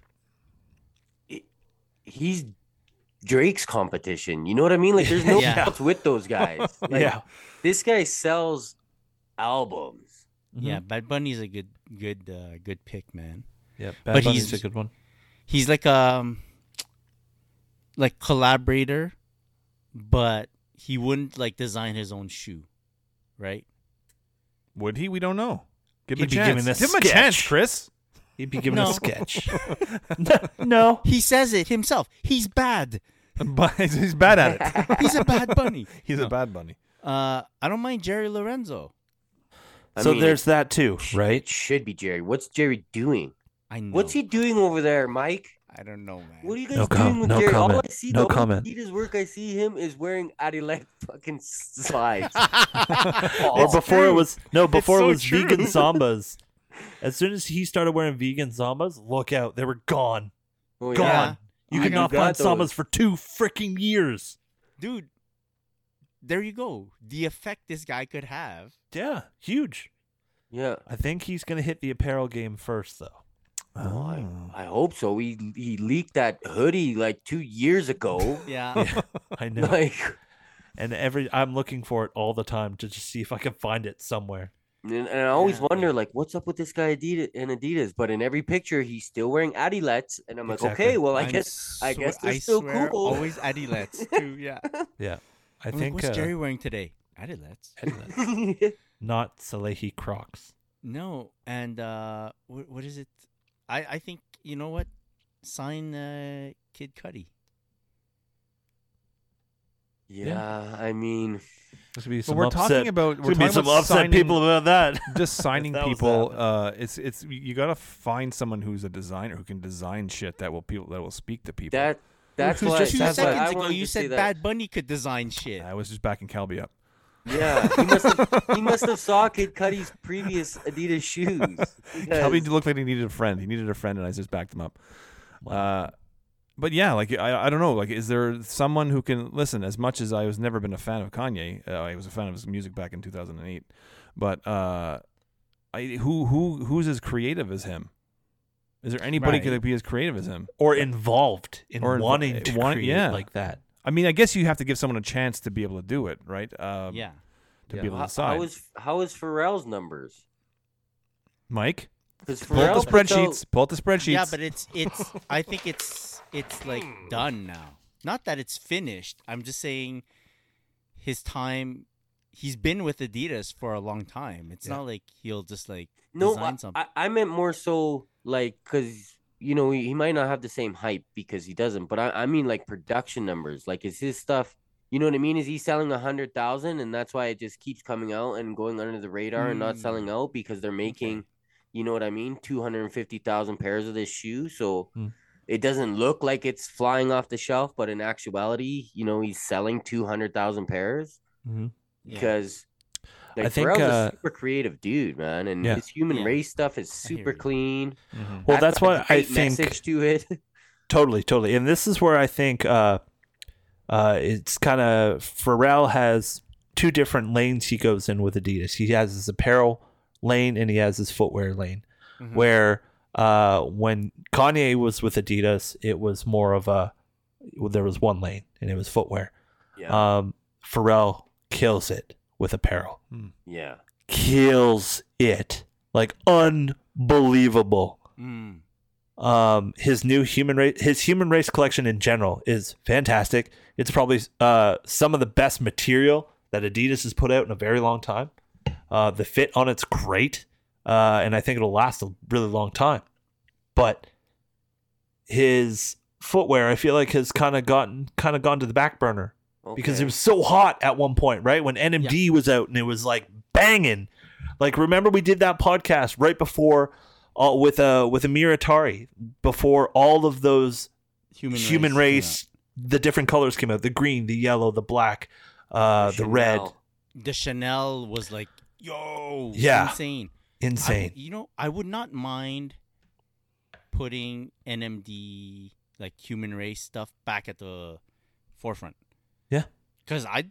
Speaker 5: he's Drake's competition. You know what I mean? Like there's no
Speaker 3: Yeah.
Speaker 5: one else with those guys. Like,
Speaker 2: yeah.
Speaker 5: This guy sells albums.
Speaker 4: Mm-hmm.
Speaker 3: yeah. Bad Bunny's a good good uh, good pick, man.
Speaker 2: Yeah. Bad
Speaker 3: But
Speaker 2: Bunny's
Speaker 3: he's-
Speaker 2: a good one.
Speaker 3: He's like um like collaborator, but he wouldn't like design his own shoe, right?
Speaker 4: would he? We don't know. Give him
Speaker 2: He'd
Speaker 4: a
Speaker 2: be
Speaker 4: chance.
Speaker 2: giving us
Speaker 4: Give him a chance,
Speaker 2: sketch.
Speaker 4: Chris.
Speaker 2: He'd be giving
Speaker 3: No.
Speaker 2: a sketch. no.
Speaker 3: He says it himself. He's bad.
Speaker 4: But he's bad at it.
Speaker 3: He's a bad bunny.
Speaker 4: He's
Speaker 3: No.
Speaker 4: a bad bunny.
Speaker 3: Uh, I don't mind Jerry Lorenzo.
Speaker 5: I
Speaker 2: so
Speaker 5: mean,
Speaker 2: there's that too,
Speaker 5: It
Speaker 2: right?
Speaker 5: should be Jerry. What's Jerry doing?
Speaker 3: I know.
Speaker 5: What's he doing over there, Mike?
Speaker 3: I don't know, man.
Speaker 5: What are you guys
Speaker 2: No
Speaker 5: doing
Speaker 2: com-
Speaker 5: with
Speaker 2: no
Speaker 5: Jerry? All
Speaker 2: comment.
Speaker 5: I see,
Speaker 2: No
Speaker 5: the only
Speaker 2: comment.
Speaker 5: Adidas work I see him is wearing Adelaide fucking slides.
Speaker 2: Or
Speaker 5: Oh,
Speaker 2: before it was no, before
Speaker 3: so
Speaker 2: it was
Speaker 3: true.
Speaker 2: vegan zambas. As soon as he started wearing vegan zambas, look out, they were gone.
Speaker 5: oh,
Speaker 2: Gone.
Speaker 5: yeah.
Speaker 2: You
Speaker 5: I
Speaker 2: could not
Speaker 5: got
Speaker 2: find
Speaker 5: those.
Speaker 2: zambas for two freaking years.
Speaker 3: dude? There you go. The effect this guy could have.
Speaker 2: Yeah, huge.
Speaker 5: Yeah.
Speaker 2: I think he's gonna hit the apparel game first, though.
Speaker 5: Well, I, I hope so. He he leaked that hoodie like two years ago.
Speaker 3: Yeah.
Speaker 2: I know.
Speaker 5: like
Speaker 2: and every I'm looking for it all the time to just see if I can find it somewhere.
Speaker 5: and, and I always
Speaker 3: Yeah.
Speaker 5: wonder like what's up with this guy Adidas and Adidas, but in every picture he's still wearing Adilets and I'm like,
Speaker 2: Exactly.
Speaker 5: okay, well I
Speaker 3: I'm
Speaker 5: guess I
Speaker 3: swe-
Speaker 5: guess they're
Speaker 3: I
Speaker 5: still
Speaker 3: swear,
Speaker 5: cool.
Speaker 3: Always Adilets too. Yeah.
Speaker 2: Yeah, I
Speaker 3: I'm like,
Speaker 2: think
Speaker 3: what's
Speaker 2: uh,
Speaker 3: Jerry wearing today? Adilets.
Speaker 2: Adilets. not Salehi Crocs.
Speaker 3: No, and uh, what, what is it? I I think you know what? Sign uh, Kid Cudi.
Speaker 5: yeah, I mean
Speaker 2: This would be
Speaker 4: But
Speaker 2: some
Speaker 4: we're
Speaker 2: upset.
Speaker 4: talking about
Speaker 2: There's
Speaker 4: we're
Speaker 2: gonna be
Speaker 4: talking
Speaker 2: some
Speaker 4: about
Speaker 2: upset
Speaker 4: signing-
Speaker 2: people about that.
Speaker 4: just signing
Speaker 2: that was
Speaker 4: people
Speaker 2: happening.
Speaker 4: uh it's it's you- you gotta find someone who's a designer who can design shit that will people that will speak to people
Speaker 5: that that's
Speaker 4: Who's
Speaker 5: why
Speaker 4: just
Speaker 3: Two
Speaker 5: that's why I
Speaker 3: seconds ago,
Speaker 5: wanted
Speaker 3: you
Speaker 5: to see
Speaker 3: said
Speaker 5: that.
Speaker 3: Bad Bunny could design shit.
Speaker 4: i was just backing calby up
Speaker 5: Yeah, he must have he must have saw Kid Cudi's previous Adidas shoes.
Speaker 4: calby
Speaker 5: because-
Speaker 4: looked like he needed a friend he needed a friend and i just backed him up uh but yeah, like I, I don't know, like is there someone who can listen? As much as I was never been a fan of Kanye, uh, I was a fan of his music back in two thousand and eight. But uh, I who who who's as creative as him? Is there anybody
Speaker 3: Right.
Speaker 4: could be as creative as him?
Speaker 2: or involved in
Speaker 4: Or invo-
Speaker 2: wanting to
Speaker 4: want-
Speaker 2: create
Speaker 4: yeah.
Speaker 2: like that.
Speaker 4: I mean, I guess you have to give someone a chance to be able to do it, right? Um,
Speaker 3: yeah.
Speaker 4: to
Speaker 2: Yeah.
Speaker 4: be able to
Speaker 5: How-
Speaker 4: decide.
Speaker 5: How was how was Pharrell's numbers?
Speaker 4: Mike,
Speaker 5: Because
Speaker 4: pull up the spreadsheets. Pull up the spreadsheets.
Speaker 3: Yeah, but it's it's. I think it's it's like done now. Not that it's finished. I'm just saying, his time. He's been with Adidas for a long time. It's
Speaker 2: Yeah.
Speaker 3: not like he'll just like
Speaker 5: no,
Speaker 3: design
Speaker 5: I,
Speaker 3: something.
Speaker 5: I, I meant more so like because you know he, he might not have the same hype because he doesn't. But I, I mean like production numbers. Like is his stuff? You know what I mean? Is he selling a hundred thousand, and that's why it just keeps coming out and going under the radar and not
Speaker 3: Mm.
Speaker 5: selling out because they're making, you know what I mean, two hundred and fifty thousand pairs of this shoe. So
Speaker 3: Hmm.
Speaker 2: Mm.
Speaker 5: it doesn't look like it's flying off the shelf, but in actuality, you know, he's selling two hundred thousand pairs
Speaker 2: Mhm.
Speaker 3: yeah.
Speaker 5: because
Speaker 2: I
Speaker 5: like,
Speaker 2: think,
Speaker 5: Pharrell's
Speaker 2: uh,
Speaker 5: a super creative dude, man, and
Speaker 2: Yeah.
Speaker 5: his human
Speaker 3: Yeah.
Speaker 5: race stuff is
Speaker 3: hear
Speaker 5: super
Speaker 3: you.
Speaker 5: clean.
Speaker 4: Mhm.
Speaker 2: Well,
Speaker 5: That's
Speaker 2: that's
Speaker 5: a
Speaker 2: what I
Speaker 5: great
Speaker 2: think.
Speaker 5: Message to it.
Speaker 2: Totally, totally. And this is where I think uh, uh, it's kind of Pharrell has two different lanes he goes in with Adidas. He has his apparel lane and he has his footwear lane.
Speaker 3: Mhm.
Speaker 2: Where uh, when Kanye was with Adidas, it was more of a well, there was one lane and it was footwear.
Speaker 5: yeah,
Speaker 2: Um, Pharrell kills it with apparel.
Speaker 5: yeah.
Speaker 2: Kills it like unbelievable.
Speaker 3: Mm.
Speaker 2: Um, his new human race, his human race collection in general is fantastic. It's probably uh, some of the best material that Adidas has put out in a very long time. Uh, the fit on it's great, uh, and I think it'll last a really long time. But his footwear, I feel like, has kind of gotten kind of gone to the back burner because
Speaker 5: okay.
Speaker 2: it was so hot at one point, right? When NMD was out and it was like banging. Like remember we did that podcast right before uh, with uh with Amir Atari before all of those
Speaker 3: Human,
Speaker 2: human race, the different colors came out, the green, the yellow, the black, uh the red.
Speaker 5: Chanel.
Speaker 3: yeah. The Chanel was like, yo,
Speaker 2: Yeah.
Speaker 3: insane. I w-
Speaker 2: Insane.
Speaker 3: you know, I would not mind putting NMD like human race stuff back at the forefront.
Speaker 2: Yeah.
Speaker 3: Cuz I would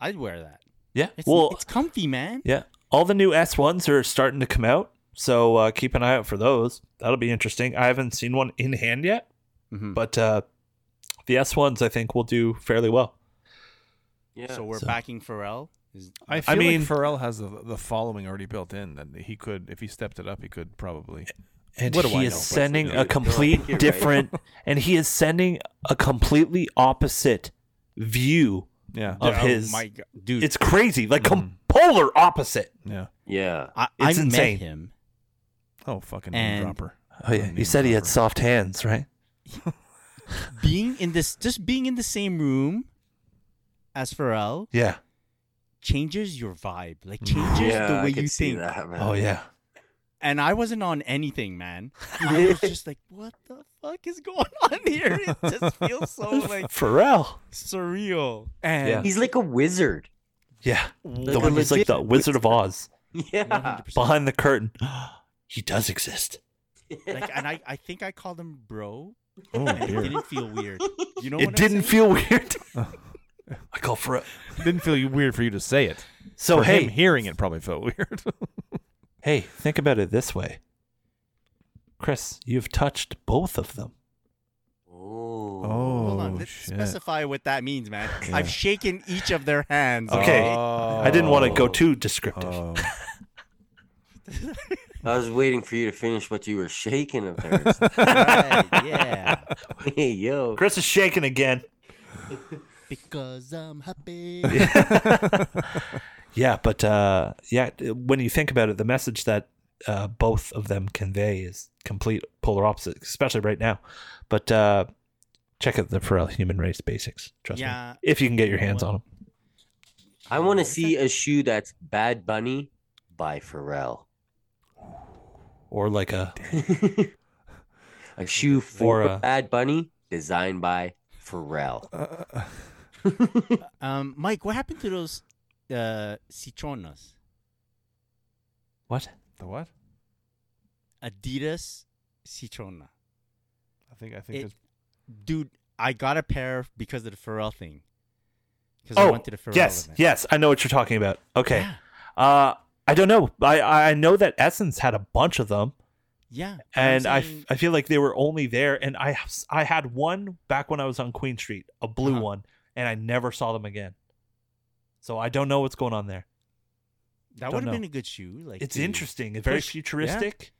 Speaker 3: I'd wear that.
Speaker 2: yeah.
Speaker 3: It's
Speaker 2: Well,
Speaker 3: it's comfy, man.
Speaker 2: yeah. All the new S1s are starting to come out. So uh, keep an eye out for those. That'll be interesting. I haven't seen one in hand yet,
Speaker 3: Mhm.
Speaker 2: but uh, the S1s I think will do fairly well.
Speaker 5: Yeah.
Speaker 3: So we're
Speaker 2: So-
Speaker 3: backing Pharrell. Is,
Speaker 4: I feel
Speaker 2: mean-
Speaker 4: like Pharrell has the, the following already built in that he could, if he stepped it up, he could probably.
Speaker 2: and
Speaker 4: What do
Speaker 2: he
Speaker 4: I
Speaker 2: is
Speaker 4: know, but-
Speaker 2: sending
Speaker 5: No,
Speaker 2: a complete
Speaker 5: you're right.
Speaker 2: different and he is sending a completely opposite view
Speaker 4: Yeah,
Speaker 2: of
Speaker 3: Oh
Speaker 2: his
Speaker 3: my God. dude.
Speaker 2: it's crazy like
Speaker 5: Mm-hmm.
Speaker 2: com- polar opposite
Speaker 4: yeah.
Speaker 5: yeah.
Speaker 3: I,
Speaker 2: it's
Speaker 3: I
Speaker 2: insane.
Speaker 3: met him.
Speaker 4: Oh, fucking
Speaker 3: And-
Speaker 4: name dropper.
Speaker 2: oh yeah
Speaker 4: Name
Speaker 2: you said he had
Speaker 4: dropper.
Speaker 2: soft hands right
Speaker 3: Being in this just being in the same room as Pharrell
Speaker 2: yeah
Speaker 3: changes your vibe. Like changes
Speaker 5: yeah,
Speaker 3: the
Speaker 5: I
Speaker 3: way
Speaker 5: could
Speaker 3: you
Speaker 5: see
Speaker 3: think.
Speaker 5: That, man.
Speaker 2: oh yeah
Speaker 3: and I wasn't on anything, man. I was just like, what the fuck is going on here? It just feels so like
Speaker 2: pharrell
Speaker 3: surreal. And
Speaker 2: Yeah.
Speaker 5: He's like a wizard.
Speaker 2: yeah the
Speaker 5: a
Speaker 2: one who's like the
Speaker 5: legit
Speaker 2: wizard of oz
Speaker 5: Yeah.
Speaker 3: 100%.
Speaker 2: behind the curtain he does exist
Speaker 3: like, and I, I think I called him bro,
Speaker 4: Oh
Speaker 3: and it
Speaker 4: dear.
Speaker 3: didn't feel weird. You know, what
Speaker 2: it
Speaker 3: I'm
Speaker 2: didn't
Speaker 3: saying?
Speaker 2: feel weird i call pharrell
Speaker 4: didn't feel weird for you to say it.
Speaker 2: so
Speaker 4: for
Speaker 2: hey
Speaker 4: him hearing it probably felt weird.
Speaker 2: hey think about it this way Chris, you've touched both of them.
Speaker 5: Oh.
Speaker 4: Oh,
Speaker 3: Hold on, let's
Speaker 4: shit.
Speaker 3: specify what that means, man.
Speaker 4: Yeah.
Speaker 3: I've shaken each of their hands.
Speaker 2: Okay. I didn't want to go
Speaker 4: Oh.
Speaker 2: too descriptive.
Speaker 4: Oh.
Speaker 5: I was waiting for you to finish what you were shaking of theirs.
Speaker 3: Right, yeah.
Speaker 5: hey, yo.
Speaker 2: Chris is shaking again.
Speaker 3: Because I'm happy.
Speaker 2: Yeah, but uh, yeah, when you think about it, the message that uh, both of them convey is complete polar opposite, especially right now. But uh, check out the Pharrell Human Race Basics. Trust
Speaker 3: Yeah.
Speaker 2: me, if you can get your hands
Speaker 3: Well-
Speaker 2: on them.
Speaker 5: I want to see a shoe that's Bad Bunny by Pharrell.
Speaker 2: or like a
Speaker 5: A shoe for
Speaker 2: Or, uh,
Speaker 5: Bad Bunny designed by Pharrell.
Speaker 3: Um, Mike, what happened to those uh, citronas?
Speaker 2: what?
Speaker 4: the what?
Speaker 3: Adidas citrona.
Speaker 4: I think I think
Speaker 3: It-
Speaker 4: it's
Speaker 3: Dude, I got a pair because of the Pharrell thing. Because I
Speaker 2: Oh,
Speaker 3: went to the Pharrell
Speaker 2: yes,
Speaker 3: event.
Speaker 2: yes, I know what you're talking about. Okay,
Speaker 3: Yeah.
Speaker 2: uh, I don't know. I I know that Essence had a bunch of them,
Speaker 3: Yeah.
Speaker 2: and I,
Speaker 3: I'm
Speaker 2: f-
Speaker 3: saying-
Speaker 2: I feel like they were only there. And I s- I had one back when I was on Queen Street, a blue
Speaker 3: Uh-huh.
Speaker 2: one, and I never saw them again. So I don't know what's going on there.
Speaker 3: that
Speaker 2: don't
Speaker 3: would have
Speaker 2: know.
Speaker 3: been a good shoe. Like
Speaker 2: It's
Speaker 3: to-
Speaker 2: interesting. It's very
Speaker 3: push- yeah.
Speaker 2: futuristic.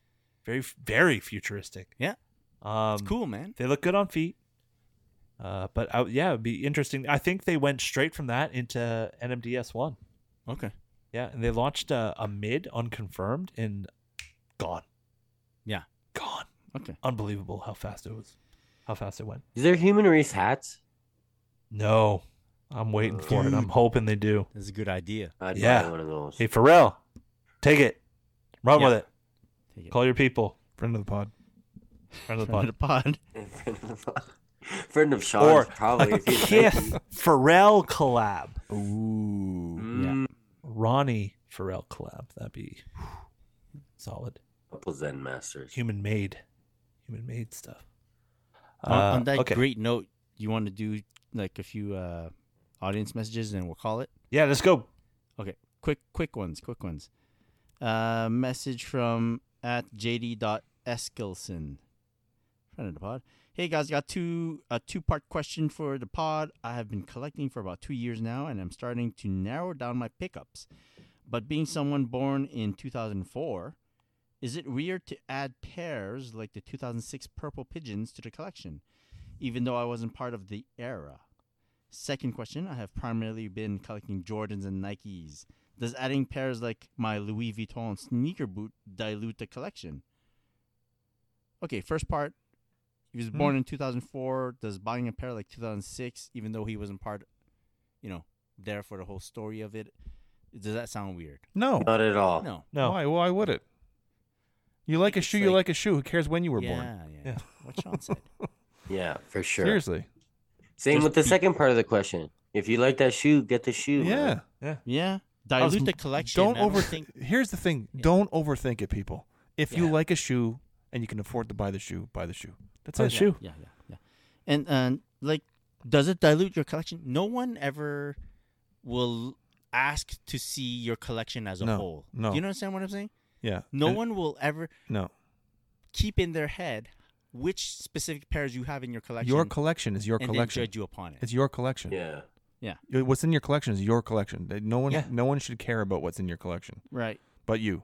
Speaker 2: Very f- very futuristic.
Speaker 3: Yeah.
Speaker 2: Um,
Speaker 3: It's cool, man.
Speaker 2: They look good on feet. Uh, but I, yeah, it'd be interesting. I think they went straight from that into NMDS one.
Speaker 3: Okay.
Speaker 2: Yeah, and they launched a, a mid unconfirmed and gone.
Speaker 3: Yeah.
Speaker 2: gone.
Speaker 3: Okay.
Speaker 2: Unbelievable how fast it was, how fast it went.
Speaker 5: Is there human race hats?
Speaker 2: No, I'm waiting for it. I'm
Speaker 3: Dude.
Speaker 2: hoping they do.
Speaker 3: That's a good idea.
Speaker 5: I'd
Speaker 2: Yeah.
Speaker 5: buy one of those.
Speaker 2: Hey, Pharrell, take it, run
Speaker 3: Yeah.
Speaker 2: with it.
Speaker 3: Take it.
Speaker 2: Call your people,
Speaker 4: friend of the pod.
Speaker 2: friend of the
Speaker 3: Friend
Speaker 2: pod,
Speaker 3: of the pod.
Speaker 5: Friend of Sean's,
Speaker 2: or
Speaker 5: probably.
Speaker 2: a
Speaker 5: if he's
Speaker 2: Kith Pharrell collab.
Speaker 4: Ooh.
Speaker 5: Mm,
Speaker 2: Ronnie Pharrell collab. That'd be solid.
Speaker 5: Couple Zen masters.
Speaker 2: Human made, human made stuff.
Speaker 3: on, on
Speaker 2: Uh,
Speaker 3: that
Speaker 2: okay.
Speaker 3: great note, you want to do like a few uh, audience messages and we'll call it?
Speaker 2: Yeah, let's go.
Speaker 3: Okay, quick, quick ones, quick ones. Uh, message from at jd.eskilson. Friend of the pod. Hey guys, got two a two part question for the pod. I have been collecting for about two years now, and I'm starting to narrow down my pickups. But being someone born in 2004, is it weird to add pairs like the 2006 Purple Pigeons to the collection, even though I wasn't part of the era? Second question I have primarily been collecting Jordans and Nikes. Does adding pairs like my Louis Vuitton sneaker boot dilute the collection? Okay, first part. He was born in 2004. Does buying a pair like 2006, even though he wasn't part, you know, there for the whole story of it, does that sound weird?
Speaker 4: No.
Speaker 5: Not at
Speaker 4: Oh,
Speaker 5: all.
Speaker 3: No.
Speaker 2: Uh, No,
Speaker 4: Why? Why would it? You like a
Speaker 3: it's
Speaker 4: shoe. you
Speaker 3: like-
Speaker 4: like a shoe. Who cares when you were
Speaker 3: yeah,
Speaker 4: born?
Speaker 3: Yeah,
Speaker 2: Yeah.
Speaker 3: What Sean said.
Speaker 5: Yeah, for sure.
Speaker 4: Seriously.
Speaker 5: Same
Speaker 3: Just
Speaker 5: with the
Speaker 3: be-
Speaker 5: second part of the question. If you like that shoe, get the shoe. man.
Speaker 4: Yeah.
Speaker 3: Yeah.
Speaker 2: was
Speaker 3: Dilute the
Speaker 2: m-
Speaker 3: collection.
Speaker 4: Don't
Speaker 3: I don't
Speaker 4: overthink.
Speaker 3: think-
Speaker 4: Here's the thing.
Speaker 3: Yeah.
Speaker 4: Don't overthink it, people. If you
Speaker 3: Yeah.
Speaker 4: like a shoe and you can afford to buy the shoe, buy the shoe. That's
Speaker 2: Buy
Speaker 4: it.
Speaker 2: the shoe.
Speaker 3: Yeah, yeah, yeah. And and like, does it dilute your collection? No one ever will ask to see your collection as a
Speaker 4: No,
Speaker 3: whole.
Speaker 4: no.
Speaker 3: Do you understand what I'm saying?
Speaker 4: Yeah.
Speaker 3: No
Speaker 4: And-
Speaker 3: one will ever
Speaker 4: No.
Speaker 3: keep in their head which specific pairs you have in your collection.
Speaker 4: Your collection is your
Speaker 3: and
Speaker 4: collection.
Speaker 3: then judge you upon it.
Speaker 4: It's your collection.
Speaker 5: Yeah.
Speaker 4: Y- What's in your collection is your collection. They- No one,
Speaker 2: Yeah.
Speaker 4: no one should care about what's in your collection,
Speaker 3: right.
Speaker 4: but you.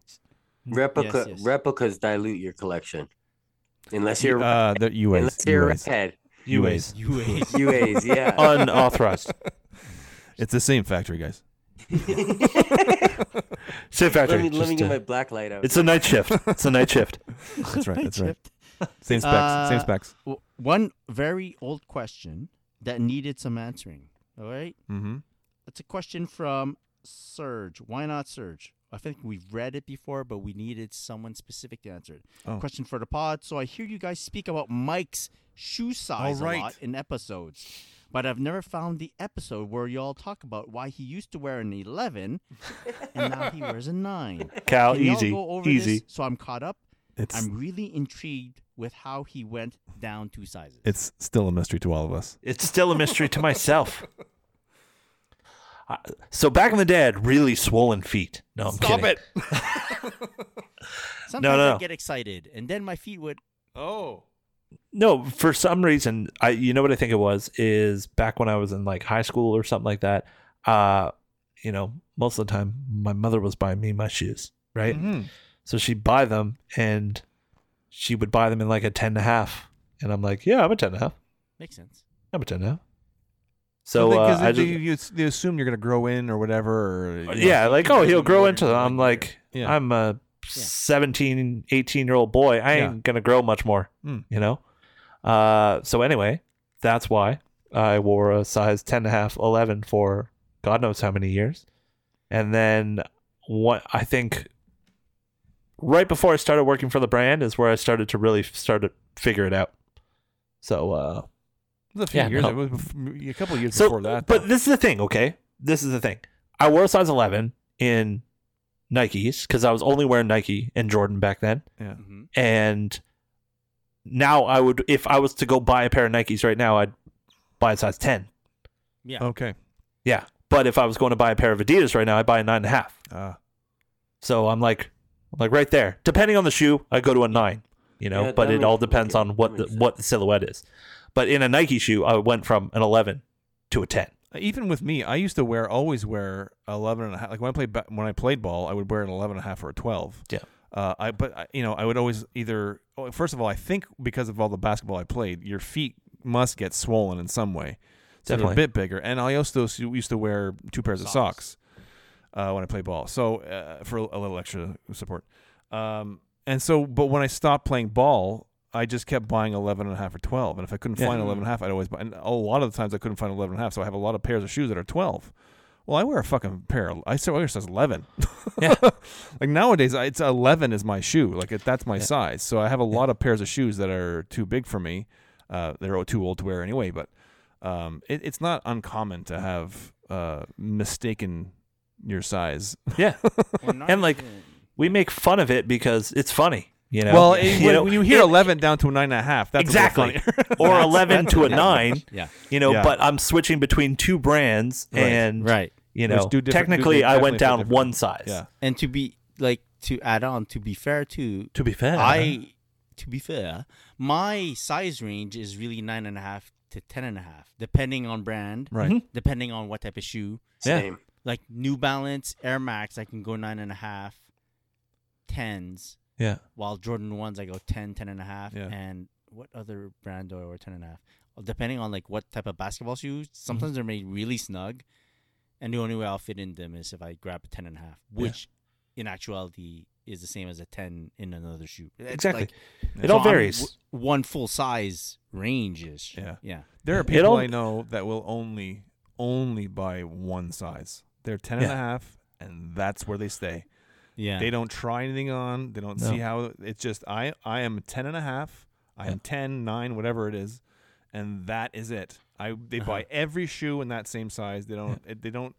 Speaker 5: Replica
Speaker 3: Mm, yes.
Speaker 5: replicas dilute your collection. Unless you're
Speaker 4: Uh, the UAs.
Speaker 5: unless you're
Speaker 4: UAs.
Speaker 5: red.
Speaker 2: UAs
Speaker 3: UAs.
Speaker 5: UAs, yeah.
Speaker 2: unauthorized.
Speaker 4: It's the same factory, guys.
Speaker 2: Sit factory.
Speaker 5: let me let me
Speaker 2: just,
Speaker 5: get
Speaker 2: uh,
Speaker 5: my black light out.
Speaker 2: It's a night shift. It's a night shift.
Speaker 4: That's right. That's right.
Speaker 3: Chipped.
Speaker 4: Same specs.
Speaker 3: Uh,
Speaker 4: same specs.
Speaker 3: W- One very old question that needed some answering. All right.
Speaker 4: Mm-hmm.
Speaker 3: It's a question from Serge. Why not Serge? I think we've read it before, but we needed someone specific to answer it.
Speaker 4: Oh.
Speaker 3: Question for the pod. So I hear you guys speak about Mike's shoe size
Speaker 4: right.
Speaker 3: a lot in episodes, but I've never found the episode where y'all talk about why he used to wear an 11 and now he wears a 9.
Speaker 2: Cal,
Speaker 3: Can y'all
Speaker 2: easy,
Speaker 3: go over
Speaker 2: easy.
Speaker 3: this so I'm caught up?
Speaker 4: It's
Speaker 3: I'm really intrigued with how he went down two sizes.
Speaker 4: it's still a mystery to all of us.
Speaker 2: It's still a mystery to myself. I- So back in the day, I had really swollen feet. No, I'm kidding.
Speaker 3: Sometimes
Speaker 2: no, no.
Speaker 3: I get excited, and then my feet would
Speaker 4: Oh.
Speaker 2: No, for some reason, I you know what I think it was is back when I was in like high school or something like that. Uh, you know, most of the time my mother was buying me my shoes, right?
Speaker 3: Mm-hmm.
Speaker 4: Mm-hmm.
Speaker 2: So she'd buy them and she would buy them in like a 10 and a half. And I'm like, yeah, I'm a 10 and a half.
Speaker 3: Makes sense.
Speaker 2: I'm a 10 and a half. So,
Speaker 4: So,
Speaker 2: uh,
Speaker 4: because
Speaker 2: I
Speaker 4: they,
Speaker 2: just,
Speaker 4: you, you assume you're gonna grow in or whatever. Or, you know.
Speaker 2: yeah, like, oh, he'll grow into them. I'm like,
Speaker 4: Yeah.
Speaker 2: I'm a 17, 18 year old boy. I ain't going to grow much more,
Speaker 4: Mm.
Speaker 2: you know? Uh, so anyway, that's why I wore a size 10 and a half, 11 for God knows how many years. And then what I think right before I started working for the brand is where I started to really f- start to figure it out. So, uh,
Speaker 4: It was a few
Speaker 2: Yeah,
Speaker 4: years.
Speaker 2: no.
Speaker 4: It was bef- a couple of years
Speaker 2: so,
Speaker 4: before that.
Speaker 2: but
Speaker 4: though.
Speaker 2: this is the thing, okay? This is the thing. I wore a size 11 in Nikes because I was only wearing Nike and Jordan back then.
Speaker 4: yeah.
Speaker 3: Mm-hmm.
Speaker 2: And now I would, if I was to go buy a pair of Nikes right now, I'd buy a size 10.
Speaker 3: Yeah.
Speaker 4: Okay.
Speaker 2: Yeah. But if I was going to buy a pair of Adidas right now, I'd buy a nine and a half.
Speaker 4: Uh,
Speaker 2: So I'm like, I'm like right there. Depending on the shoe, I go to a nine. You know,
Speaker 5: Yeah,
Speaker 2: but
Speaker 5: that
Speaker 2: it all
Speaker 5: makes-
Speaker 2: depends
Speaker 5: okay,
Speaker 2: on
Speaker 5: that
Speaker 2: what the
Speaker 5: makes sense.
Speaker 2: what the silhouette is. But in a Nike shoe, I went from an eleven to a ten.
Speaker 4: even with me, I used to wear always wear 11 and a half. Like when I played ba- when I played ball, I would wear an 11 and a half or a 12.
Speaker 2: Yeah.
Speaker 4: Uh, I but I, you know I would always either oh, first of all I think because of all the basketball I played, your feet must get swollen in some way, so they're
Speaker 2: Definitely.
Speaker 4: a bit bigger. And I also s- used to wear two pairs of socks uh, when I play ball, so uh, for a little extra support. Um, and so, but when I stopped playing ball, I just kept buying 11 and a half or 12. And if I couldn't
Speaker 2: Yeah.
Speaker 4: find 11 and a half, I'd always buy. And a lot of the times I couldn't find 11 and a half, so I have a lot of pairs of shoes that are 12. Well, I wear a fucking pair. Of, I still wear size 11.
Speaker 2: Yeah.
Speaker 4: like nowadays, I- it's 11 is my shoe. Like it, that's my size. So I have a lot of pairs of shoes that are too big for me. Uh, they're o- too old to wear anyway. But um, it, it's not uncommon to have uh, mistaken your size.
Speaker 2: Yeah.
Speaker 3: Or not
Speaker 2: And, like,
Speaker 3: even-
Speaker 2: we make fun of it because it's funny. You know.
Speaker 4: Well, it-
Speaker 2: You
Speaker 4: when,
Speaker 2: know,
Speaker 4: when you hear
Speaker 2: it-
Speaker 4: eleven down to a nine and a half, that's a little
Speaker 2: exactly,
Speaker 4: funnier.
Speaker 2: or eleven to a nine.
Speaker 3: yeah.
Speaker 2: You know,
Speaker 4: Yeah.
Speaker 2: but I'm switching between two brands,
Speaker 4: Right,
Speaker 2: and
Speaker 3: Right.
Speaker 2: you
Speaker 4: Which
Speaker 2: know,
Speaker 4: do different- do
Speaker 2: technically
Speaker 4: they
Speaker 2: I went
Speaker 4: definitely feel
Speaker 2: down
Speaker 4: different.
Speaker 2: one size.
Speaker 4: yeah.
Speaker 3: And to be like to add on, to be fair to
Speaker 2: To be fair,
Speaker 3: I to be fair, my size range is really nine and a half to ten and a half, depending on brand,
Speaker 4: Right.
Speaker 3: depending on what type of shoe.
Speaker 2: Yeah.
Speaker 5: Same.
Speaker 3: Like New Balance, Air Max, I can go nine and a half, tens,
Speaker 2: yeah,
Speaker 3: while Jordan ones I go 10, 10 and a half,
Speaker 4: Yeah.
Speaker 3: and what other brand or, or ten and a half? Depending on like what type of basketball shoes,
Speaker 2: Mm-hmm.
Speaker 3: sometimes they're made really snug, and the only way I'll fit in them is if I grab a ten and a half,
Speaker 2: Yeah.
Speaker 3: which in actuality is the same as a ten in another shoe. It's
Speaker 2: Exactly.
Speaker 3: like-
Speaker 2: it
Speaker 3: so
Speaker 2: all
Speaker 3: I'm
Speaker 2: varies.
Speaker 3: w- one full size range ish.
Speaker 4: Yeah.
Speaker 3: Yeah.
Speaker 4: There are people
Speaker 2: all-
Speaker 4: I know that will only only buy one size. They're ten and a
Speaker 2: Yeah.
Speaker 4: half, and that's where they stay.
Speaker 3: Yeah.
Speaker 4: They don't try anything on. They don't see
Speaker 2: No.
Speaker 4: how it's just I I am ten and a half. I am ten, nine, whatever it is, and that is it. I they buy every shoe in that same size. They don't it they don't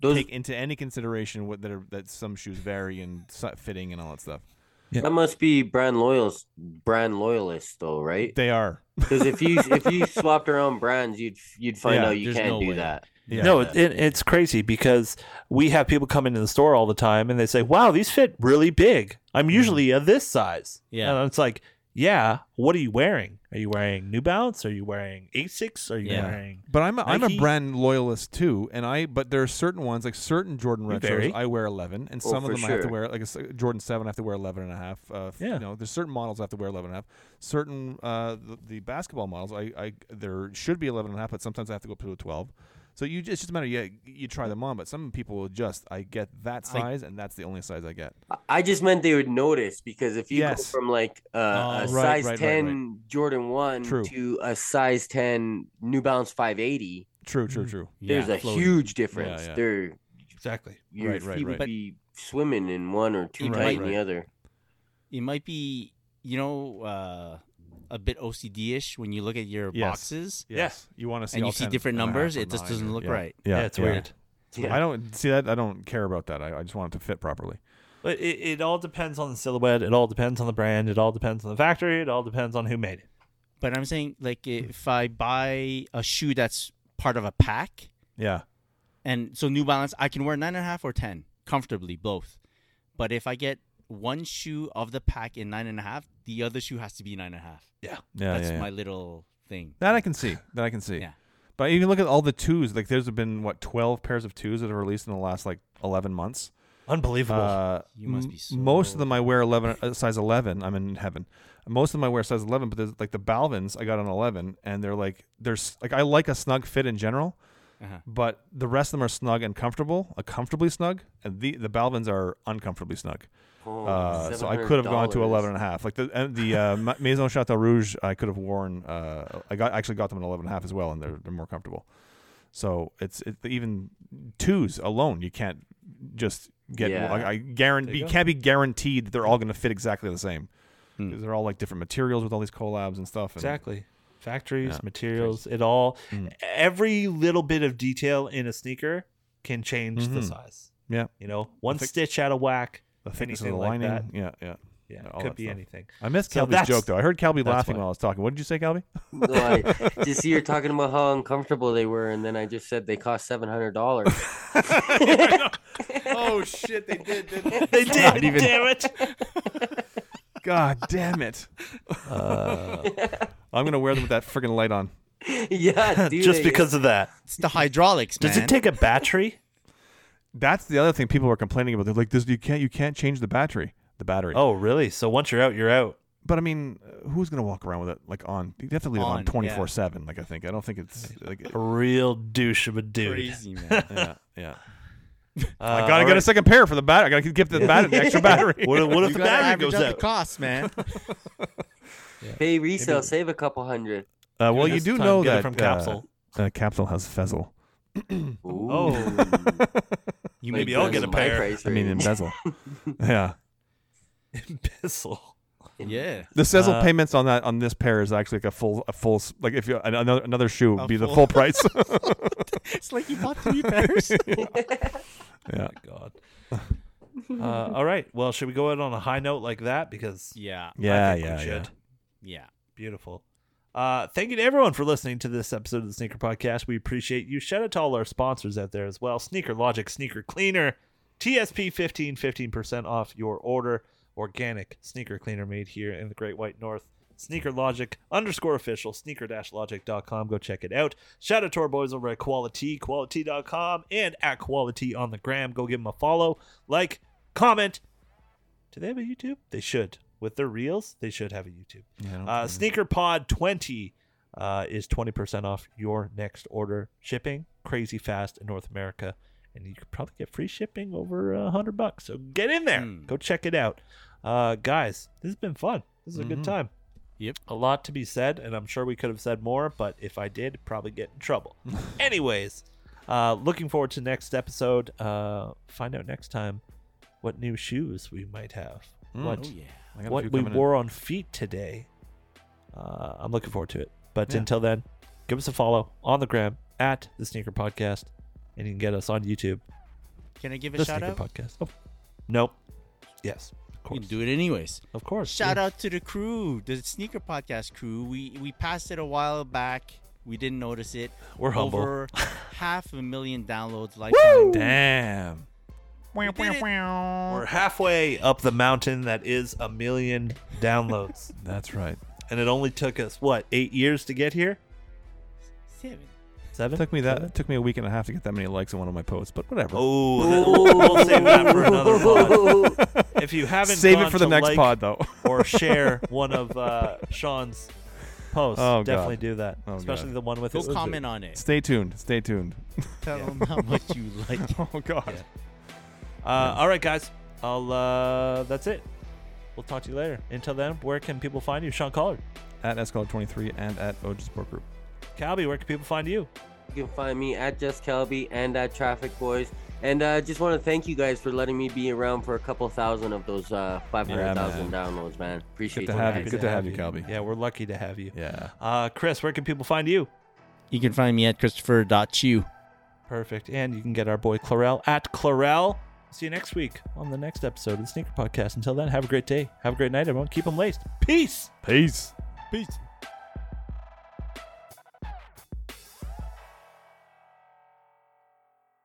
Speaker 5: Those-
Speaker 4: take into any consideration what that are, that some shoes vary and si- fitting and all that stuff.
Speaker 2: Yeah.
Speaker 5: That must be brand loyals, brand loyalists though, right?
Speaker 4: They are.
Speaker 5: Because if you if you swapped around brands, you'd you'd find
Speaker 4: Yeah,
Speaker 5: out you
Speaker 3: there's
Speaker 5: can't
Speaker 3: no
Speaker 5: do
Speaker 3: way.
Speaker 5: that.
Speaker 4: Yeah.
Speaker 2: No, it, it, it's crazy because we have people come into the store all the time and they say, "Wow, these fit really big. I'm
Speaker 4: Mm-hmm.
Speaker 2: usually a this size."
Speaker 3: Yeah.
Speaker 2: and it's like, yeah, what are you wearing? Are you wearing New Balance? Are you wearing Asics? Are you
Speaker 3: Yeah.
Speaker 2: wearing?
Speaker 4: But I'm a, I'm a
Speaker 2: Nike?
Speaker 4: brand loyalist too, and I but there are certain ones like certain Jordan retros
Speaker 2: vary.
Speaker 4: I wear 11, and
Speaker 5: Oh,
Speaker 4: some of
Speaker 5: for
Speaker 4: them I have to
Speaker 5: sure.
Speaker 4: wear like a s- Jordan 7 I have to wear 11 and a half. Uh, f-
Speaker 2: Yeah.
Speaker 4: you know, there's certain models I have to wear 11 and a half. Certain uh, the, the basketball models I, I there should be 11 and a half, but sometimes I have to go up to a 12. So you just, it's just a matter yeah you try them on, but some people will just I get that
Speaker 3: I-
Speaker 4: size and that's the only size I get.
Speaker 5: I- I just meant they would notice because if you
Speaker 4: Yes.
Speaker 5: go from like uh,
Speaker 3: Oh,
Speaker 5: a
Speaker 4: right,
Speaker 5: size
Speaker 4: right, right,
Speaker 5: ten
Speaker 4: right.
Speaker 5: Jordan one
Speaker 4: True.
Speaker 5: to a size ten New Balance five eighty,
Speaker 4: True,
Speaker 3: Mm.
Speaker 4: true, true.
Speaker 5: there's
Speaker 3: Yeah.
Speaker 5: a huge difference.
Speaker 4: yeah.
Speaker 5: There,
Speaker 2: Exactly.
Speaker 5: your
Speaker 4: Right, right,
Speaker 5: feet
Speaker 4: right.
Speaker 5: would be swimming in one or too
Speaker 3: Right,
Speaker 5: tight in
Speaker 4: right.
Speaker 5: the other.
Speaker 3: It might be, you know, uh, a bit OCD ish when you look at your
Speaker 4: Yes.
Speaker 3: boxes
Speaker 2: Yeah.
Speaker 4: Yes, you want to see
Speaker 3: and
Speaker 4: all
Speaker 3: you see
Speaker 4: 10
Speaker 3: different
Speaker 4: and a half
Speaker 3: numbers.
Speaker 4: or
Speaker 3: It just
Speaker 4: nine
Speaker 3: doesn't
Speaker 4: or-
Speaker 3: look
Speaker 4: yeah.
Speaker 3: right.
Speaker 4: Yeah,
Speaker 2: yeah it's weird.
Speaker 4: I don't see that. I don't care about that. I, I just want it to fit properly.
Speaker 2: But it, it all depends on the silhouette. It all depends on the brand. It all depends on the factory. It all depends on who made it.
Speaker 3: But I'm saying,
Speaker 4: Hmm.
Speaker 3: like, if I buy a shoe that's part of a pack,
Speaker 4: Yeah.
Speaker 3: and so New Balance, I can wear nine and a half or ten comfortably, both. But if I get one shoe of the pack in nine and a half, the other shoe has to be nine and a half.
Speaker 4: Yeah,
Speaker 3: That's
Speaker 4: yeah, yeah.
Speaker 3: my little thing.
Speaker 4: That I can see. That I can see.
Speaker 3: Yeah.
Speaker 4: But you can look at all the twos. Like there's been what twelve pairs of twos that are released in the last like eleven months.
Speaker 8: Unbelievable.
Speaker 4: Uh,
Speaker 3: You must
Speaker 4: m-
Speaker 3: be so-
Speaker 4: Most of them I wear eleven uh, size eleven. I'm in heaven. Most of them I wear size eleven, but there's like the Balvins I got an eleven, and they're like there's like I like a snug fit in general,
Speaker 3: Uh-huh.
Speaker 4: but the rest of them are snug and comfortable, uh, comfortably snug, and the the Balvins are uncomfortably snug.
Speaker 5: Oh,
Speaker 4: Uh, so I could have gone to
Speaker 5: $700.
Speaker 4: 11 and a half. Like the and the uh, Ma- Maison Chateau Rouge, I could have worn. Uh, I got actually got them at 11 and a half as well, and they're they're more comfortable. So it's it, even twos alone. You can't just get.
Speaker 5: Yeah.
Speaker 4: I, I guarantee
Speaker 8: you
Speaker 4: you
Speaker 8: go.
Speaker 4: can't be guaranteed that they're all going to fit exactly the same.
Speaker 3: Hmm.
Speaker 4: 'Cause they're all like different materials with all these collabs and stuff. and-
Speaker 8: Exactly. Factories,
Speaker 4: Yeah.
Speaker 8: materials, it all
Speaker 4: Mm.
Speaker 8: every little bit of detail in a sneaker can change the
Speaker 4: Mhm.
Speaker 8: size.
Speaker 4: Yeah.
Speaker 8: You know, one
Speaker 4: Thick-
Speaker 8: stitch out of whack,
Speaker 4: The thickness of the
Speaker 8: Anything like
Speaker 4: lining.
Speaker 8: that.
Speaker 4: Yeah, yeah.
Speaker 8: yeah,
Speaker 4: Yeah, all
Speaker 8: could
Speaker 4: that
Speaker 8: be
Speaker 4: stuff.
Speaker 8: anything.
Speaker 4: I missed
Speaker 8: So
Speaker 4: Calby's
Speaker 8: that's-
Speaker 4: joke though. I heard Calby
Speaker 8: that's
Speaker 4: laughing
Speaker 8: why.
Speaker 4: while I was talking. What did you say, Calby?
Speaker 5: No, I just see you're talking about how uncomfortable they were, and then I just said they cost seven hundred dollars.
Speaker 4: oh shit! They did.
Speaker 8: They did, damn it.
Speaker 4: God damn it!
Speaker 8: Uh,
Speaker 4: I'm gonna wear them with that freaking light on.
Speaker 5: yeah, dude,
Speaker 8: Just
Speaker 5: I-
Speaker 8: because of that.
Speaker 3: It's the hydraulics, man.
Speaker 8: Does it take a battery?
Speaker 4: That's the other thing people are complaining about. They're like, "This you can't you can't change the battery, the battery."
Speaker 8: Oh, really? So once you're out, you're out.
Speaker 4: but I mean, uh, who's gonna walk around with it like on? You have to leave it
Speaker 3: On,
Speaker 4: on
Speaker 3: yeah.
Speaker 4: twenty four seven. Like I think I don't think it's like
Speaker 8: A real douche of a dude.
Speaker 3: Crazy, man.
Speaker 4: yeah yeah.
Speaker 8: Uh,
Speaker 4: I gotta get a second pair for the battery. I gotta give the battery the extra battery.
Speaker 8: What, if- what if
Speaker 3: you
Speaker 8: the
Speaker 3: gotta
Speaker 8: battery
Speaker 3: average
Speaker 8: goes
Speaker 3: out the
Speaker 8: out?
Speaker 3: cost, man.
Speaker 5: pay resale, save a couple hundred.
Speaker 4: Uh, well, you
Speaker 8: This
Speaker 4: do
Speaker 8: time,
Speaker 4: know
Speaker 8: get
Speaker 4: that
Speaker 8: it from
Speaker 4: uh,
Speaker 8: Capsule.
Speaker 4: Uh, capsule has Fezzle.
Speaker 5: Ooh.
Speaker 8: Oh.
Speaker 3: You
Speaker 5: Like,
Speaker 8: Maybe I'll
Speaker 5: that's
Speaker 8: get a
Speaker 5: my
Speaker 8: pair.
Speaker 5: price
Speaker 4: I mean,
Speaker 5: range.
Speaker 4: embezzle. yeah,
Speaker 8: Pissel.
Speaker 3: Yeah.
Speaker 4: the Sezzle
Speaker 8: Uh,
Speaker 4: payments on that on this pair is actually like a full a full s- like if you an- another another shoe would
Speaker 3: A
Speaker 4: be the
Speaker 3: full-
Speaker 4: full price.
Speaker 3: It's like you bought three pairs.
Speaker 4: yeah.
Speaker 8: God. Uh, all right. Well, should we go out on a high note like that? Because
Speaker 3: yeah.
Speaker 4: Yeah,
Speaker 8: I think
Speaker 4: yeah, yeah.
Speaker 8: we should.
Speaker 3: Yeah.
Speaker 8: Beautiful. Uh, thank you to everyone for listening to this episode of the Sneaker Podcast. We appreciate you. Shout out to all our sponsors out there as well Sneaker Logic, Sneaker Cleaner, TSP 15, 15% off your order. Organic sneaker cleaner made here in the Great White North. Sneaker Logic underscore official, sneaker logic.com. Go check it out. Shout out to our boys over at Quality, quality.com, and at Quality on the gram. Go give them a follow, like, comment. Do they have a YouTube? They should. With their reels, they should have a YouTube. Uh, Sneaker Pod 20 uh, is 20% off your next order. Shipping crazy fast in North America. And you could probably get free shipping over a 100 bucks. So get in there.
Speaker 3: Mm.
Speaker 8: Go check it out. Uh, guys, this has been fun. This is a good time.
Speaker 3: Yep.
Speaker 8: A lot to be said, and I'm sure we could have said more, but if I did, probably get in trouble. Anyways, uh, looking forward to next episode. Uh, find out next time what new shoes we might have. what
Speaker 3: Oh, yeah.
Speaker 4: I got a few
Speaker 8: what we
Speaker 4: coming in.
Speaker 8: wore on feet today. Uh, I'm looking forward to it. But until then, give us a follow on the gram at the Sneaker Podcast, and you can get us on YouTube.
Speaker 3: Can I give a
Speaker 8: The
Speaker 3: shout
Speaker 8: Sneaker
Speaker 3: out?
Speaker 8: Podcast. Oh, nope. Yes, of
Speaker 3: You
Speaker 8: course.
Speaker 3: can do it anyways.
Speaker 8: Of course.
Speaker 3: Shout out to the crew, the sneaker podcast crew. We we passed it a while back. We didn't notice it.
Speaker 8: We're humble.
Speaker 3: Over half a million downloads lifetime.
Speaker 4: Damn.
Speaker 8: We're halfway up the mountain that is a million downloads,
Speaker 4: That's right.
Speaker 8: and it only took us what eight years to get here.
Speaker 3: Seven.
Speaker 8: Seven.
Speaker 4: It took me that it took me a week and a half to get that many likes on one of my posts, but whatever.
Speaker 8: Oh, that- we'll save that for another pod. If you haven't
Speaker 4: Save it
Speaker 8: gone
Speaker 4: for the
Speaker 8: to
Speaker 4: next
Speaker 8: like
Speaker 4: pod though.
Speaker 8: or share one of uh, Sean's posts.
Speaker 4: Oh, God.
Speaker 8: Definitely do that,
Speaker 4: Oh,
Speaker 8: especially
Speaker 4: God.
Speaker 8: the one with
Speaker 3: Go
Speaker 8: his
Speaker 3: comment on it.
Speaker 4: stay tuned. Stay tuned.
Speaker 3: Tell them how much you like. it.
Speaker 4: Oh god.
Speaker 8: Uh, all right, guys. I'll. Uh, that's it. We'll talk to you later. Until then, where can people find you, Sean Collard?
Speaker 4: At Escalade 23 and at Oja Sport Group.
Speaker 8: Calby, where can people find you?
Speaker 5: You can find me at Just Calby and at Traffic Boys. And I uh, just want to thank you guys for letting me be around for a couple thousand of those uh, 500,000 downloads, man. Appreciate
Speaker 4: to
Speaker 5: you
Speaker 4: have you.
Speaker 5: guys.
Speaker 4: Good to have you, Calby.
Speaker 8: Yeah, we're lucky to have you.
Speaker 4: Yeah.
Speaker 8: Uh, Chris, where can people find you?
Speaker 3: You can find me at Christopher.chew.
Speaker 8: Perfect. And you can get our boy Clarel at Clarel. See you next week on the next episode of the Sneaker Podcast. Until then, have a great day. Have a great night, everyone. Keep them laced. Peace.
Speaker 4: Peace.
Speaker 3: Peace.